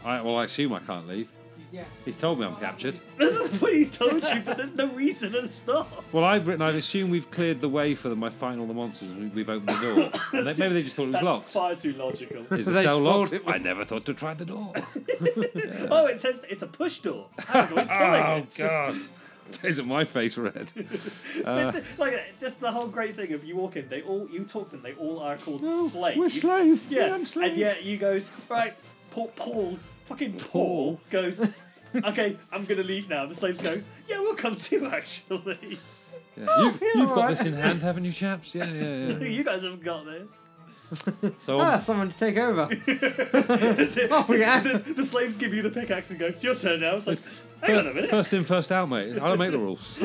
Speaker 1: I, well, I assume I can't leave.
Speaker 4: Yeah.
Speaker 1: He's told me I'm captured.
Speaker 3: This is what he's told you, but there's no reason to stop.
Speaker 1: Well, I've written, I've assumed we've cleared the way for them by fighting all the monsters and we've opened the door. And they, maybe they just thought it was
Speaker 3: That's
Speaker 1: locked.
Speaker 3: far too logical.
Speaker 1: Is the
Speaker 6: They
Speaker 1: cell
Speaker 6: thought
Speaker 1: locked?
Speaker 6: it
Speaker 1: I never thought to try the door.
Speaker 3: Oh, it says it's a push door. I was always pulling
Speaker 1: oh,
Speaker 3: it.
Speaker 1: God. Isn't my face red?
Speaker 3: But th- like uh, just the whole great thing of you walk in, they all you talk to them, they all are called slave.
Speaker 1: We're slave.
Speaker 3: Yeah,
Speaker 1: Yeah, I'm slave.
Speaker 3: and yeah, you goes right. Paul, Paul fucking Paul, goes. okay, I'm gonna leave now. The slaves go. Yeah, we'll come too. Actually,
Speaker 1: Yeah,
Speaker 3: Oh,
Speaker 1: you've you've got this in hand, haven't you, chaps? Yeah, yeah, yeah.
Speaker 3: you guys haven't got this.
Speaker 1: So
Speaker 5: Ah, someone to take over.
Speaker 3: Does it-
Speaker 5: Oh, yeah.
Speaker 3: does it- the slaves give you the pickaxe and go. It's your turn now. It's like, hang on a minute.
Speaker 1: First in, first out, mate. I don't make the rules.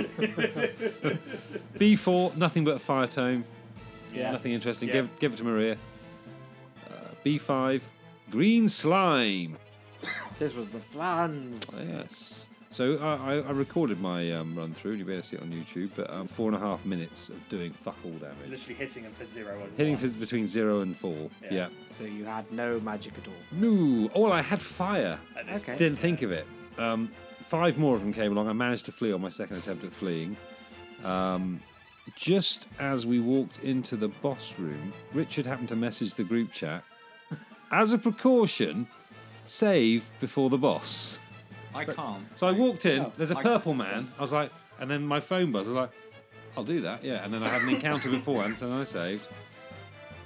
Speaker 1: B4, nothing but a fire tome.
Speaker 3: Yeah.
Speaker 1: Nothing interesting.
Speaker 3: Yeah.
Speaker 1: Give, give it to Maria. Uh, B5, green slime. Oh,
Speaker 5: this was the plans.
Speaker 1: Yes. So I, I, I recorded my um, run through, and you'll be able to see it on YouTube. But um, four and a half minutes of doing fuck all damage,
Speaker 3: Literally hitting him for zero. and
Speaker 1: hitting
Speaker 3: one.
Speaker 1: for, between zero and four.
Speaker 3: Yeah.
Speaker 1: Yeah.
Speaker 5: So you had no magic at all.
Speaker 1: No. Oh, well, I had fire.
Speaker 3: At this
Speaker 5: Okay.
Speaker 1: Didn't think of it. Um, five more of them came along. I managed to flee on my second attempt at fleeing. Um, just as we walked into the boss room, Richard happened to message the group chat. As a precaution, save before the boss.
Speaker 4: I can't.
Speaker 1: So I walked in. There's a
Speaker 4: Oh, I-
Speaker 1: purple man. I was like, and then my phone buzzed. I was like, I'll do that, yeah. And then I had an encounter beforehand, and I saved.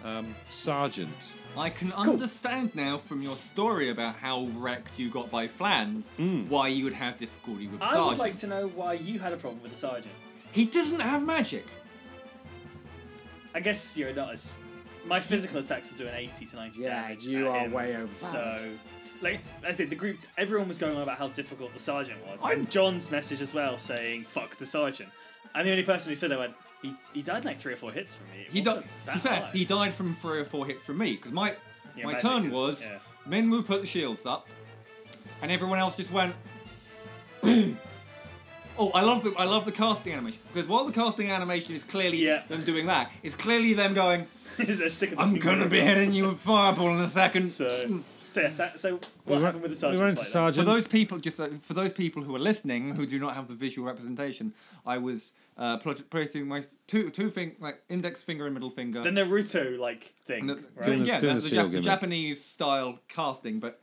Speaker 1: Um, Sergeant.
Speaker 4: I can understand now from your story about how wrecked you got by Flans why you would have difficulty with
Speaker 3: Hmm. I would
Speaker 4: Sarge.
Speaker 3: like to know why you had a problem with the sergeant.
Speaker 4: He doesn't have magic.
Speaker 3: I guess you're not as. My physical attacks will do an 80 to 90
Speaker 5: Yeah,
Speaker 3: damage.
Speaker 5: you
Speaker 3: at
Speaker 5: are
Speaker 3: him,
Speaker 5: way over
Speaker 3: So, like, I said, the group, everyone was going on about how difficult the sergeant was.
Speaker 4: I'm-
Speaker 3: And John's message as well saying, fuck the sergeant. And the only person who said that went, he, he died like three or four hits from me. It
Speaker 4: He
Speaker 3: wasn't
Speaker 4: died.
Speaker 3: that
Speaker 4: To be fair,
Speaker 3: hard."
Speaker 4: he died from three or four hits from me because my
Speaker 3: Yeah,
Speaker 4: my
Speaker 3: magic
Speaker 4: turn
Speaker 3: is-
Speaker 4: was
Speaker 3: yeah.
Speaker 4: Minwu put the shields up, and everyone else just went. oh, I love the I love the casting animation because while the casting animation is clearly
Speaker 3: Yeah.
Speaker 4: them doing that, it's clearly them going.
Speaker 3: They're sticking the
Speaker 4: I'm
Speaker 3: finger
Speaker 4: gonna
Speaker 3: in.
Speaker 4: be hitting you with fireball in a second.
Speaker 3: So, so, yeah, so, so what
Speaker 1: We ran-
Speaker 3: happened with the sergeant?
Speaker 1: We ran into
Speaker 3: fight then?
Speaker 4: For
Speaker 1: Sergeant.
Speaker 4: those people, just uh, for those people who are listening who do not have the visual representation, I was uh, pl- placing my two two fing- like index finger and middle finger.
Speaker 3: The Naruto like thing.
Speaker 4: And the-
Speaker 3: right?
Speaker 1: Doing the-
Speaker 4: yeah,
Speaker 1: doing
Speaker 4: that's
Speaker 1: the
Speaker 4: the,
Speaker 1: seal
Speaker 4: Jap-
Speaker 1: gimmick.
Speaker 4: Japanese style casting, but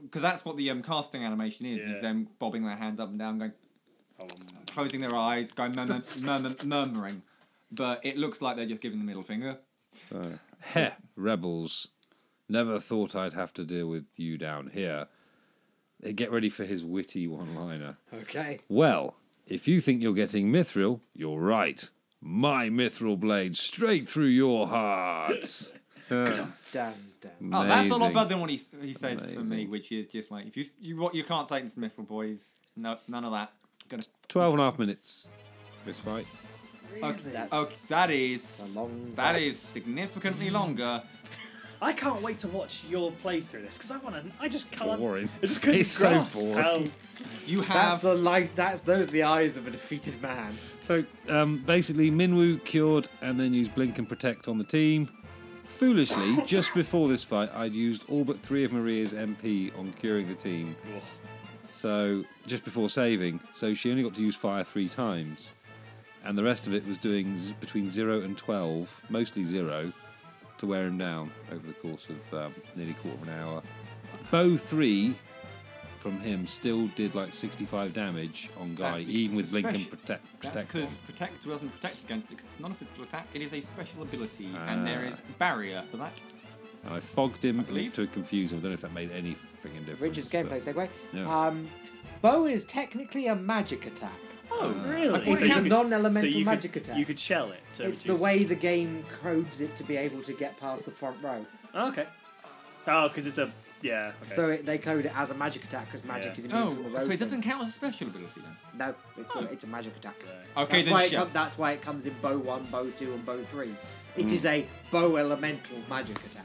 Speaker 4: because that's what the um, casting animation is—is
Speaker 3: Yeah.
Speaker 4: them bobbing their hands up and down, going,
Speaker 3: Oh, um,
Speaker 4: closing their eyes, going murmur, murmur, murmuring. But it looks like they're just giving the middle finger.
Speaker 1: Heh, rebels. Never thought I'd have to deal with you down here. They get ready for his witty one liner.
Speaker 5: Okay.
Speaker 1: Well, if you think you're getting mithril, you're right. My mithril blade straight through your heart.
Speaker 5: Damn, damn.
Speaker 4: Oh, that's a lot
Speaker 1: Amazing.
Speaker 4: better than what he, s- he said for me,
Speaker 1: Amazing.
Speaker 4: which is just like if you you what you can't take this Mithril boys, no none of that. Gonna
Speaker 1: 12 and a half minutes this fight.
Speaker 4: Okay, okay, that is
Speaker 5: a long Mm-hmm.
Speaker 4: that is significantly longer.
Speaker 3: I can't wait to watch your playthrough this because I want to. I just can't.
Speaker 1: Boring.
Speaker 3: I just couldn't
Speaker 1: It's so
Speaker 3: grasp
Speaker 1: boring.
Speaker 3: how-
Speaker 4: You have
Speaker 5: That's the light. That's those are the eyes of a defeated man.
Speaker 1: So um, basically, Minwoo cured and then used Blink and Protect on the team. Foolishly, just before this fight, I'd used all but three of Maria's MP on curing the team. So just before saving, so she only got to use fire three times, and the rest of it was doing z- between zero and twelve, mostly zero, to wear him down over the course of um, nearly quarter of an hour. Bow three from him still did like sixty-five damage on Guy,
Speaker 4: That's because
Speaker 1: even with
Speaker 4: it's
Speaker 1: Blink and
Speaker 4: special.
Speaker 1: Protect.
Speaker 4: That's
Speaker 1: protect on.
Speaker 4: because protect doesn't protect against it because it's not a physical attack. It is a special ability, and there
Speaker 1: Ah.
Speaker 4: is barrier for that.
Speaker 1: And I fogged him
Speaker 4: believe.
Speaker 1: to confuse him. I don't know if that made any freaking difference.
Speaker 5: Richard's
Speaker 1: but-
Speaker 5: gameplay segue.
Speaker 1: Yeah.
Speaker 5: Um, bow is technically a magic attack.
Speaker 3: Oh, really?
Speaker 5: it's
Speaker 3: So you
Speaker 5: a
Speaker 3: could-
Speaker 5: non-elemental
Speaker 3: so you
Speaker 5: magic
Speaker 3: could,
Speaker 5: attack.
Speaker 3: You could shell it. So
Speaker 5: it's the way the game codes it to be able to get past the front row.
Speaker 3: okay. Oh, because it's a yeah. Okay.
Speaker 5: So it, they code it as a magic attack because magic
Speaker 3: Yeah.
Speaker 5: is immune
Speaker 4: Oh,
Speaker 5: from the row.
Speaker 4: so
Speaker 5: thing.
Speaker 4: it doesn't count as a special ability then.
Speaker 5: No, it's, it's a magic attack.
Speaker 4: Okay,
Speaker 5: that's
Speaker 4: then
Speaker 5: why it
Speaker 4: shell.
Speaker 5: com- that's why it comes in bow one, bow two, and bow three. It is a bow elemental magic attack.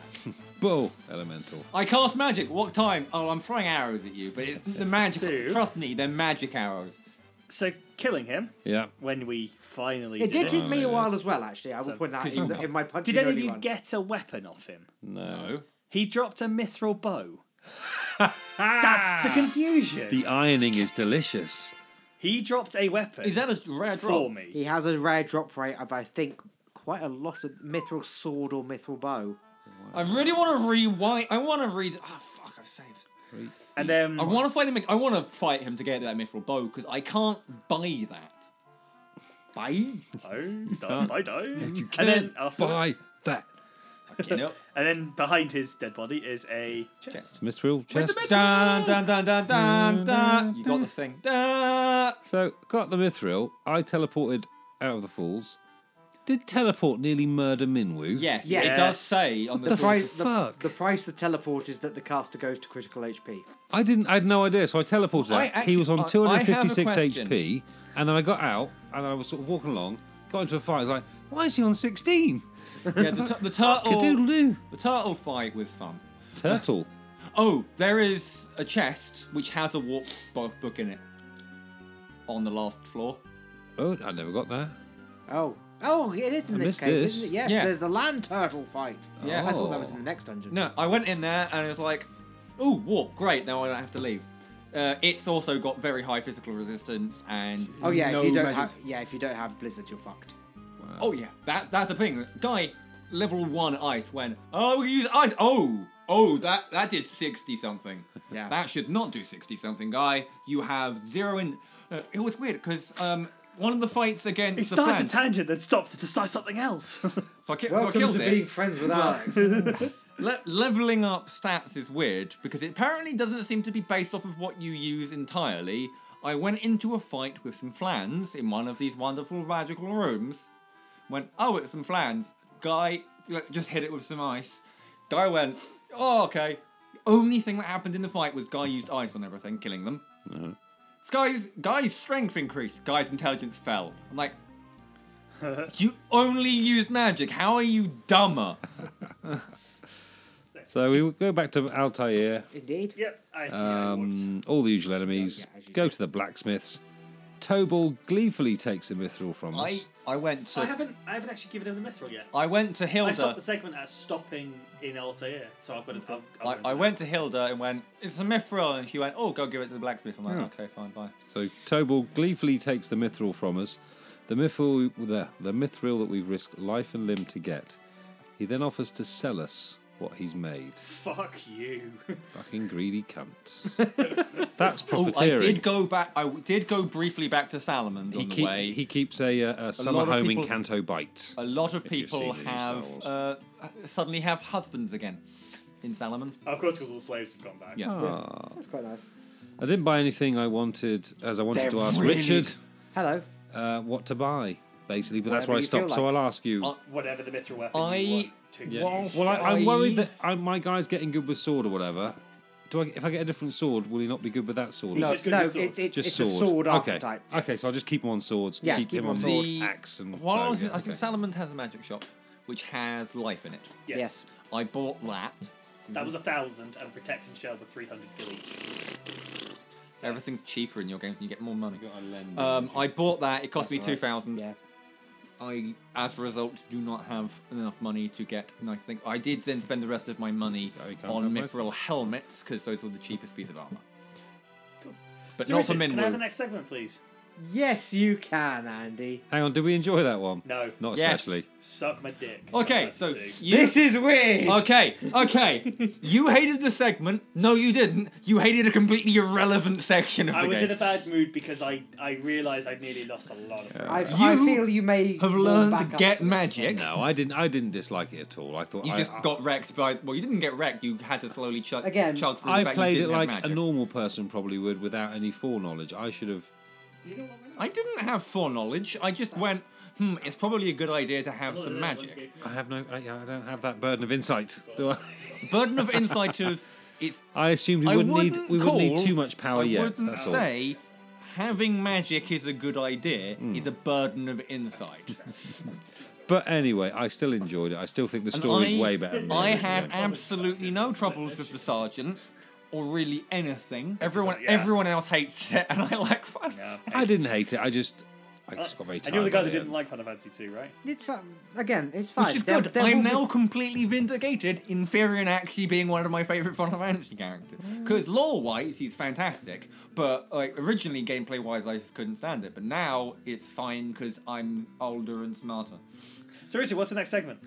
Speaker 1: Bull elemental.
Speaker 4: I cast magic. What time? Oh, I'm throwing arrows at you, but it's the magic.
Speaker 3: Sue.
Speaker 4: Trust me, they're magic arrows.
Speaker 3: so killing him
Speaker 1: Yeah.
Speaker 3: when we finally
Speaker 5: it did
Speaker 3: did.
Speaker 5: take me
Speaker 1: yeah.
Speaker 5: a while as well, actually. I
Speaker 3: So-
Speaker 5: will point that
Speaker 4: 'Cause
Speaker 5: in,
Speaker 4: you-
Speaker 5: the- in my punch.
Speaker 3: Did any of you get a weapon off him?
Speaker 1: No.
Speaker 4: No.
Speaker 3: He dropped a mithril bow. That's the confusion.
Speaker 1: The ironing is delicious.
Speaker 3: He dropped a weapon
Speaker 4: Is that a rare drop?
Speaker 3: for me.
Speaker 5: He has a rare drop rate of I think quite a lot of mithril sword or mithril bow.
Speaker 4: I really want to rewind. I want to read. Ah, fuck! I've saved.
Speaker 3: And then
Speaker 4: I want to fight him. I want to fight him to get that mithril bow because I can't buy that.
Speaker 5: Bye.
Speaker 3: I die, I die.
Speaker 1: You
Speaker 3: and
Speaker 1: can't
Speaker 3: then after
Speaker 1: buy that.
Speaker 4: Fucking hell.
Speaker 3: and then behind his dead body is a
Speaker 1: It's Mithril chest.
Speaker 4: Dun, dun, dun, dun, dun, dun. You got the thing. Dun.
Speaker 1: So got the Mithril. I teleported out of the falls. Did teleport nearly murder Minwoo?
Speaker 4: Yes,
Speaker 5: Yes.
Speaker 4: it does say on the.
Speaker 1: the
Speaker 4: door-
Speaker 1: fuck?
Speaker 5: Price, the,
Speaker 1: Fuck.
Speaker 5: the price of teleport is that the caster goes to critical HP.
Speaker 1: I didn't. I had no idea. So I teleported out.
Speaker 4: I actually-
Speaker 1: he was on
Speaker 4: I- I have a
Speaker 1: 256
Speaker 4: question.
Speaker 1: HP, and then I got out, and then I was sort of walking along. Got into a fight. I was like, "Why is he on 16?"
Speaker 4: Yeah, the, tu- the turtle.
Speaker 1: Cadoodle-doo.
Speaker 4: The turtle fight was fun.
Speaker 1: Turtle.
Speaker 4: Oh, there is a chest which has a warp bo- book in it. On the last floor.
Speaker 1: Oh, I never got that.
Speaker 5: Oh. Oh, it is in
Speaker 1: I
Speaker 5: this
Speaker 1: missed
Speaker 5: case,
Speaker 1: this.
Speaker 5: isn't it? Yes,
Speaker 4: Yeah.
Speaker 5: there's the land turtle fight.
Speaker 4: Yeah.
Speaker 5: I thought that was
Speaker 1: Oh.
Speaker 5: in the next dungeon.
Speaker 4: No, I went in there and it was like, "Ooh, warp! Great! Now I don't have to leave." Uh, it's also got very high physical resistance and
Speaker 5: Oh yeah,
Speaker 4: no
Speaker 5: if you don't
Speaker 4: magic-
Speaker 5: have yeah, if you don't have Blizzard, you're fucked.
Speaker 4: Oh yeah, that's that's the thing. Guy, level one ice when oh we use ice. Oh oh that that did sixty something.
Speaker 5: Yeah.
Speaker 4: That should not do sixty something, guy. You have zero in. Uh, it was weird because um one of the fights against
Speaker 3: He
Speaker 4: the
Speaker 3: starts
Speaker 4: Fans-
Speaker 3: a tangent, then stops to start something else.
Speaker 4: so I, ki- so I
Speaker 5: Welcome
Speaker 4: killed
Speaker 5: to
Speaker 4: it.
Speaker 5: being friends with
Speaker 4: Well-
Speaker 5: Alex.
Speaker 4: Le- leveling up stats is weird because it apparently doesn't seem to be based off of what you use entirely. I went into a fight with some flans in one of these wonderful magical rooms. Went, oh, it's some flans. Guy like, just hit it with some ice. Guy went, oh, okay. Only thing that happened in the fight was guy used ice on everything, killing them. Sky's guy's strength increased. Guy's intelligence fell. I'm like, you only used magic. How are you dumber?
Speaker 1: So we go back to Altair,
Speaker 5: Indeed.
Speaker 3: yep. I think I walked.
Speaker 1: um, all the usual enemies,
Speaker 5: Yeah, yeah, as you
Speaker 1: go
Speaker 5: do.
Speaker 1: to the blacksmiths. Tobal gleefully takes the mithril from
Speaker 4: I
Speaker 1: us.
Speaker 4: I went to
Speaker 3: I haven't. I haven't actually given him the mithril yet.
Speaker 4: I went to
Speaker 3: I stopped
Speaker 4: Hilda.
Speaker 3: the segment at stopping in Altair, so I've got to. I've, I've
Speaker 4: I,
Speaker 3: got to-
Speaker 4: I went to Hilda and went, "It's a mithril," and she went, "Oh, go give it to the blacksmith." I'm like,
Speaker 1: Hmm.
Speaker 4: "Okay, fine, bye."
Speaker 1: So Tobal gleefully takes the mithril from us, the mithril, the, the mithril that we've risked life and limb to get. He then offers to sell us what he's made.
Speaker 3: Fuck you.
Speaker 1: Fucking greedy cunt. That's
Speaker 4: Oh, I
Speaker 1: profiteering.
Speaker 4: did go back. I w- did go briefly back to Salamand
Speaker 1: he,
Speaker 4: on the
Speaker 1: keep-
Speaker 4: way.
Speaker 1: he keeps a, uh, a summer
Speaker 4: lot of
Speaker 1: home in
Speaker 4: people-
Speaker 1: Canto Bite.
Speaker 4: a lot of
Speaker 1: If you've
Speaker 4: people
Speaker 1: seen any Star
Speaker 4: have
Speaker 1: Wars.
Speaker 4: uh, suddenly have husbands again in Salamand.
Speaker 3: of course, because all the slaves have gone back.
Speaker 4: Yeah,
Speaker 1: Oh.
Speaker 5: That's quite nice.
Speaker 1: I didn't buy anything I wanted, as I wanted
Speaker 4: They're
Speaker 1: to ask
Speaker 4: really-
Speaker 1: Richard
Speaker 5: Hello.
Speaker 1: uh, what to buy, basically. But that's
Speaker 5: Whatever
Speaker 1: where I
Speaker 5: you feel
Speaker 1: stopped, so
Speaker 5: like.
Speaker 1: I'll ask you.
Speaker 4: Uh,
Speaker 3: Whatever the mithril weapon
Speaker 4: I-
Speaker 3: you want to
Speaker 1: Yeah.
Speaker 3: use.
Speaker 1: Well, I, I'm
Speaker 4: I-
Speaker 1: worried that I, my guy's getting good with sword or whatever. Do I, if I get a different sword, will he not be good with that sword? Is
Speaker 3: No.
Speaker 1: it
Speaker 3: He's just good
Speaker 5: No,
Speaker 3: with
Speaker 5: it's
Speaker 3: swords.
Speaker 5: it's, it's
Speaker 1: just
Speaker 5: a sword
Speaker 1: okay.
Speaker 5: archetype.
Speaker 1: Okay, so I'll just keep him on swords.
Speaker 5: Yeah,
Speaker 1: keep,
Speaker 5: keep
Speaker 1: him
Speaker 5: him
Speaker 1: on
Speaker 5: on sword.
Speaker 1: axe and.
Speaker 4: While I
Speaker 1: bow,
Speaker 4: was,
Speaker 1: yeah,
Speaker 4: I think
Speaker 1: okay.
Speaker 4: Salamand has a magic shop which has life in it.
Speaker 3: yes.
Speaker 5: Yes.
Speaker 4: I bought that.
Speaker 3: That was a thousand, and Protect and Shell were 300 gilly.
Speaker 4: Everything's cheaper in your games and you get more money.
Speaker 1: You got a lend.
Speaker 4: Um, I bought that. It cost
Speaker 1: That's
Speaker 4: me
Speaker 1: alright.
Speaker 4: two thousand.
Speaker 5: Yeah.
Speaker 4: I, as a result, do not have enough money to get nice things. I did then spend the rest of my money
Speaker 1: Oh, you can't
Speaker 4: on
Speaker 1: have most
Speaker 4: mithril helmets because those were the cheapest piece of armor.
Speaker 3: Cool.
Speaker 4: But
Speaker 3: So
Speaker 4: not for
Speaker 3: Richard, Can I have the
Speaker 4: Minwu.
Speaker 3: next segment, please?
Speaker 5: Yes, you can, Andy.
Speaker 1: Hang on, did we enjoy that one?
Speaker 3: No.
Speaker 1: Not
Speaker 4: Yes.
Speaker 1: especially.
Speaker 3: Suck my dick.
Speaker 4: Okay,
Speaker 3: That's
Speaker 4: so
Speaker 3: two.
Speaker 4: you.
Speaker 5: This is weird.
Speaker 4: Okay, okay. you hated the segment. No, you didn't. You hated a completely irrelevant section of
Speaker 3: I
Speaker 4: the
Speaker 3: was
Speaker 4: game.
Speaker 3: in a bad mood because I I realised I'd nearly lost a lot of.
Speaker 5: I, I
Speaker 4: You
Speaker 5: feel you may
Speaker 4: have
Speaker 5: warm
Speaker 4: learned to
Speaker 5: back up
Speaker 4: get
Speaker 5: this.
Speaker 4: magic.
Speaker 1: No, I didn't. I didn't dislike it at all. I thought
Speaker 4: You
Speaker 1: I,
Speaker 4: just
Speaker 1: I-
Speaker 4: got wrecked by. Well, you didn't get wrecked. You had to slowly chug,
Speaker 5: Again,
Speaker 4: chug through the
Speaker 1: I
Speaker 4: fact
Speaker 1: played
Speaker 4: you
Speaker 1: it
Speaker 4: didn't have
Speaker 1: like a
Speaker 4: magic.
Speaker 1: normal person probably would, without any foreknowledge. I should have.
Speaker 3: Do you know what we're
Speaker 4: I didn't have foreknowledge. I just went, hmm, it's probably a good idea to have
Speaker 3: not- No,
Speaker 4: some
Speaker 3: no, no, once
Speaker 4: magic.
Speaker 3: again.
Speaker 1: I have no. I, I don't have that burden of insight, do I?
Speaker 4: Burden of insight of it's.
Speaker 1: I assumed we
Speaker 4: I
Speaker 1: wouldn't,
Speaker 4: wouldn't
Speaker 1: need. We wouldn't
Speaker 4: call-
Speaker 1: need too much power
Speaker 4: I
Speaker 1: yet.
Speaker 4: wouldn't
Speaker 1: Oh, That's all.
Speaker 4: say having magic is a good idea.
Speaker 1: Hmm.
Speaker 4: Is a burden of insight.
Speaker 1: But anyway, I still enjoyed it. I still think the story
Speaker 4: I-
Speaker 1: is way better. Than the
Speaker 4: I
Speaker 1: original
Speaker 4: had
Speaker 1: game.
Speaker 4: absolutely no troubles with the sergeant. Or really anything. Everyone,
Speaker 3: yeah.
Speaker 4: everyone else hates it, and I like fun.
Speaker 3: Yeah.
Speaker 1: I didn't hate it. I just. I
Speaker 3: Uh,
Speaker 1: just got very
Speaker 3: and
Speaker 1: tired.
Speaker 3: you're the guy
Speaker 1: by
Speaker 3: that
Speaker 1: the
Speaker 3: didn't
Speaker 1: end.
Speaker 3: like Final Fantasy 2, right?
Speaker 5: It's fine. Again, it's fine.
Speaker 4: Which is
Speaker 5: There-
Speaker 4: good.
Speaker 5: there
Speaker 4: I'm
Speaker 5: will be-
Speaker 4: now completely vindicated in Firion actually being one of my favourite Final Fantasy characters.
Speaker 3: Mm.
Speaker 4: Because lore-wise, he's fantastic. But like originally, gameplay-wise, I just couldn't stand it. But now it's fine because I'm older and smarter.
Speaker 3: So Richard, what's the next segment?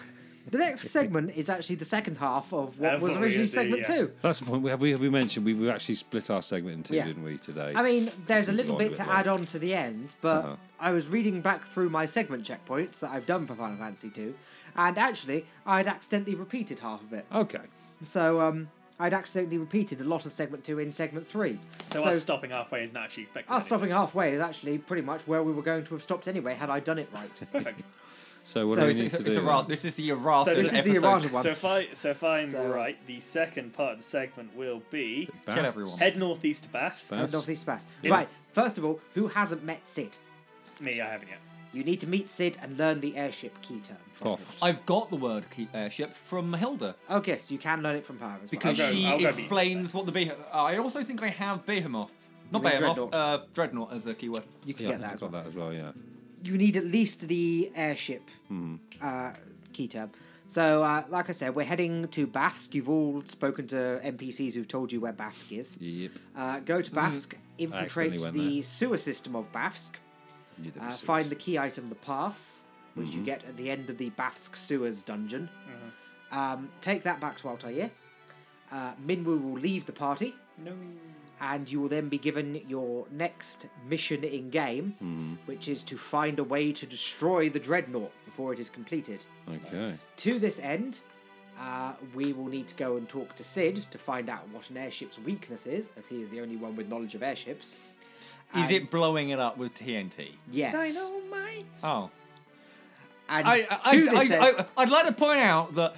Speaker 5: The next segment is actually the second half of what
Speaker 3: That's
Speaker 5: was
Speaker 3: what we
Speaker 5: originally
Speaker 3: do,
Speaker 5: segment
Speaker 3: yeah.
Speaker 5: two.
Speaker 1: That's the point. We have we, have we mentioned we, we actually split our segment in two,
Speaker 5: Yeah.
Speaker 1: didn't we today?
Speaker 5: I mean, there's a
Speaker 1: seems
Speaker 5: little
Speaker 1: long,
Speaker 5: bit
Speaker 1: bit
Speaker 5: to
Speaker 1: long.
Speaker 5: add on to the end, but
Speaker 1: Uh-huh.
Speaker 5: I was reading back through my segment checkpoints that I've done for Final Fantasy two, and actually, I'd accidentally repeated half of it.
Speaker 1: okay.
Speaker 5: So, um, I'd accidentally repeated a lot of segment two in segment three.
Speaker 3: So, us stopping halfway is not actually effective.
Speaker 5: us stopping halfway is actually pretty much where we were going to have stopped anyway had I done it right.
Speaker 3: Perfect.
Speaker 1: So what
Speaker 5: So
Speaker 1: do we
Speaker 4: It's,
Speaker 1: need
Speaker 4: it's,
Speaker 1: to
Speaker 4: it's
Speaker 1: do?
Speaker 4: errata- This is the errata
Speaker 3: So this is the
Speaker 4: episode.
Speaker 5: errata one.
Speaker 3: So if I so if I'm
Speaker 5: So-
Speaker 3: right, the second part of the segment will be
Speaker 1: then?
Speaker 4: Kill
Speaker 1: Baths?
Speaker 4: everyone.
Speaker 3: head northeast to Baths.
Speaker 1: Baths.
Speaker 5: Northeast Pass. Right, first of all, who hasn't met Sid?
Speaker 3: Me, I haven't yet.
Speaker 5: You need to meet Sid and learn the airship key term. from him.
Speaker 1: Cough.
Speaker 4: I've got the word key, airship from Hilda
Speaker 5: Oh, yes, you can learn it from her as well.
Speaker 4: because
Speaker 3: I'll go-
Speaker 4: she
Speaker 3: I'll go Behemoth.
Speaker 4: explains what the behemoth. uh, I also think I have behemoth, not
Speaker 5: You mean
Speaker 4: behemoth,
Speaker 5: Dreadnought.
Speaker 4: uh, dreadnought as a keyword.
Speaker 5: you can
Speaker 1: Yeah, I
Speaker 5: get
Speaker 1: think
Speaker 5: that.
Speaker 1: I
Speaker 5: as
Speaker 1: got
Speaker 5: well.
Speaker 1: that as well. Yeah.
Speaker 5: You need at least the airship
Speaker 1: Hmm.
Speaker 5: uh, key term. So, uh, like I said, we're heading to Bask. You've all spoken to NPCs who've told you where Bask is.
Speaker 1: Yep.
Speaker 5: Uh, go to Bask, infiltrate
Speaker 1: accidentally went
Speaker 5: the
Speaker 1: there.
Speaker 5: sewer system of Bask,
Speaker 1: Knew there
Speaker 5: uh,
Speaker 1: was six.
Speaker 5: find the key item, the pass, which
Speaker 4: Mm-hmm.
Speaker 5: you get at the end of the Bask sewers dungeon.
Speaker 4: Mm-hmm.
Speaker 5: Um, take that back to Altair. Uh, Minwu will leave the party.
Speaker 3: No.
Speaker 5: and you will then be given your next mission in game,
Speaker 4: Mm-hmm.
Speaker 5: which is to find a way to destroy the dreadnought before it is completed.
Speaker 1: Okay.
Speaker 5: To this end, uh, we will need to go and talk to Sid to find out what an airship's weakness is, as he is the only one with knowledge of airships.
Speaker 4: Is
Speaker 5: And-
Speaker 4: it blowing it up with TNT?
Speaker 5: Yes.
Speaker 3: Dynamite.
Speaker 4: Oh.
Speaker 5: And
Speaker 4: I, I,
Speaker 5: to this end,
Speaker 4: I, I, would like to point out that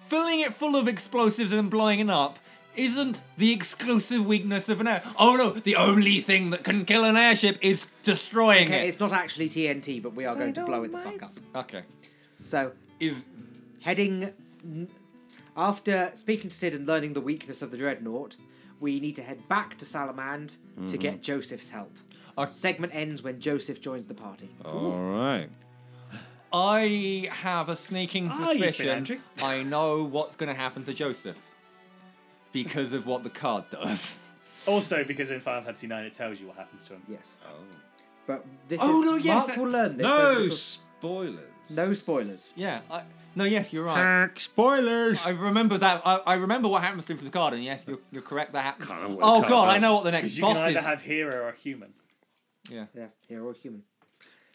Speaker 4: filling it full of explosives and blowing it up isn't the exclusive weakness of an air. Oh no, the only thing that can kill an airship is destroying
Speaker 5: okay,
Speaker 4: it.
Speaker 5: it's not actually TNT, but we are going to blow it the fuck up.
Speaker 2: Dynamite.
Speaker 4: Okay.
Speaker 5: So,
Speaker 4: Is
Speaker 5: heading after speaking to Sid and learning the weakness of the dreadnought, we need to head back to Salamand to get Joseph's help.
Speaker 4: Mm-hmm. Uh, Oh.
Speaker 5: Segment ends when Joseph joins the party.
Speaker 1: All right.
Speaker 4: I have a
Speaker 3: Ah,
Speaker 4: sneaking
Speaker 3: you've been
Speaker 4: suspicion
Speaker 3: Andrew.
Speaker 4: I know what's going to happen to Joseph because of what the card does.
Speaker 3: Also, because in Final Fantasy 9 it tells you what happens to him.
Speaker 5: Yes. But this
Speaker 4: Oh,
Speaker 5: is
Speaker 4: no, yes,
Speaker 5: Mark
Speaker 4: that-
Speaker 5: will learn this. so
Speaker 1: No
Speaker 5: people-
Speaker 1: spoilers.
Speaker 5: no spoilers.
Speaker 4: Yeah. I, no, yes, you're right.
Speaker 1: Heck, spoilers.
Speaker 4: I remember that. I, I remember what happens to him from the card, and yes, you're, you're correct. That happened.
Speaker 1: Can't remember what
Speaker 4: Oh
Speaker 1: the card
Speaker 4: god, I
Speaker 1: does.
Speaker 4: know what the
Speaker 3: Because
Speaker 4: next
Speaker 3: you can
Speaker 4: boss is.
Speaker 3: either have hero or human.
Speaker 4: Yeah.
Speaker 5: Yeah, hero or human.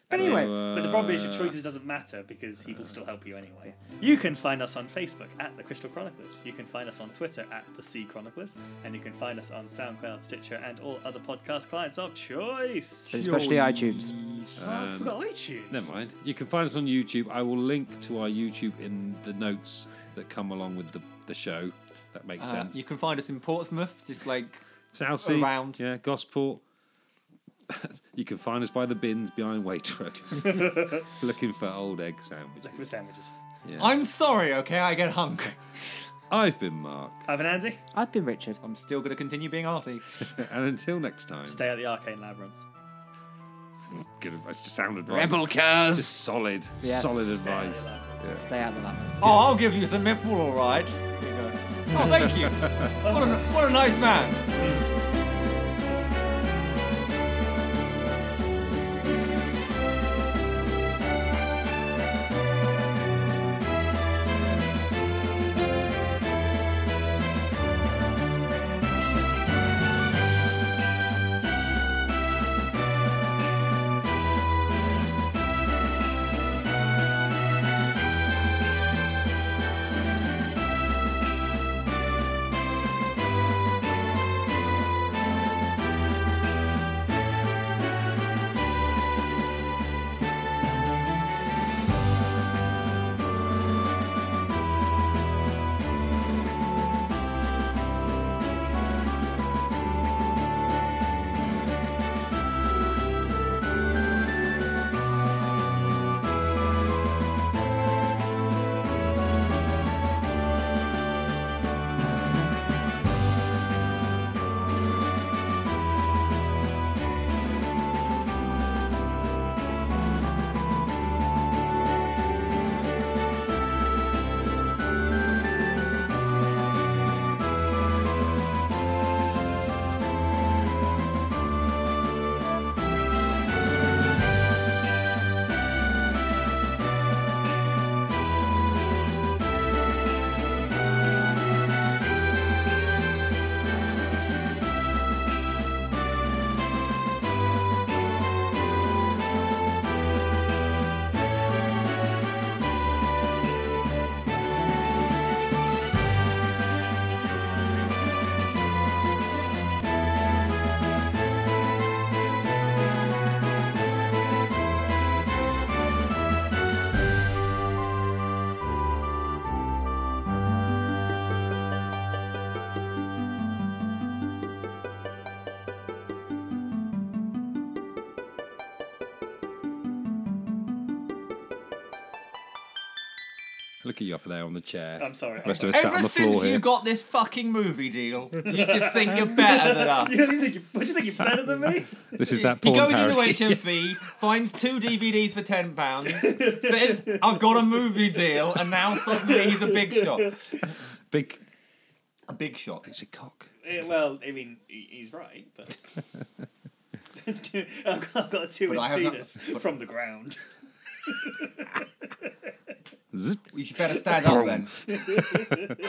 Speaker 5: But anyway,
Speaker 1: Uh,
Speaker 3: But the problem is your choices doesn't matter because he will still help you anyway. You can find us on Facebook at The Crystal Chroniclers. You can find us on Twitter at The Sea Chroniclers. And you can find us on SoundCloud, Stitcher, and all other podcast clients of choice.
Speaker 4: uh,
Speaker 5: especially iTunes.
Speaker 3: oh, I forgot iTunes.
Speaker 1: Never mind. You can find us on YouTube. I will link to our YouTube in the notes that come along with the, the show. That makes
Speaker 4: Uh,
Speaker 1: sense.
Speaker 4: you can find us in Portsmouth, just like
Speaker 1: Southsea.
Speaker 4: around.
Speaker 1: Yeah, Gosport. you can find us by the bins behind Waitrose. Looking for old egg
Speaker 3: Look for
Speaker 1: sandwiches.
Speaker 3: sandwiches.
Speaker 1: Yeah.
Speaker 4: I'm sorry, okay? I get hung.
Speaker 1: I've been Mark,
Speaker 3: Ivan Andy,
Speaker 5: I've been Richard.
Speaker 4: I'm still going to continue being arty.
Speaker 1: and until next time,
Speaker 3: stay at the Arcane Labyrinth.
Speaker 1: good advice. Just sound advice.
Speaker 5: Rebel cars.
Speaker 1: Just solid,
Speaker 5: Yeah.
Speaker 1: solid
Speaker 3: Stay out of
Speaker 1: advice.
Speaker 3: the Labyrinth.
Speaker 5: Stay out of the lab.
Speaker 4: Oh, I'll give you some nipple, all right. Here you go. Oh, thank you. what, a, what a nice man.
Speaker 1: Look at you up there on the chair.
Speaker 3: I'm sorry.
Speaker 1: Rest of us sat on
Speaker 4: Ever
Speaker 1: the floor
Speaker 4: since
Speaker 1: here.
Speaker 4: you got this fucking movie deal, you just think you're better than us.
Speaker 3: You think you, what do you think you're better than me?
Speaker 1: this is that
Speaker 4: He
Speaker 1: porn
Speaker 4: goes
Speaker 1: parody.
Speaker 4: into HMV, finds two DVDs for ten pounds. Says, "I've got a movie deal," and now suddenly he's a big shot.
Speaker 1: Big.
Speaker 4: A big shot.
Speaker 1: It's a cock.
Speaker 3: Eh, well, I mean, he- he's right, but. It's two, I've, got, I've got a two
Speaker 4: But I
Speaker 3: inch
Speaker 4: have not-
Speaker 3: penis from the ground.
Speaker 1: Zip.
Speaker 4: You should better stand up then.